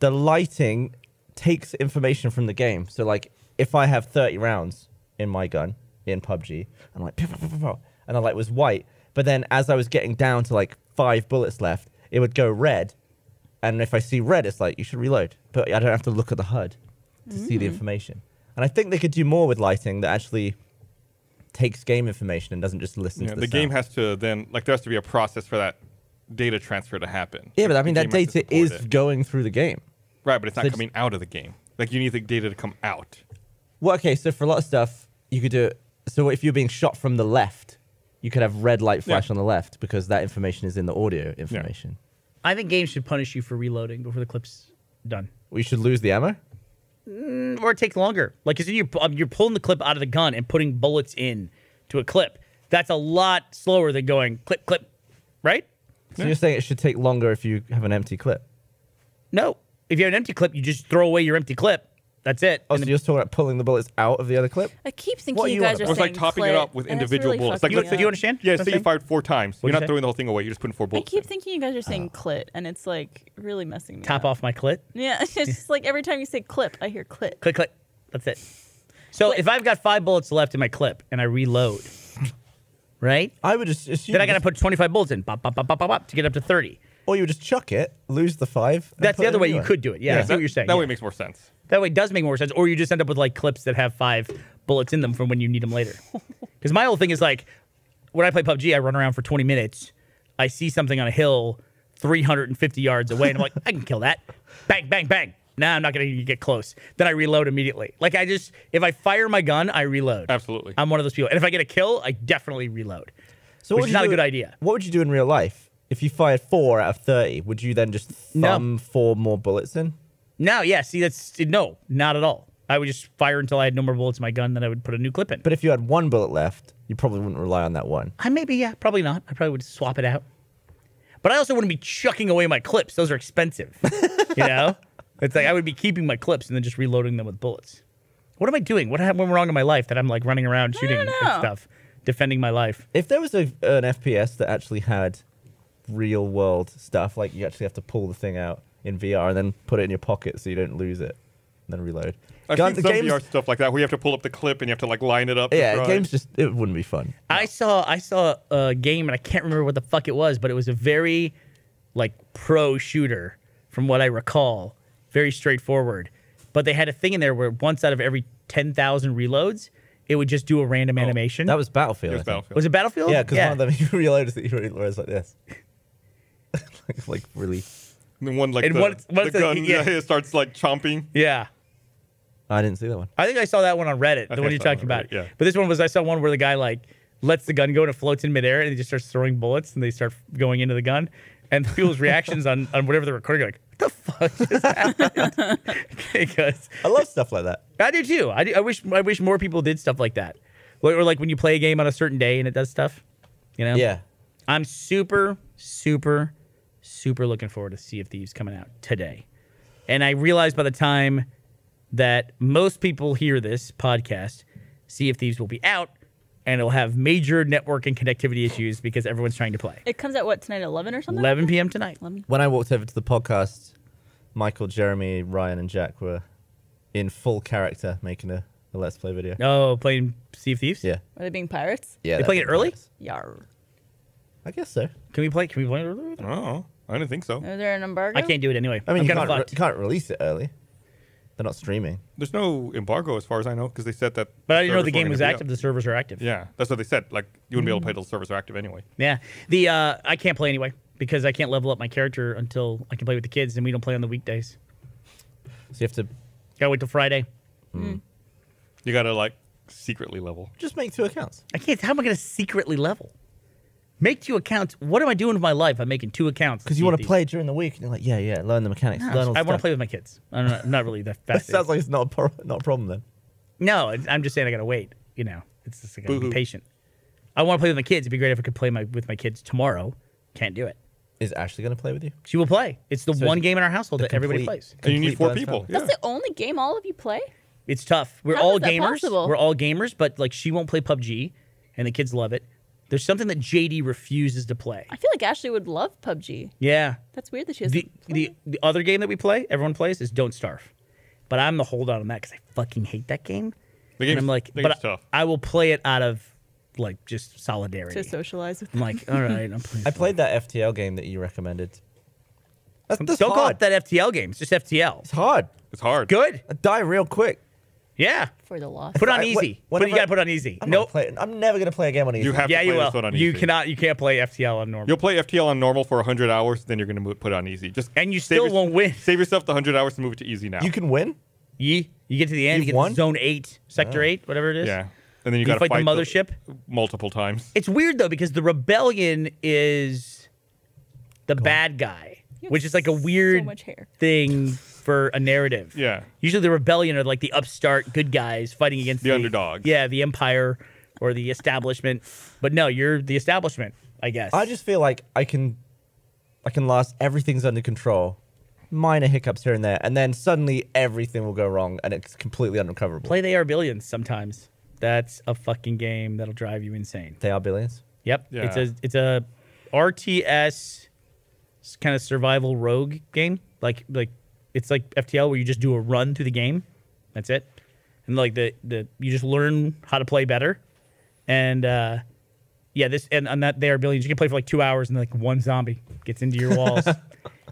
Speaker 4: the lighting takes information from the game. So like, if I have 30 rounds in my gun in PUBG, I'm like, pow, pow, pow, pow, pow, and I like was white. But then as I was getting down to like five bullets left, it would go red. And if I see red, it's like you should reload. But I don't have to look at the HUD to see the information. And I think they could do more with lighting that actually takes game information and doesn't just listen
Speaker 1: Yeah,
Speaker 4: to
Speaker 1: the
Speaker 4: the,
Speaker 1: game
Speaker 4: sound.
Speaker 1: has to then like there has to be a process for that data transfer to happen.
Speaker 4: Yeah, but I
Speaker 1: Like,
Speaker 4: mean
Speaker 1: the
Speaker 4: that
Speaker 1: game has to
Speaker 4: data is
Speaker 1: support it.
Speaker 4: going through the game.
Speaker 1: right, but it's not
Speaker 4: so just-
Speaker 1: coming out of the game. Like you need the data to come out.
Speaker 4: Well, okay, so for a lot of stuff, you could do it. So if you're being shot from the left, you could have red light flash on the left because that information is in the audio information.
Speaker 9: I think games should punish you for reloading before the clip's done,
Speaker 4: Well, you should lose the ammo.
Speaker 9: or it takes longer. Like, because you're um, you're pulling the clip out of the gun and putting bullets in to a clip. That's a lot slower than going clip clip, right?
Speaker 4: So you're saying it should take longer if you have an empty clip.
Speaker 9: No, if you have an empty clip, you just throw away your empty clip. That's it.
Speaker 4: Oh,
Speaker 9: And
Speaker 4: so
Speaker 9: the-
Speaker 4: you're talking about pulling the bullets out of the other clip?
Speaker 3: I keep
Speaker 4: What
Speaker 3: thinking
Speaker 4: are
Speaker 3: you
Speaker 4: you
Speaker 3: guys
Speaker 4: on
Speaker 3: are
Speaker 1: Or
Speaker 4: about?
Speaker 3: saying
Speaker 1: it's like topping it
Speaker 3: clip,
Speaker 1: up with
Speaker 3: and that's
Speaker 1: individual
Speaker 3: really
Speaker 1: bullets. Like
Speaker 3: fucking
Speaker 1: let's
Speaker 3: me
Speaker 1: say
Speaker 3: up.
Speaker 9: Do you understand?
Speaker 1: Yeah,
Speaker 9: what I'm
Speaker 1: say you
Speaker 9: saying?
Speaker 1: fired four times. You're
Speaker 9: What'd
Speaker 1: not
Speaker 9: you say?
Speaker 1: throwing the whole thing away. You're just putting four
Speaker 3: I
Speaker 1: bullets.
Speaker 3: keep
Speaker 1: in.
Speaker 3: thinking you guys are saying clit, and it's like really messing me
Speaker 9: Top
Speaker 3: up.
Speaker 9: off my clit.
Speaker 3: Yeah, it's just like every time you say clip, I hear clit.
Speaker 9: Click click. That's it. So
Speaker 3: Click.
Speaker 9: if I've got five bullets left in my clip and I reload, right?
Speaker 4: I would just assume.
Speaker 9: Then I got to
Speaker 4: just-
Speaker 9: put 25 bullets in, bop, bop, bop, bop, bop, bop, to get up to 30.
Speaker 4: Or you would just chuck it, lose the five. and
Speaker 9: That's
Speaker 4: put
Speaker 9: the
Speaker 4: it
Speaker 9: other
Speaker 4: in
Speaker 9: way
Speaker 4: the
Speaker 9: you
Speaker 4: one.
Speaker 9: could do it. Yeah, I see
Speaker 1: that,
Speaker 9: what you're saying.
Speaker 1: That
Speaker 9: yeah.
Speaker 1: way it makes more sense.
Speaker 9: That way it does make more sense. Or you just end up with like clips that have five bullets in them from when you need them later. Because my whole thing is like when I play PUBG, I run around for 20 minutes. I see something on a hill, 350 yards away. And I'm like, I can kill that. Bang, bang, bang. Nah, I'm not going to get close. Then I reload immediately. Like, I just, if I fire my gun, I reload.
Speaker 1: Absolutely.
Speaker 9: I'm one of those people. And if I get a kill, I definitely reload.
Speaker 4: So
Speaker 9: So
Speaker 4: what
Speaker 9: which
Speaker 4: would
Speaker 9: is
Speaker 4: you
Speaker 9: not a
Speaker 4: do-
Speaker 9: good idea.
Speaker 4: What would you do in real life if you fired four out of thirty? Would you then just
Speaker 9: No.
Speaker 4: thumb four more bullets in?
Speaker 9: No, yeah, see, that's, no, not at all. I would just fire until I had no more bullets in my gun, then I would put a new clip in.
Speaker 4: But if you had one bullet left, you probably wouldn't rely on that one.
Speaker 9: I maybe yeah, probably not. I probably would swap it out. But I also wouldn't be chucking away my clips. Those are expensive. you know? It's like I would be keeping my clips and then just reloading them with bullets. What am I doing? What happened wrong in my life that I'm like running around shooting and
Speaker 3: know.
Speaker 9: stuff, defending my life?
Speaker 4: If there was a, an FPS that actually had real world stuff, like you actually have to pull the thing out in VR and then put it in your pocket so you don't lose it, and then reload.
Speaker 1: I've
Speaker 4: Gun-
Speaker 1: seen some
Speaker 4: games-
Speaker 1: VR stuff like that where you have to pull up the clip and you have to like line it up. to
Speaker 4: yeah,
Speaker 1: try.
Speaker 4: games just it wouldn't be fun.
Speaker 9: I saw I saw a game and I can't remember what the fuck it was, but it was a very like pro shooter from what I recall, very straightforward. But they had a thing in there where once out of every 10,000 reloads, it would just do a random animation.
Speaker 4: That was Battlefield.
Speaker 1: Here's
Speaker 4: I think.
Speaker 1: Battlefield.
Speaker 9: Was it Battlefield?
Speaker 4: Yeah, because one of them you reloaded that you reloaded like this, like, like really.
Speaker 1: And then one like
Speaker 9: And
Speaker 1: the,
Speaker 9: what- what
Speaker 1: the
Speaker 9: the-
Speaker 1: gun
Speaker 9: yeah.
Speaker 1: yeah, it starts like chomping.
Speaker 9: Yeah.
Speaker 4: I didn't see that one.
Speaker 9: I think I saw that one on Reddit, the
Speaker 1: think
Speaker 9: one
Speaker 1: I
Speaker 9: you're
Speaker 1: saw that
Speaker 9: talking
Speaker 1: on
Speaker 9: about.
Speaker 1: Reddit, yeah.
Speaker 9: But this one was I saw one where the guy like lets the gun go and it floats in midair and he just starts throwing bullets and they start going into the gun. And people's reactions on, on whatever they're recording are like, what the fuck just happened? because
Speaker 4: I love stuff like that.
Speaker 9: I do too. I, do, I wish I wish more people did stuff like that. Like- Or like when you play a game on a certain day and it does stuff. You know?
Speaker 4: Yeah.
Speaker 9: I'm super, super, super looking forward to Sea of Thieves coming out today. And I realize by the time that most people hear this podcast, Sea of Thieves will be out and it'll have major network and connectivity issues because everyone's trying to play.
Speaker 3: It comes out what tonight, eleven or something.
Speaker 9: 11 p.m. tonight.
Speaker 4: When I walked over to the podcast, Michael, Jeremy, Ryan, and Jack were in full character making a, a let's play video.
Speaker 9: Oh, playing Sea of Thieves?
Speaker 4: Yeah.
Speaker 3: Are they being pirates?
Speaker 4: Yeah.
Speaker 9: They
Speaker 4: that'd
Speaker 9: play it
Speaker 4: be
Speaker 9: early?
Speaker 4: nice.
Speaker 3: Yar.
Speaker 4: I guess so.
Speaker 9: Can we play? Can we play?
Speaker 1: Oh, I didn't think so.
Speaker 3: Is there an embargo?
Speaker 9: I can't do it anyway.
Speaker 4: I mean,
Speaker 9: I'm
Speaker 4: you
Speaker 9: kinda
Speaker 4: can't, re-
Speaker 9: fucked.
Speaker 4: you can't release it early. They're not streaming.
Speaker 1: There's no embargo as far as I know because they said that.
Speaker 9: But I didn't know
Speaker 1: servers
Speaker 9: the game
Speaker 1: weren't
Speaker 9: was
Speaker 1: gonna be
Speaker 9: active.
Speaker 1: up.
Speaker 9: The servers are active.
Speaker 1: Yeah, that's what they said. Like you wouldn't be able to play till the servers are active anyway.
Speaker 9: Yeah. The uh, I can't play anyway because I can't level up my character until I can play with the kids, and we don't play on the weekdays.
Speaker 4: So you have to
Speaker 9: Gotta wait till Friday.
Speaker 1: You gotta like secretly level.
Speaker 4: just make two accounts.
Speaker 9: I can't. How am I gonna secretly level? Make two accounts. What am I doing with my life? I'm making two accounts.
Speaker 4: Because you want to play during the week and you're like, yeah, yeah, learn the mechanics. learn all the
Speaker 9: I want to
Speaker 4: stuff.
Speaker 9: play with my kids. I'm not, I'm not really that
Speaker 4: That
Speaker 9: fast.
Speaker 4: sounds like it's not a, pro- not a problem then.
Speaker 9: no. I- I'm just saying I gotta wait. You know, it's just I gotta be
Speaker 1: Boo-hoo.
Speaker 9: patient. I want to play with my kids. It'd be great if I could play my with my kids tomorrow. Can't do it.
Speaker 4: Is Ashley going to play with you?
Speaker 9: She will play. It's the
Speaker 4: So
Speaker 9: one
Speaker 4: it's
Speaker 9: game in our household that everybody
Speaker 4: complete-
Speaker 9: plays.
Speaker 1: And you need
Speaker 4: complete
Speaker 1: four
Speaker 4: Burns
Speaker 1: people.
Speaker 4: Family.
Speaker 1: Yeah.
Speaker 3: That's the only game all of you play.
Speaker 9: It's tough. We're
Speaker 3: How
Speaker 9: all
Speaker 3: is that
Speaker 9: gamers.
Speaker 3: possible?
Speaker 9: We're all gamers, but like she won't play PUBG, and the kids love it. There's something that JD refuses to play.
Speaker 3: I feel like Ashley would love PUBG.
Speaker 9: Yeah.
Speaker 3: That's weird that she
Speaker 9: The,
Speaker 3: hasn't. played
Speaker 9: the
Speaker 3: it.
Speaker 9: the other game that we play, everyone plays, is Don't Starve. But I'm the holdout on that because I fucking hate that game.
Speaker 1: The
Speaker 9: and
Speaker 1: game's-
Speaker 9: I'm like,
Speaker 1: the
Speaker 9: but
Speaker 1: game's tough.
Speaker 9: I, I will play it out of like just solidarity.
Speaker 3: to socialize with.
Speaker 9: I'm like, all right, I'm playing.
Speaker 4: I played that FTL game that you recommended. That's, that's
Speaker 9: Don't call
Speaker 4: hard.
Speaker 9: it that FTL game. It's just FTL.
Speaker 4: It's hard.
Speaker 1: It's hard.
Speaker 9: Good.
Speaker 4: I die real quick.
Speaker 9: Yeah.
Speaker 3: for the loss.
Speaker 9: Put it on
Speaker 4: I- wh-
Speaker 9: easy. but
Speaker 4: whenever-
Speaker 9: you gotta put it on easy.
Speaker 4: I'm, not
Speaker 9: Nope.
Speaker 4: play- I'm never going to play a game on E easy.
Speaker 1: You have
Speaker 9: Yeah,
Speaker 1: to
Speaker 9: you
Speaker 1: play
Speaker 9: will.
Speaker 1: this one on
Speaker 9: you
Speaker 1: easy.
Speaker 9: cannot. You can't play FTL on normal.
Speaker 1: You'll play FTL on normal for 100 hours, then you're going to move, put it on easy. Just
Speaker 9: And you
Speaker 1: save
Speaker 9: still won't win.
Speaker 1: Save yourself the 100 hours to move it to easy now.
Speaker 4: You can win.
Speaker 9: Ye, you get to the end,
Speaker 4: You've
Speaker 9: you get
Speaker 4: won?
Speaker 9: to zone eight, sector eight, whatever it is.
Speaker 1: yeah, and then you
Speaker 9: You
Speaker 1: got to
Speaker 9: fight the mothership.
Speaker 1: multiple times.
Speaker 9: It's weird though because the rebellion is the bad guy,
Speaker 3: You have
Speaker 9: which is like a
Speaker 3: so
Speaker 9: weird
Speaker 3: much hair.
Speaker 9: thing for a narrative.
Speaker 1: Yeah.
Speaker 9: Usually the rebellion are like the upstart good guys fighting against
Speaker 1: The underdog.
Speaker 9: Yeah, the empire or the establishment. But no, you're the establishment, I guess.
Speaker 4: I just feel like I can, I can last. Everything's under control. Minor hiccups here and there, and then suddenly everything will go wrong, and it's completely unrecoverable.
Speaker 9: play they are billions sometimes. That's a fucking game that'll drive you insane.
Speaker 4: They are billions.
Speaker 9: Yep. It's
Speaker 1: Yeah.
Speaker 9: a it's a RTS kind of survival rogue game. Like like it's like FTL where you just do a run through the game. That's it. And like the the you just learn how to play better. And uh yeah, this and on that they are billions. You can play for like two hours and like one zombie gets into your walls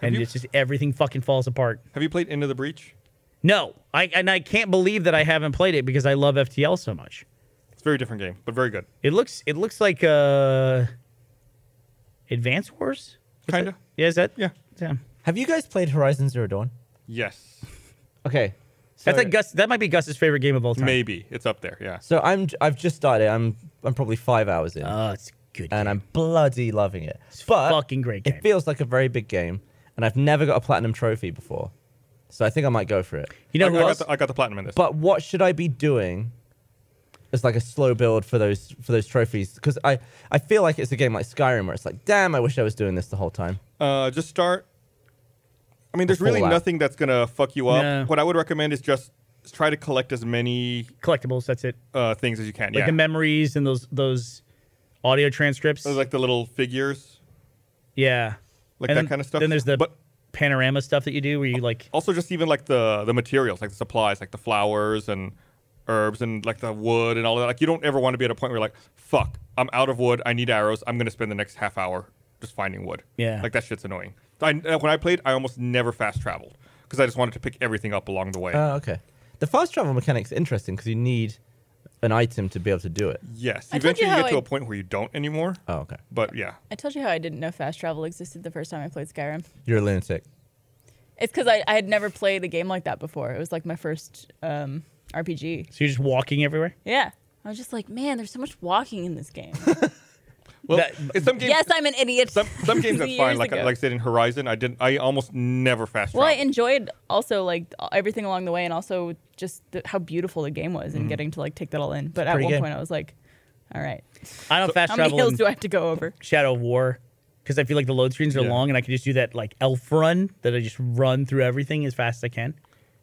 Speaker 9: and
Speaker 1: you-
Speaker 9: it's just everything fucking falls apart.
Speaker 1: Have you played Into the Breach?
Speaker 9: No. I and I can't believe that I haven't played it because I love FTL so much.
Speaker 1: It's a very different game, but very good.
Speaker 9: It looks it looks like uh Advance Wars.
Speaker 1: kind of.
Speaker 9: Yeah, is that?
Speaker 1: Yeah.
Speaker 9: Yeah.
Speaker 4: Have you guys played Horizon Zero Dawn?
Speaker 1: Yes.
Speaker 4: Okay.
Speaker 9: That's
Speaker 4: so-
Speaker 9: like Gus. That might be Gus's favorite game of all time.
Speaker 1: Maybe it's up there. Yeah.
Speaker 4: So I'm I've just started. I'm I'm probably five hours in,
Speaker 9: Oh, it's a good.
Speaker 1: Uh,
Speaker 4: and
Speaker 9: game.
Speaker 4: I'm bloody loving it. But
Speaker 9: fucking great game.
Speaker 4: It feels like a very big game, and I've never got a platinum trophy before, so I think I might go for it.
Speaker 9: you know
Speaker 1: I,
Speaker 9: who
Speaker 1: I got
Speaker 9: else?
Speaker 1: the, I got the platinum in this.
Speaker 4: But what should I be doing? As like a slow build for those for those trophies, because I I feel like it's a game like Skyrim where it's like, damn, I wish I was doing this the whole time.
Speaker 1: Uh, just start. I mean, there's
Speaker 4: The
Speaker 1: really
Speaker 4: full app.
Speaker 1: nothing that's gonna fuck you up.
Speaker 9: No.
Speaker 1: What I would recommend is just try to collect as many
Speaker 9: Collectibles. That's it.
Speaker 1: uh, things as you can.
Speaker 9: Like
Speaker 1: yeah.
Speaker 9: the memories and those those audio transcripts.
Speaker 1: Those, like the little figures.
Speaker 9: yeah.
Speaker 1: like
Speaker 9: And
Speaker 1: that
Speaker 9: then-
Speaker 1: kinda stuff.
Speaker 9: Then there's the
Speaker 1: But-
Speaker 9: panorama stuff that you do where you like.
Speaker 1: Also, just even like the the materials, like the supplies, like the flowers and herbs and like the wood and all that. Like you don't ever want to be at a point where you're like, fuck, I'm out of wood. I need arrows. I'm gonna spend the next half hour just finding wood.
Speaker 9: Yeah.
Speaker 1: Like that shit's annoying. I, uh, when I played, I almost never fast traveled because I just wanted to pick everything up along the way.
Speaker 9: Uh,
Speaker 4: Oh, okay. The fast travel mechanic's interesting because you need an item to be able to do it.
Speaker 1: yes.
Speaker 3: I told you
Speaker 1: Eventually, you,
Speaker 3: how
Speaker 1: get to
Speaker 3: I-
Speaker 1: a point where you don't anymore.
Speaker 4: Oh, okay.
Speaker 1: But yeah.
Speaker 3: I told you how I didn't know fast travel existed the first time I played Skyrim.
Speaker 4: You're a lunatic.
Speaker 3: It's because I, I had never played a game like that before. It was like my first um, RPG.
Speaker 9: So you're just walking everywhere.
Speaker 3: Yeah. I was just like, man, there's so much walking in this game.
Speaker 1: Well,
Speaker 9: That-
Speaker 1: in some games,
Speaker 3: yes, I'm an idiot.
Speaker 1: some, some games that's fine.
Speaker 3: Years
Speaker 1: Like
Speaker 3: ago.
Speaker 1: like I said in Horizon, I didn't. I almost never fast
Speaker 3: Well, I
Speaker 1: traveled.
Speaker 3: enjoyed also like everything along the way, and also just the, how beautiful the game was, and getting to like take that all in. But at
Speaker 4: pretty
Speaker 3: one
Speaker 4: game.
Speaker 3: point, I was like, "All right,
Speaker 9: I don't fast
Speaker 3: how many
Speaker 9: travel.
Speaker 3: hills
Speaker 9: in-
Speaker 3: do I have to go over?"
Speaker 9: Shadow of War because I feel like the load screens are
Speaker 1: Yeah.
Speaker 9: long and I can just do that like elf run that I just run through everything as fast as I can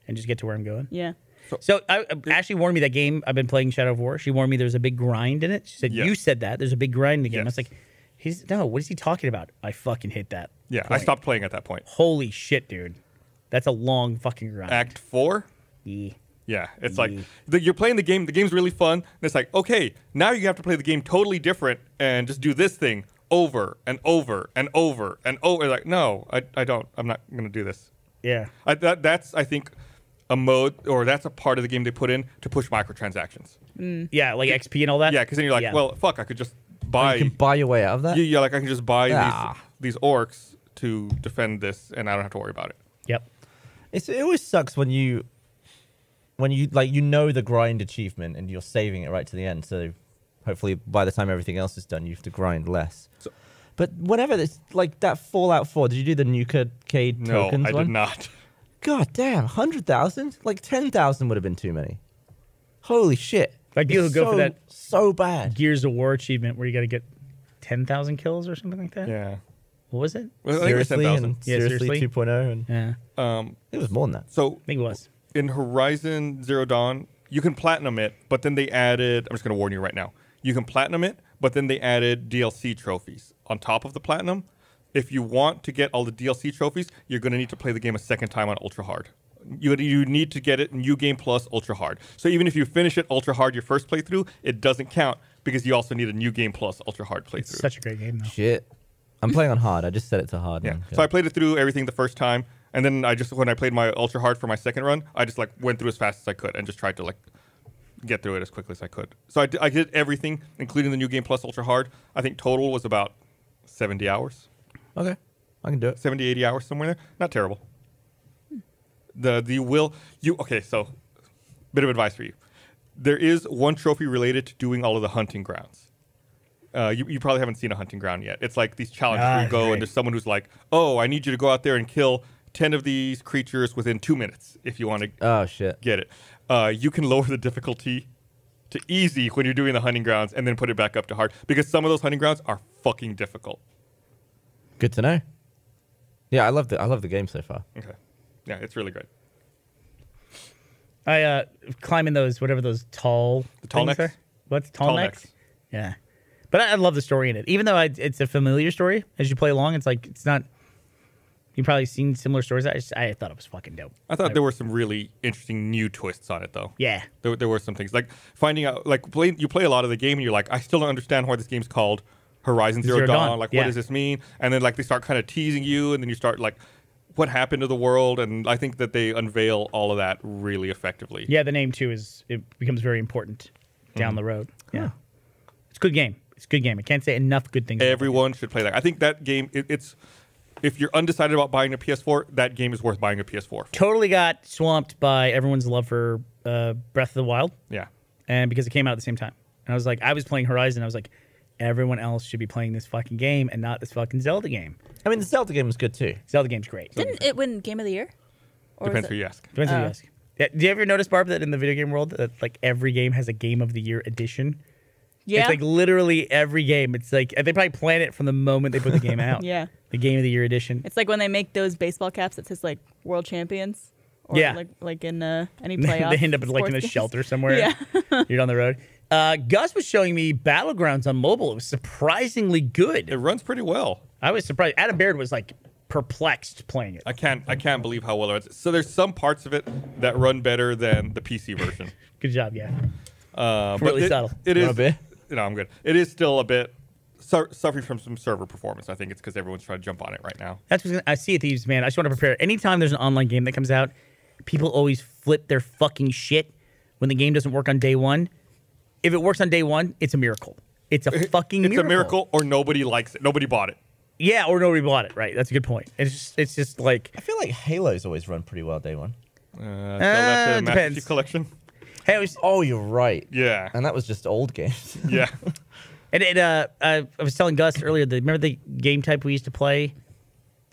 Speaker 9: and just get to where I'm going.
Speaker 3: Yeah,
Speaker 9: So I, I- Ashley warned me that game I've been playing Shadow of War. She warned me there's a big grind in it. She said
Speaker 1: Yeah.
Speaker 9: you said that there's a big grind in the game. I was
Speaker 1: Yes.
Speaker 9: like, he's no, what is he talking about? I fucking hit that.
Speaker 1: yeah, I
Speaker 9: point.
Speaker 1: stopped playing at that point.
Speaker 9: Holy shit, dude, that's a long fucking grind.
Speaker 1: Act four.
Speaker 9: Yeah.
Speaker 1: Yeah, it's like the, you're playing the game. The game's really fun. And it's like, okay, now you have to play the game totally different and just do this thing over and over and over and over. Like, no, I, I don't. I'm not gonna do this.
Speaker 9: Yeah.
Speaker 1: I, that, that's I think a mode or that's a part of the game they put in to push microtransactions.
Speaker 9: Yeah, like XP and all that.
Speaker 1: Yeah, because then you're like,
Speaker 9: Yeah.
Speaker 1: well, fuck, I could just buy.
Speaker 4: You can buy your way out of that.
Speaker 1: yeah, yeah, like I can just buy
Speaker 4: Ah.
Speaker 1: these these orcs to defend this, and I don't have to worry about it.
Speaker 9: yep.
Speaker 4: It's, it always sucks when you, when you like you know the grind achievement and you're saving it right to the end. So hopefully by the time everything else is done, you have to grind less. but whenever this like that Fallout Four, did you do the Nuka-Cade
Speaker 1: No,
Speaker 4: tokens
Speaker 1: I
Speaker 4: one?
Speaker 1: did not.
Speaker 4: God damn, hundred thousand? Like ten thousand would have been too many. Holy shit!
Speaker 9: Like, people
Speaker 4: It's
Speaker 9: who go for
Speaker 4: so-
Speaker 9: that-
Speaker 4: so bad.
Speaker 9: Gears of War achievement where you got to get ten thousand kills or something like that.
Speaker 1: Yeah.
Speaker 9: What was it?
Speaker 1: Well, I think it was
Speaker 4: Seriously,
Speaker 1: 10,000.
Speaker 4: and
Speaker 9: Yeah,
Speaker 4: seriously,
Speaker 9: seriously.
Speaker 4: 2.0, and
Speaker 9: Yeah.
Speaker 4: it was more than that.
Speaker 1: So
Speaker 9: I think it was.
Speaker 1: in Horizon Zero Dawn, you can platinum it, but then they added. I'm just going to warn you right now. You can platinum it, but then they added DLC trophies on top of the platinum. If you want to get all the DLC trophies, you're going to need to play the game a second time on ultra hard. You, you need to get it new game plus ultra hard. So even if you finish it ultra hard your first playthrough, it doesn't count because you also need a new game plus ultra hard playthrough.
Speaker 9: Such a great game, though.
Speaker 4: Shit. I'm playing on hard. I just set it to hard.
Speaker 1: Yeah.
Speaker 4: man.
Speaker 1: So I played it through everything the first time, and then I just when I played my ultra hard for my second run, I just like went through as fast as I could and just tried to like get through it as quickly as I could. So I di- I did everything, including the new game plus ultra hard. I think total was about 70 hours,
Speaker 4: Okay. I can do it.
Speaker 1: 70, 80 hours somewhere there. Not terrible. The the will you okay? So bit of advice for you. There is one trophy related to doing all of the hunting grounds. Uh, you, you probably haven't seen a hunting ground yet. It's like these challenges where
Speaker 9: Ah,
Speaker 1: you go
Speaker 9: right.
Speaker 1: and there's someone who's like, oh, I need you to go out there and kill 10 of these creatures within two minutes if you want to
Speaker 4: Oh shit.
Speaker 1: get it. Uh, you can lower the difficulty to easy when you're doing the hunting grounds and then put it back up to hard because some of those hunting grounds are fucking difficult.
Speaker 4: Good to know. Yeah, I love the I love the game so far.
Speaker 1: Okay. Yeah, it's really great.
Speaker 9: I uh, climbing those whatever those tall
Speaker 1: The tall
Speaker 9: things
Speaker 1: necks?
Speaker 9: are. What's tall,
Speaker 1: Tall
Speaker 9: necks?
Speaker 1: necks.
Speaker 9: Yeah, but I, I love the story in it. Even though I, it's a familiar story, as you play along, it's like it's not. You've probably seen similar stories. I just I thought it was fucking dope.
Speaker 1: I thought there were some really interesting new twists on it, though.
Speaker 9: Yeah.
Speaker 1: there, there were some things like finding out, like play, you play a lot of the game, and you're like, I still don't understand why this game's called Horizon Zero,
Speaker 9: Zero
Speaker 1: Dawn.
Speaker 9: Dawn,
Speaker 1: Like,
Speaker 9: yeah.
Speaker 1: what does this mean? And then like they start kind of teasing you, and then you start like, what happened to the world? And I think that they unveil all of that really effectively.
Speaker 9: Yeah, the name too is it becomes very important down
Speaker 1: Mm-hmm.
Speaker 9: the road. Yeah, it's a good game. It's a good game. I can't say enough good things. about it.
Speaker 1: Everyone should play that. I think that game it, it's if you're undecided about buying a PS4, that game is worth buying a PS4. for.
Speaker 9: Totally got swamped by everyone's love for uh, Breath of the Wild,
Speaker 1: Yeah.
Speaker 9: and because it came out at the same time, and I was like, I was playing Horizon, I was like, everyone else should be playing this fucking game and not this fucking Zelda game.
Speaker 4: I mean, the Zelda game was good too.
Speaker 9: Zelda game's great.
Speaker 3: Didn't Oh. it win Game of the Year? Or was
Speaker 1: Depends
Speaker 3: it-
Speaker 1: who you ask.
Speaker 9: Depends who you ask. Yeah, do you ever notice, Barb, that in the video game world, that like every game has a Game of the Year edition?
Speaker 3: Yeah.
Speaker 9: It's like literally every game. It's like they probably plan it from the moment they put the game out.
Speaker 3: Yeah.
Speaker 9: The Game of the Year edition.
Speaker 3: It's like when they make those baseball caps that says like World Champions. Or
Speaker 9: Yeah.
Speaker 3: Like like in uh, any playoff.
Speaker 9: they end up like in a
Speaker 3: sports games.
Speaker 9: shelter somewhere.
Speaker 3: Yeah.
Speaker 9: You're on the road. Uh, Gus was showing me Battlegrounds on mobile. It was surprisingly
Speaker 1: It
Speaker 9: good.
Speaker 1: runs pretty well.
Speaker 9: I was surprised. Adam Baird was like perplexed playing it.
Speaker 1: I can't I can't believe how well it runs. So there's some parts of it that run better than the PC version.
Speaker 9: Good job, yeah.
Speaker 1: Uh,
Speaker 9: Really
Speaker 1: it-
Speaker 9: subtle.
Speaker 1: It
Speaker 4: You
Speaker 1: is.
Speaker 4: want a beer?
Speaker 1: No, I'm good. It is still a bit su- suffering from some server performance. I think it's because everyone's trying to jump on it right now.
Speaker 9: That's what's gonna, I see at Thieves, man. I just want to prepare. Anytime there's an online game that comes out, people always flip their fucking shit when the game doesn't work on day one. If it works on day one, it's a miracle. It's a fucking
Speaker 1: It's
Speaker 9: miracle.
Speaker 1: a miracle, or nobody likes it. Nobody bought it.
Speaker 9: Yeah, or nobody bought it. Right. That's a good point. It's just, it's just like,
Speaker 4: I feel like Halo's always run pretty well day one.
Speaker 1: Uh, so that's a
Speaker 9: it
Speaker 1: Master
Speaker 9: depends.
Speaker 1: Chief Collection.
Speaker 9: hey, I was-
Speaker 4: Oh, you're right.
Speaker 1: Yeah.
Speaker 4: And that was just old games.
Speaker 1: Yeah.
Speaker 9: and it, uh, I, I was telling Gus earlier. The, remember the game type we used to play?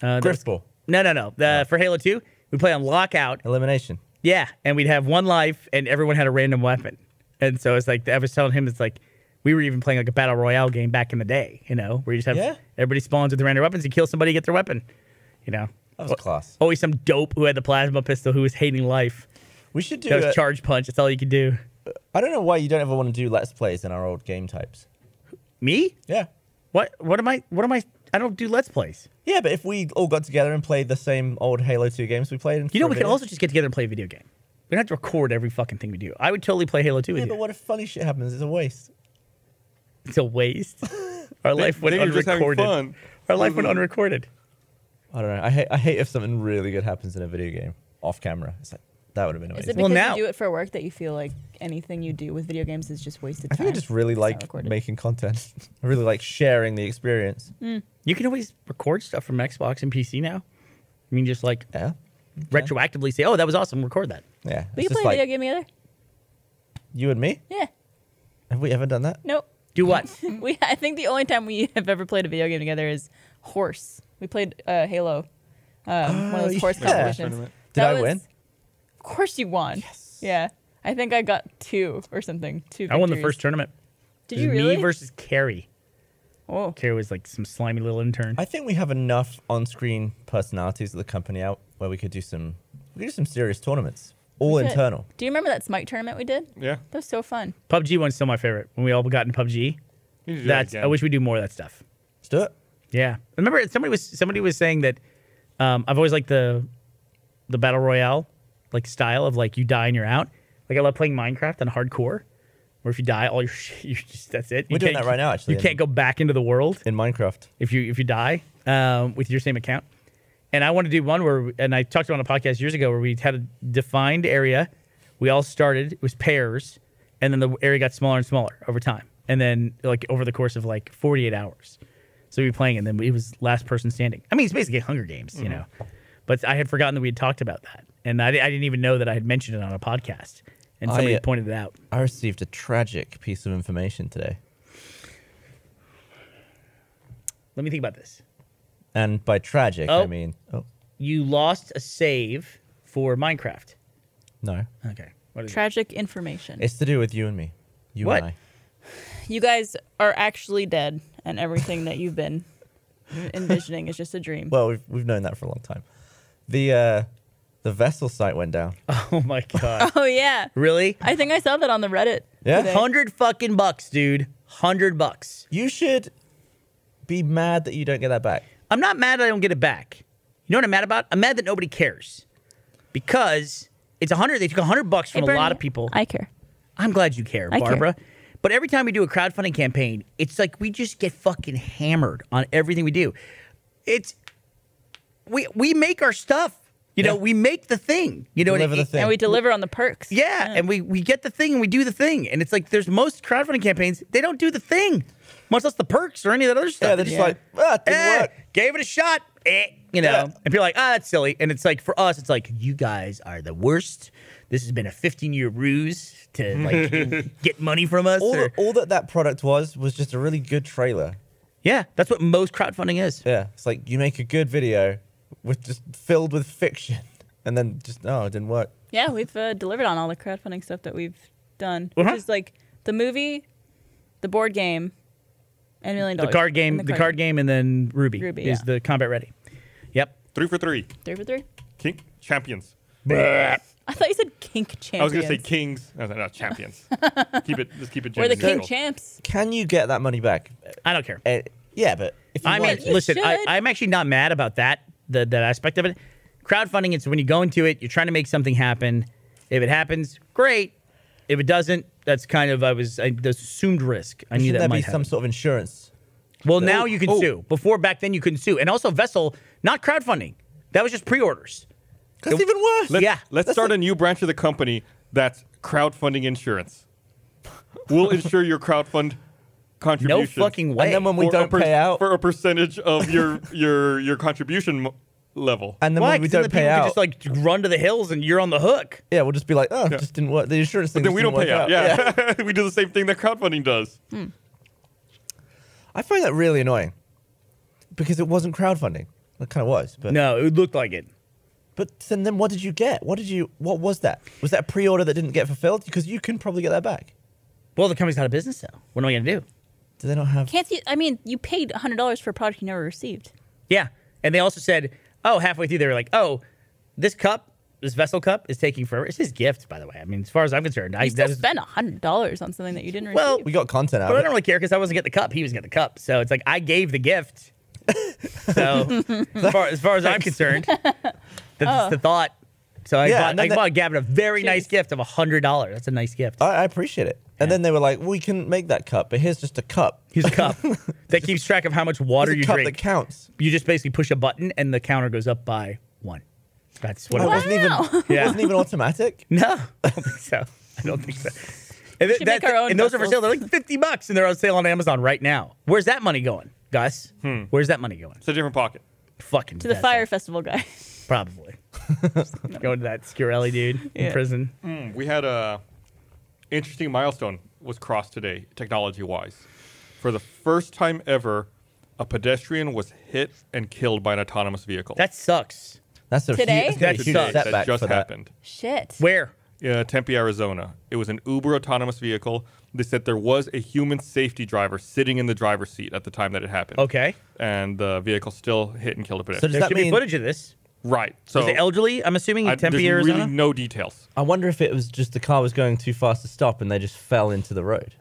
Speaker 9: Uh, that was-
Speaker 4: Griffball.
Speaker 9: No, no, no. Uh, For Halo Two, we play on lockout,
Speaker 4: Elimination.
Speaker 9: Yeah, and we'd have one life, and everyone had a random weapon. And so it's like I was telling him, it's like we were even playing like a battle royale game back in the day, you know, where you just have
Speaker 4: Yeah.
Speaker 9: everybody spawns with random weapons, you kill somebody, you get their weapon, you know.
Speaker 4: That was class.
Speaker 9: Always some dope who had the plasma pistol who was hating life.
Speaker 4: We should do.
Speaker 9: That
Speaker 4: a-
Speaker 9: was charge punch. That's all you could do.
Speaker 4: I don't know why you don't ever want to do let's plays in our old game types.
Speaker 9: Me?
Speaker 4: Yeah.
Speaker 9: What? What am I? What am I? I don't do let's plays.
Speaker 4: Yeah, but if we all got together and played the same old Halo 2 games we played in
Speaker 9: You know,
Speaker 4: for a
Speaker 9: we could
Speaker 4: video-
Speaker 9: also just get together and play a video game. We don't have to record every fucking thing we do. I would totally play Halo 2 with
Speaker 4: Yeah,
Speaker 9: you.
Speaker 4: but what if funny shit happens? It's a waste.
Speaker 9: It's a waste. Our life went
Speaker 1: Then you're just having
Speaker 9: unrecorded.
Speaker 1: fun.
Speaker 9: Our life went unrecorded.
Speaker 4: I don't know. I hate, I hate if something really good happens in a video game off camera. It's like, that would have been
Speaker 3: Is it
Speaker 4: amazing.
Speaker 3: because
Speaker 9: Well, now-
Speaker 3: you do it for work that you feel like anything you do with video games is just wasted
Speaker 4: I
Speaker 3: time?
Speaker 4: think I just really
Speaker 3: It's not
Speaker 4: like
Speaker 3: recorded.
Speaker 4: making content. I really like sharing the experience.
Speaker 3: Mm.
Speaker 9: You can always record stuff from Xbox and PC now. I mean, just like
Speaker 4: Yeah.
Speaker 9: retroactively say, "Oh, that was awesome." Record that.
Speaker 4: Yeah.
Speaker 3: We
Speaker 4: It's
Speaker 3: can
Speaker 4: just
Speaker 3: play
Speaker 4: like
Speaker 3: a video game together.
Speaker 4: You and me?
Speaker 3: Yeah.
Speaker 4: Have we ever done that?
Speaker 3: Nope.
Speaker 9: Do what?
Speaker 3: we I think the only time we have ever played a video game together is horse. We played uh, Halo, um, one of
Speaker 4: Oh,
Speaker 3: those horse
Speaker 4: yeah.
Speaker 3: competitions.
Speaker 1: Did
Speaker 4: Did
Speaker 3: That
Speaker 4: I
Speaker 3: was-
Speaker 4: win?
Speaker 3: Of course you won. Yes. Yeah. I think I got two or something. Two.
Speaker 9: I won the
Speaker 3: victories.
Speaker 9: first tournament.
Speaker 3: Did
Speaker 9: It
Speaker 3: you
Speaker 9: was
Speaker 3: really?
Speaker 9: Me versus Carrie.
Speaker 3: oh.
Speaker 9: Carrie was like some slimy little intern.
Speaker 4: I think we have enough on-screen personalities at the company out where we could do some we could do some serious tournaments. All
Speaker 3: Good.
Speaker 4: internal.
Speaker 3: Do you remember that Smite tournament we did?
Speaker 1: Yeah.
Speaker 3: That was so fun.
Speaker 9: PUBG one's still my favorite. When we all got in PUBG,
Speaker 1: You should do that
Speaker 9: that's. I
Speaker 1: again.
Speaker 9: wish we do more of that stuff.
Speaker 4: Let's do it.
Speaker 9: Yeah. Remember, somebody was somebody was saying that um, I've always liked the the battle royale like style of like you die and you're out. Like I love playing Minecraft on hardcore, where if you die, all your shit, you just that's it. You
Speaker 4: We're doing
Speaker 9: can't-
Speaker 4: that right now, actually,
Speaker 9: you can't
Speaker 4: in-
Speaker 9: go back into the world.
Speaker 4: In Minecraft.
Speaker 9: if you if you die um, with your same account. And I want to do one where, and I talked about it on a podcast years ago where we had a defined area. We all started it was pairs, and then the area got smaller and smaller over time, and then like over the course of like 48 hours. So we were playing, and then it was last person standing. I mean, it's basically Hunger Games,
Speaker 4: Mm-hmm.
Speaker 9: you know. But I had forgotten that we had talked about that, and I, di- I didn't even know that I had mentioned it on a podcast, and
Speaker 4: I,
Speaker 9: somebody
Speaker 4: uh,
Speaker 9: pointed it out.
Speaker 4: I received a tragic piece of information today.
Speaker 9: Let me think about this.
Speaker 4: And by tragic, I
Speaker 9: Oh.
Speaker 4: mean, oh,
Speaker 9: You lost a save for Minecraft.
Speaker 4: no.
Speaker 9: Okay, what is it?
Speaker 3: Tragic information.
Speaker 4: It's to do with you and me. You
Speaker 9: What?
Speaker 4: and I.
Speaker 3: you guys are actually dead, and everything that you've been envisioning is just a dream.
Speaker 4: Well, we've, we've known that for a long time. The uh, the vessel site went down.
Speaker 9: Oh my god.
Speaker 3: oh yeah.
Speaker 9: Really?
Speaker 3: I think I saw that on the Reddit.
Speaker 4: Yeah?
Speaker 3: today.
Speaker 9: Hundred fucking bucks, dude. Hundred bucks.
Speaker 4: You should be mad that you don't get that back.
Speaker 9: I'm not mad I don't get it back. You know what I'm mad about? I'm mad that nobody cares. Because it's a hundred they took a hundred bucks
Speaker 3: Hey,
Speaker 9: from a
Speaker 3: Bernie,
Speaker 9: lot of people.
Speaker 3: I care.
Speaker 9: I'm glad you care,
Speaker 3: I care.
Speaker 9: Barbara. But every time we do a crowdfunding campaign, it's like we just get fucking hammered on everything we do. It's we we make our stuff. You know,
Speaker 4: Yeah.
Speaker 9: we make the thing. You know, and
Speaker 4: Deliver the
Speaker 9: it-
Speaker 4: thing.
Speaker 3: And we deliver on the perks.
Speaker 9: Yeah, and we we get the thing and we do the thing, and it's like there's most crowdfunding campaigns they don't do the thing, much less the perks or any of that other stuff.
Speaker 4: Yeah, they're just like, ah, it didn't
Speaker 9: eh,
Speaker 4: work.
Speaker 9: Gave it a shot. eh, you know,
Speaker 4: Yeah.
Speaker 9: and people are like, ah, that's silly. And it's like for us, it's like you guys are the worst. This has been a 15 year ruse to like get money from us.
Speaker 4: all,
Speaker 9: or-
Speaker 4: that, all that that product was was just a really good trailer.
Speaker 9: yeah, that's what most crowdfunding is.
Speaker 4: Yeah, it's like you make a good video with just filled with fiction, and then just no, it didn't work.
Speaker 3: Yeah, we've uh, delivered on all the crowdfunding stuff that we've done,
Speaker 9: Uh-huh.
Speaker 3: which is like the movie, the board game, and Million
Speaker 9: The
Speaker 3: Dollar
Speaker 9: card game,
Speaker 3: and
Speaker 9: the, card, game, and then Ruby,
Speaker 3: Ruby,
Speaker 9: is
Speaker 3: yeah.
Speaker 9: the combat ready. Yep.
Speaker 1: Three for three.
Speaker 3: Three for three.
Speaker 1: King champions.
Speaker 3: I thought you said kink champions.
Speaker 1: I was gonna say kings. I was like, no, champions. keep it. Just keep it.
Speaker 3: We're
Speaker 1: gender
Speaker 3: the king
Speaker 1: neutral.
Speaker 3: champs.
Speaker 4: Can you get that money back?
Speaker 9: I don't care.
Speaker 4: Uh, yeah, but if you
Speaker 9: I mean,
Speaker 4: want to-
Speaker 9: listen, I,
Speaker 3: should.
Speaker 9: I'm actually not mad about that the, that aspect of it. Crowdfunding is when you go into it, you're trying to make something happen. If it happens, great. If it doesn't, that's kind of I was I, the assumed risk. I knew
Speaker 4: shouldn't
Speaker 9: that
Speaker 4: there be
Speaker 9: might
Speaker 4: some
Speaker 9: happen.
Speaker 4: sort of insurance?
Speaker 9: well, now you can
Speaker 1: oh.
Speaker 9: sue. Before back then, you couldn't sue. And also, Vessel, not crowdfunding. That was just pre-orders.
Speaker 4: That's even worse.
Speaker 1: Let's,
Speaker 9: Yeah.
Speaker 1: Let's start a new branch of the company that's crowdfunding insurance. We'll insure your crowdfund contribution.
Speaker 9: No fucking way.
Speaker 4: and then when we
Speaker 1: for a
Speaker 4: don't
Speaker 1: per-
Speaker 4: pay out,
Speaker 1: for a percentage of your your your contribution m- level.
Speaker 4: and then
Speaker 9: Why?
Speaker 4: when we
Speaker 9: 'Cause then
Speaker 4: don't
Speaker 9: the
Speaker 4: pay
Speaker 9: people could
Speaker 4: out,
Speaker 9: just like run to the hills and you're on the hook.
Speaker 4: yeah, we'll just be like, oh, it just didn't work. The insurance thing.
Speaker 1: then
Speaker 4: just
Speaker 1: we
Speaker 4: didn't
Speaker 1: don't pay
Speaker 4: work
Speaker 1: out. Yeah, we do the same thing that crowdfunding does.
Speaker 4: I find that really annoying because it wasn't crowdfunding. It kind of was, but
Speaker 9: No, it looked like it.
Speaker 4: But then, then what did you get? What did you? What was that? Was that a pre-order that didn't get fulfilled? Because you can probably get that back.
Speaker 9: Well, the company's out of business though. What am I gonna do?
Speaker 4: Do they not have?
Speaker 3: Can't you? I mean, you paid hundred dollars for a product you never received.
Speaker 9: Yeah. And they also said, oh, halfway through, they were like, oh, this cup, this vessel cup is taking forever. It's his gift, by the way. I mean, as far as I'm concerned, I,
Speaker 3: You still
Speaker 9: that was-
Speaker 3: spent hundred dollars on something that you didn't receive.
Speaker 9: Well,
Speaker 4: we got content out.
Speaker 9: but I
Speaker 4: Of
Speaker 9: don't
Speaker 4: it.
Speaker 9: really care because I wasn't getting the cup. He was getting the cup. So it's like I gave the gift. So as, far, as far as I'm concerned, that's the thought. So I,
Speaker 4: Yeah,
Speaker 9: bought,
Speaker 4: and then
Speaker 9: I
Speaker 4: that-
Speaker 9: bought Gavin a very nice gift of $100. That's a nice gift.
Speaker 4: I, I appreciate it. And then they were like, "We can make that cup, but here's just a cup.
Speaker 9: Here's a cup that keeps track of how much
Speaker 4: Here's
Speaker 9: water
Speaker 4: a
Speaker 9: you
Speaker 4: cup
Speaker 9: drink.
Speaker 4: that counts."
Speaker 9: you just basically push a button and the counter goes up by one. That's what
Speaker 4: It
Speaker 9: it was.
Speaker 4: wasn't even.
Speaker 9: Yeah.
Speaker 4: It wasn't even automatic.
Speaker 9: No, I don't think so. I don't think so. And, th-
Speaker 3: should make our own
Speaker 9: and those are for
Speaker 3: vessels.
Speaker 9: sale. They're like 50 bucks and they're on sale on Amazon right now. Where's that money going, Gus?
Speaker 1: Hmm.
Speaker 9: Where's that money going?
Speaker 1: It's a different pocket.
Speaker 9: Fucking
Speaker 3: to the
Speaker 9: vessel,
Speaker 3: fire festival guy.
Speaker 9: Probably. going to that Scarelli dude in
Speaker 3: Yeah. Mm.
Speaker 9: prison.
Speaker 1: We had a interesting milestone was crossed today, technology wise. For the first time ever, a pedestrian was hit and killed by an autonomous vehicle.
Speaker 9: That sucks.
Speaker 4: That's a
Speaker 3: Today?
Speaker 4: huge, that's a
Speaker 9: That
Speaker 4: huge
Speaker 9: sucks.
Speaker 1: that,
Speaker 4: setback
Speaker 1: just
Speaker 4: for that.
Speaker 1: happened.
Speaker 3: Shit.
Speaker 9: Where?
Speaker 1: uh, Tempe, Arizona. It was an Uber autonomous vehicle. They said there was a human safety driver sitting in the driver's seat at the time that it happened.
Speaker 9: Okay.
Speaker 1: And the vehicle still hit and killed a
Speaker 4: So
Speaker 1: pedestrian.
Speaker 4: does
Speaker 9: There
Speaker 4: that
Speaker 9: should be
Speaker 4: mean?
Speaker 9: footage of this.
Speaker 1: right. So
Speaker 9: Was it elderly, I'm assuming, in
Speaker 1: I-
Speaker 9: Tempe,
Speaker 1: there's
Speaker 9: Arizona?
Speaker 1: really no details.
Speaker 4: I wonder if it was just the car was going too fast to stop and they just fell into the road.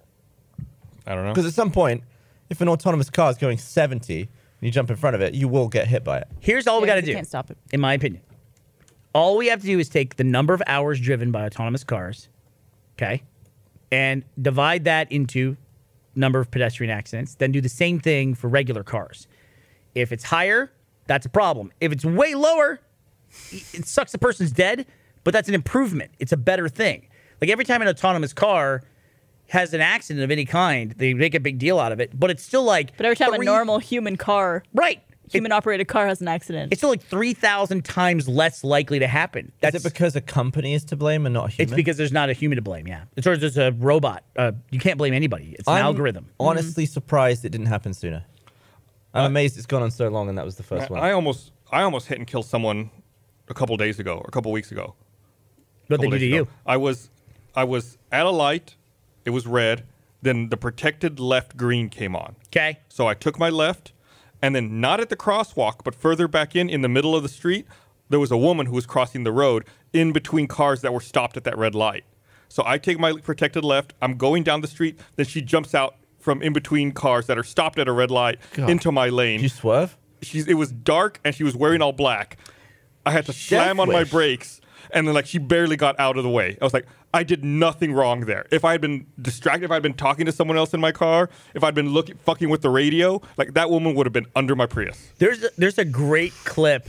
Speaker 1: I don't know.
Speaker 4: Because at some point, if an autonomous car is going 70 and you jump in front of it, you will get hit by it.
Speaker 9: Here's all we
Speaker 3: Yeah,
Speaker 9: got to
Speaker 3: 'cause
Speaker 9: do.
Speaker 3: you can't stop it.
Speaker 9: In my opinion, all we have to do is take the number of hours driven by autonomous cars, okay, and divide that into number of pedestrian accidents. Then do the same thing for regular cars. If it's higher, that's a problem. If it's way lower, it sucks the person's dead, but that's an improvement. It's a better thing. Like every time an autonomous car has an accident of any kind, they make a big deal out of it, but it's still like
Speaker 3: But every time
Speaker 9: three-
Speaker 3: a normal human car,
Speaker 9: right. It-
Speaker 3: human operated car has an accident,
Speaker 9: it's still like 3,000 times less likely to happen. That's
Speaker 4: Is it because a company is to blame and not a human?
Speaker 9: it's because there's not a human to blame, yeah. It's or there's a robot. Uh, you can't blame anybody. It's an
Speaker 4: I'm
Speaker 9: algorithm.
Speaker 4: Honestly, surprised it didn't happen sooner. I'm amazed it's gone on so long and that was the first
Speaker 1: I,
Speaker 4: one.
Speaker 1: I almost I almost hit and killed someone a couple days ago or a couple weeks ago.
Speaker 9: What they
Speaker 1: couple
Speaker 9: do to
Speaker 1: days
Speaker 9: you.
Speaker 1: ago. I was I was at a light. It was red. Then the protected left green came on.
Speaker 9: Okay.
Speaker 1: So I took my left, and then not at the crosswalk, but further back in, in the middle of the street, there was a woman who was crossing the road in between cars that were stopped at that red light. So I take my protected left. I'm going down the street. Then she jumps out from in between cars that are stopped at a red light into my lane.
Speaker 4: Did you swerve?
Speaker 1: She's it was dark and she was wearing all black. I had to slam on my
Speaker 4: wish.
Speaker 1: brakes and then like she barely got out of the way. I was like, I did nothing wrong there. If I had been distracted, if I'd been talking to someone else in my car, if I'd been looking fucking with the radio, like that woman would have been under my Prius.
Speaker 9: There's a, there's a great clip.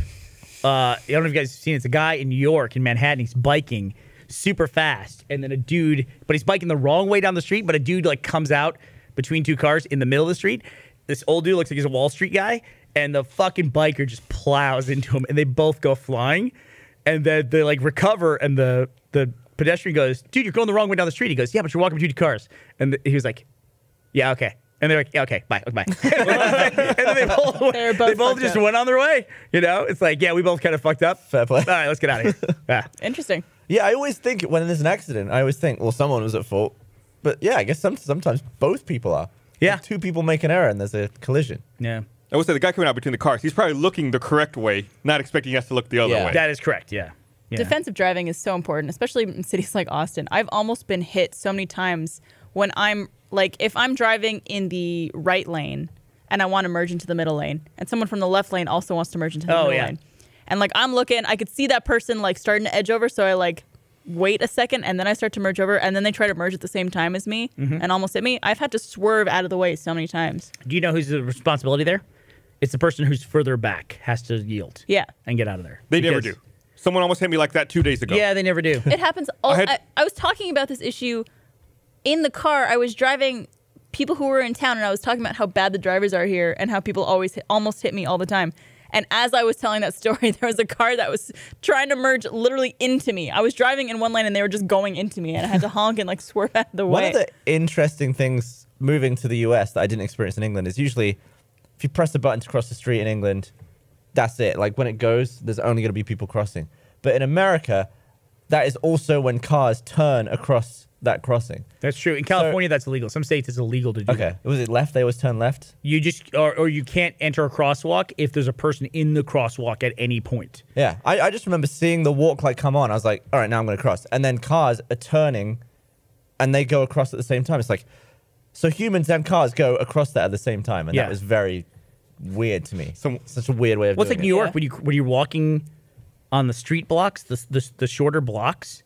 Speaker 9: Uh, I don't know if you guys have seen it. It's a guy in New York in Manhattan. He's biking super fast, and then a dude, but he's biking the wrong way down the street. But a dude like comes out between two cars in the middle of the street. This old dude looks like he's a Wall Street guy, and the fucking biker just plows into him, and they both go flying, and then they like recover, and the the pedestrian goes, "Dude, you're going the wrong way down the street." He goes, "Yeah, but you're walking between two cars," and th- he was like, "Yeah, okay." And they're like, yeah, okay, bye, okay, bye. and then they both,
Speaker 3: They're
Speaker 9: they
Speaker 3: both
Speaker 9: both
Speaker 3: fucked
Speaker 9: just
Speaker 3: up.
Speaker 9: went on their way. You know, it's like, yeah, we both kind of fucked up.
Speaker 4: Fair play.
Speaker 9: All right, let's get out of here. Yeah.
Speaker 3: Interesting.
Speaker 4: Yeah, I always think when there's an accident, I always think, well, someone was at fault. But yeah, I guess some, sometimes both people are.
Speaker 9: Yeah.
Speaker 4: If two people make an error and there's a collision.
Speaker 9: Yeah.
Speaker 1: I would say the guy coming out between the cars, he's probably looking the correct way, not expecting us to look the other
Speaker 4: Yeah.
Speaker 1: way.
Speaker 9: That is correct. Yeah. yeah.
Speaker 3: Defensive driving is so important, especially in cities like Austin. I've almost been hit so many times when I'm like, if I'm driving in the right lane and I want to merge into the middle lane, and someone from the left lane also wants to merge into the
Speaker 9: Oh,
Speaker 3: middle
Speaker 9: yeah.
Speaker 3: lane. And like, I'm looking, I could see that person like starting to edge over. So I like wait a second and then I start to merge over. And then they try to merge at the same time as me
Speaker 9: Mm-hmm.
Speaker 3: and almost hit me. I've had to swerve out of the way so many times.
Speaker 9: Do you know who's the responsibility there? It's the person who's further back has to yield.
Speaker 3: Yeah.
Speaker 9: And get out of there.
Speaker 1: they never do.
Speaker 9: Because-
Speaker 1: Someone almost hit me like that two days ago.
Speaker 9: Yeah, they never do.
Speaker 3: it happens all I,
Speaker 1: I had-
Speaker 3: I, was talking about this issue in the car i was driving people who were in town and i was talking about how bad the drivers are here and how people always hit, almost hit me all the time and as i was telling that story there was a car that was trying to merge literally into me i was driving in one lane and they were just going into me and i had to honk and like swerve out of the
Speaker 4: One
Speaker 3: way
Speaker 4: of the interesting things moving to the US that I didn't experience in England is usually if you press a button to cross the street in England, that's it. Like when it goes, there's only going to be people crossing. But in America, that is also when cars turn across that crossing.
Speaker 9: That's true. In California, that's illegal. Some states, it's illegal to do.
Speaker 4: Okay.
Speaker 9: that.
Speaker 4: Was it left? They always turn left?
Speaker 9: You just or, or you can't enter a crosswalk if there's a person in the crosswalk at any point.
Speaker 4: Yeah, I, I just remember seeing the walk light come on. I was like, all right, now I'm going to cross. And then cars are turning and they go across at the same time. It's like, so humans and cars go across that at the same time. And
Speaker 9: Yeah.
Speaker 4: that was very weird to me.
Speaker 1: Some-
Speaker 4: Such a weird way of
Speaker 9: What's
Speaker 4: doing
Speaker 9: like New
Speaker 4: it.
Speaker 9: York when you when you're walking on the street blocks, the, the the shorter blocks,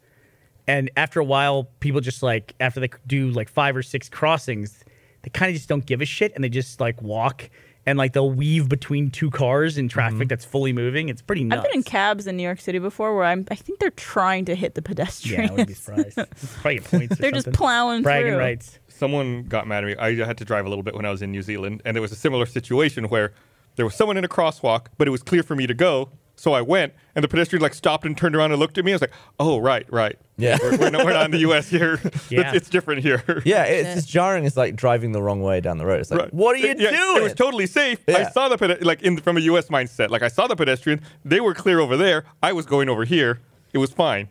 Speaker 9: and after a while, people just like after they do like five or six crossings, they kind of just don't give a shit and they just like walk and like they'll weave between two cars in traffic that's fully moving. It's pretty nuts.
Speaker 3: Mm-hmm. i've been in cabs in new york city before where i'm i think they're trying to hit the pedestrian
Speaker 9: Yeah, I wouldn't be surprised. It's probably points. or
Speaker 3: They're just
Speaker 9: something.
Speaker 3: plowing
Speaker 9: bragging
Speaker 3: through.
Speaker 9: rights.
Speaker 1: someone got mad at me. I had to drive a little bit when I was in New Zealand, and there was a similar situation where there was someone in a crosswalk, but it was clear for me to go, so I went, and the pedestrian like stopped and turned around and looked at me. I was like, "Oh, right, right,
Speaker 4: Yeah.
Speaker 1: we're, we're, not, we're not in the U.S. here.
Speaker 9: Yeah.
Speaker 1: it's, it's different here."
Speaker 4: Yeah, it's just jarring. It's like driving the wrong way down the road. It's like,
Speaker 1: Right.
Speaker 4: what are you
Speaker 1: It- yeah,
Speaker 4: doing?
Speaker 1: It was totally safe.
Speaker 4: Yeah.
Speaker 1: I saw the pede- like in from a U.S. mindset. Like I saw the pedestrian. They were clear over there. I was going over here. It was fine,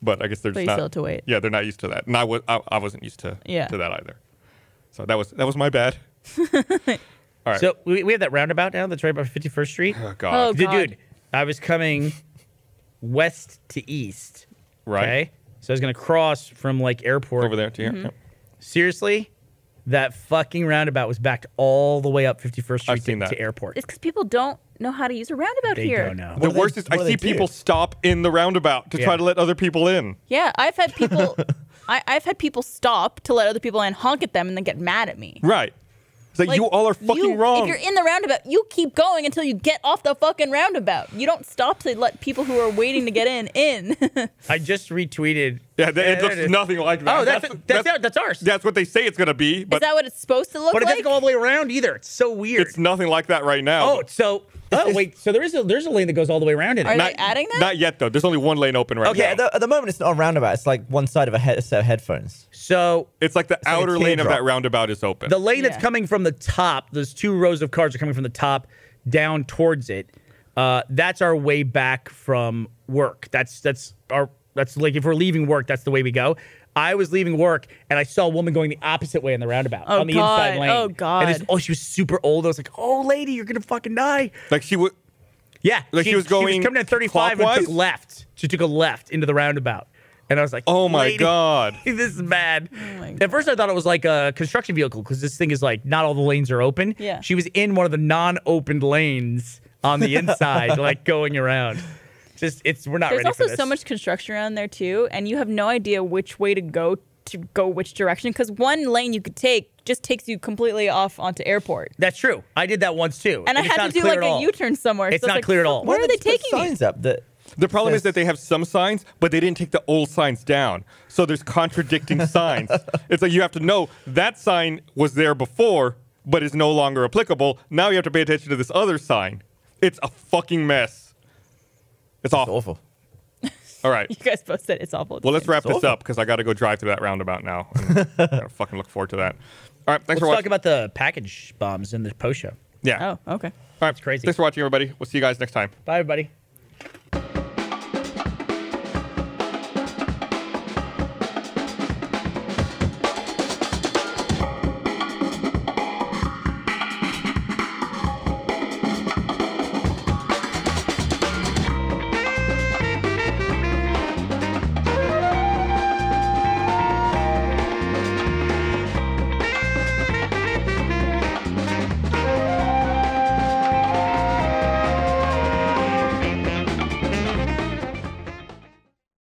Speaker 1: but I guess they're
Speaker 3: But
Speaker 1: just
Speaker 3: you
Speaker 1: not.
Speaker 3: still had to wait.
Speaker 1: Yeah, they're not used to that, and I was I, I wasn't used to
Speaker 3: Yeah.
Speaker 1: to that either. So that was that was my bad. All right.
Speaker 9: So we, we have that roundabout now that's right by 51st Street.
Speaker 1: oh God.
Speaker 3: Oh,
Speaker 9: Dude,
Speaker 3: God.
Speaker 9: dude, I was coming west to east.
Speaker 1: Right.
Speaker 9: Okay. So I was gonna cross from like airport
Speaker 1: Over there to here. Yep.
Speaker 9: Seriously, that fucking roundabout was backed all the way up 51st Street
Speaker 1: I've seen
Speaker 9: to,
Speaker 1: that.
Speaker 9: to airport.
Speaker 3: it's because people don't know how to use a roundabout
Speaker 9: they
Speaker 3: here
Speaker 9: don't know.
Speaker 1: The
Speaker 4: do they-
Speaker 1: worst is
Speaker 4: what
Speaker 1: I
Speaker 4: do
Speaker 1: see
Speaker 4: they do?
Speaker 1: people stop in the roundabout to
Speaker 9: Yeah.
Speaker 1: try to let other people in.
Speaker 3: Yeah, I've had people. I, I've had people stop to let other people in, honk at them, and then get mad at me.
Speaker 1: Right. It's like,
Speaker 3: Like,
Speaker 1: you all are fucking
Speaker 3: you-
Speaker 1: wrong.
Speaker 3: If you're in the roundabout, you keep going until you get off the fucking roundabout. You don't stop to let people who are waiting to get in in.
Speaker 9: I just retweeted.
Speaker 1: yeah, th- it
Speaker 9: there
Speaker 1: looks
Speaker 9: is.
Speaker 1: nothing like that.
Speaker 9: Oh, that's that's that's, ours.
Speaker 1: that's what they say it's gonna be,
Speaker 3: Is
Speaker 1: but
Speaker 3: that what it's supposed to look
Speaker 9: but it
Speaker 3: like?
Speaker 9: doesn't go all the way around either. It's so weird.
Speaker 1: it's nothing like that right now.
Speaker 9: oh, so oh wait, so there is a there's a lane that goes all the way around in it.
Speaker 3: Are
Speaker 1: not,
Speaker 3: they adding that?
Speaker 1: Not yet though. There's only one lane open right
Speaker 4: Okay,
Speaker 1: now.
Speaker 4: at the, at the moment, it's not a roundabout. It's like one side of a, head, a set of headphones.
Speaker 9: so
Speaker 1: it's like the
Speaker 4: like a
Speaker 1: outer lane of
Speaker 4: teardrop.
Speaker 1: that roundabout is open.
Speaker 9: the lane
Speaker 3: Yeah.
Speaker 9: that's coming from the top, those two rows of cars are coming from the top down towards it. Uh, that's our way back from work. That's that's our that's like if we're leaving work, that's the way we go. I was leaving work and I saw a woman going the opposite way in the roundabout
Speaker 3: Oh,
Speaker 9: on the
Speaker 3: God.
Speaker 9: inside lane.
Speaker 3: Oh, God.
Speaker 9: And this, oh, she was super old. I was like, "Oh, lady, you're gonna fucking die."
Speaker 1: like she would
Speaker 9: Yeah,
Speaker 1: Like she was going
Speaker 9: coming at 35 and
Speaker 1: clockwise?
Speaker 9: took left. She took a left into the roundabout, and I was like,
Speaker 1: Oh my
Speaker 9: "Lady,
Speaker 1: God.
Speaker 9: this is bad."
Speaker 3: Oh my
Speaker 9: At first, I thought it was like a construction vehicle because this thing is like not all the lanes are open.
Speaker 3: Yeah.
Speaker 9: she was in one of the non-opened lanes on the inside, like going around. Just it's we're not
Speaker 3: There's
Speaker 9: ready
Speaker 3: also
Speaker 9: for this.
Speaker 3: so much construction around there too, and you have no idea which way to go to go which direction because one lane you could take just takes you completely off onto airport.
Speaker 9: That's true. I did that once too,
Speaker 3: And I
Speaker 9: it's
Speaker 3: had
Speaker 9: not
Speaker 3: to do
Speaker 9: clear
Speaker 3: like
Speaker 9: at all.
Speaker 3: a U-turn somewhere.
Speaker 9: It's
Speaker 3: so
Speaker 9: not
Speaker 3: like,
Speaker 9: clear at
Speaker 3: "Fuck,
Speaker 9: all.
Speaker 3: Where
Speaker 4: Why
Speaker 3: are they
Speaker 4: just put
Speaker 3: taking me?
Speaker 4: signs up that
Speaker 1: The problem is
Speaker 4: Yes.
Speaker 1: that they have some signs, but they didn't take the old signs down. So there's contradicting signs. It's like you have to know that sign was there before, but is no longer applicable. Now you have to pay attention to this other sign. It's a fucking mess. It's
Speaker 4: It's
Speaker 1: awful.
Speaker 4: awful.
Speaker 1: All right.
Speaker 3: You guys both said it's awful. at the
Speaker 1: Well, let's
Speaker 3: same
Speaker 1: wrap this
Speaker 4: awful.
Speaker 1: up because I got to go drive to that roundabout now. And I gotta fucking look forward to that. All right. Thanks
Speaker 9: Let's
Speaker 1: for
Speaker 9: talk
Speaker 1: watching.
Speaker 9: about the package bombs in the post show.
Speaker 1: yeah.
Speaker 3: time. Oh, okay.
Speaker 1: All right.
Speaker 9: It's crazy.
Speaker 1: Thanks for watching, everybody. We'll see you guys next time.
Speaker 9: Bye, everybody.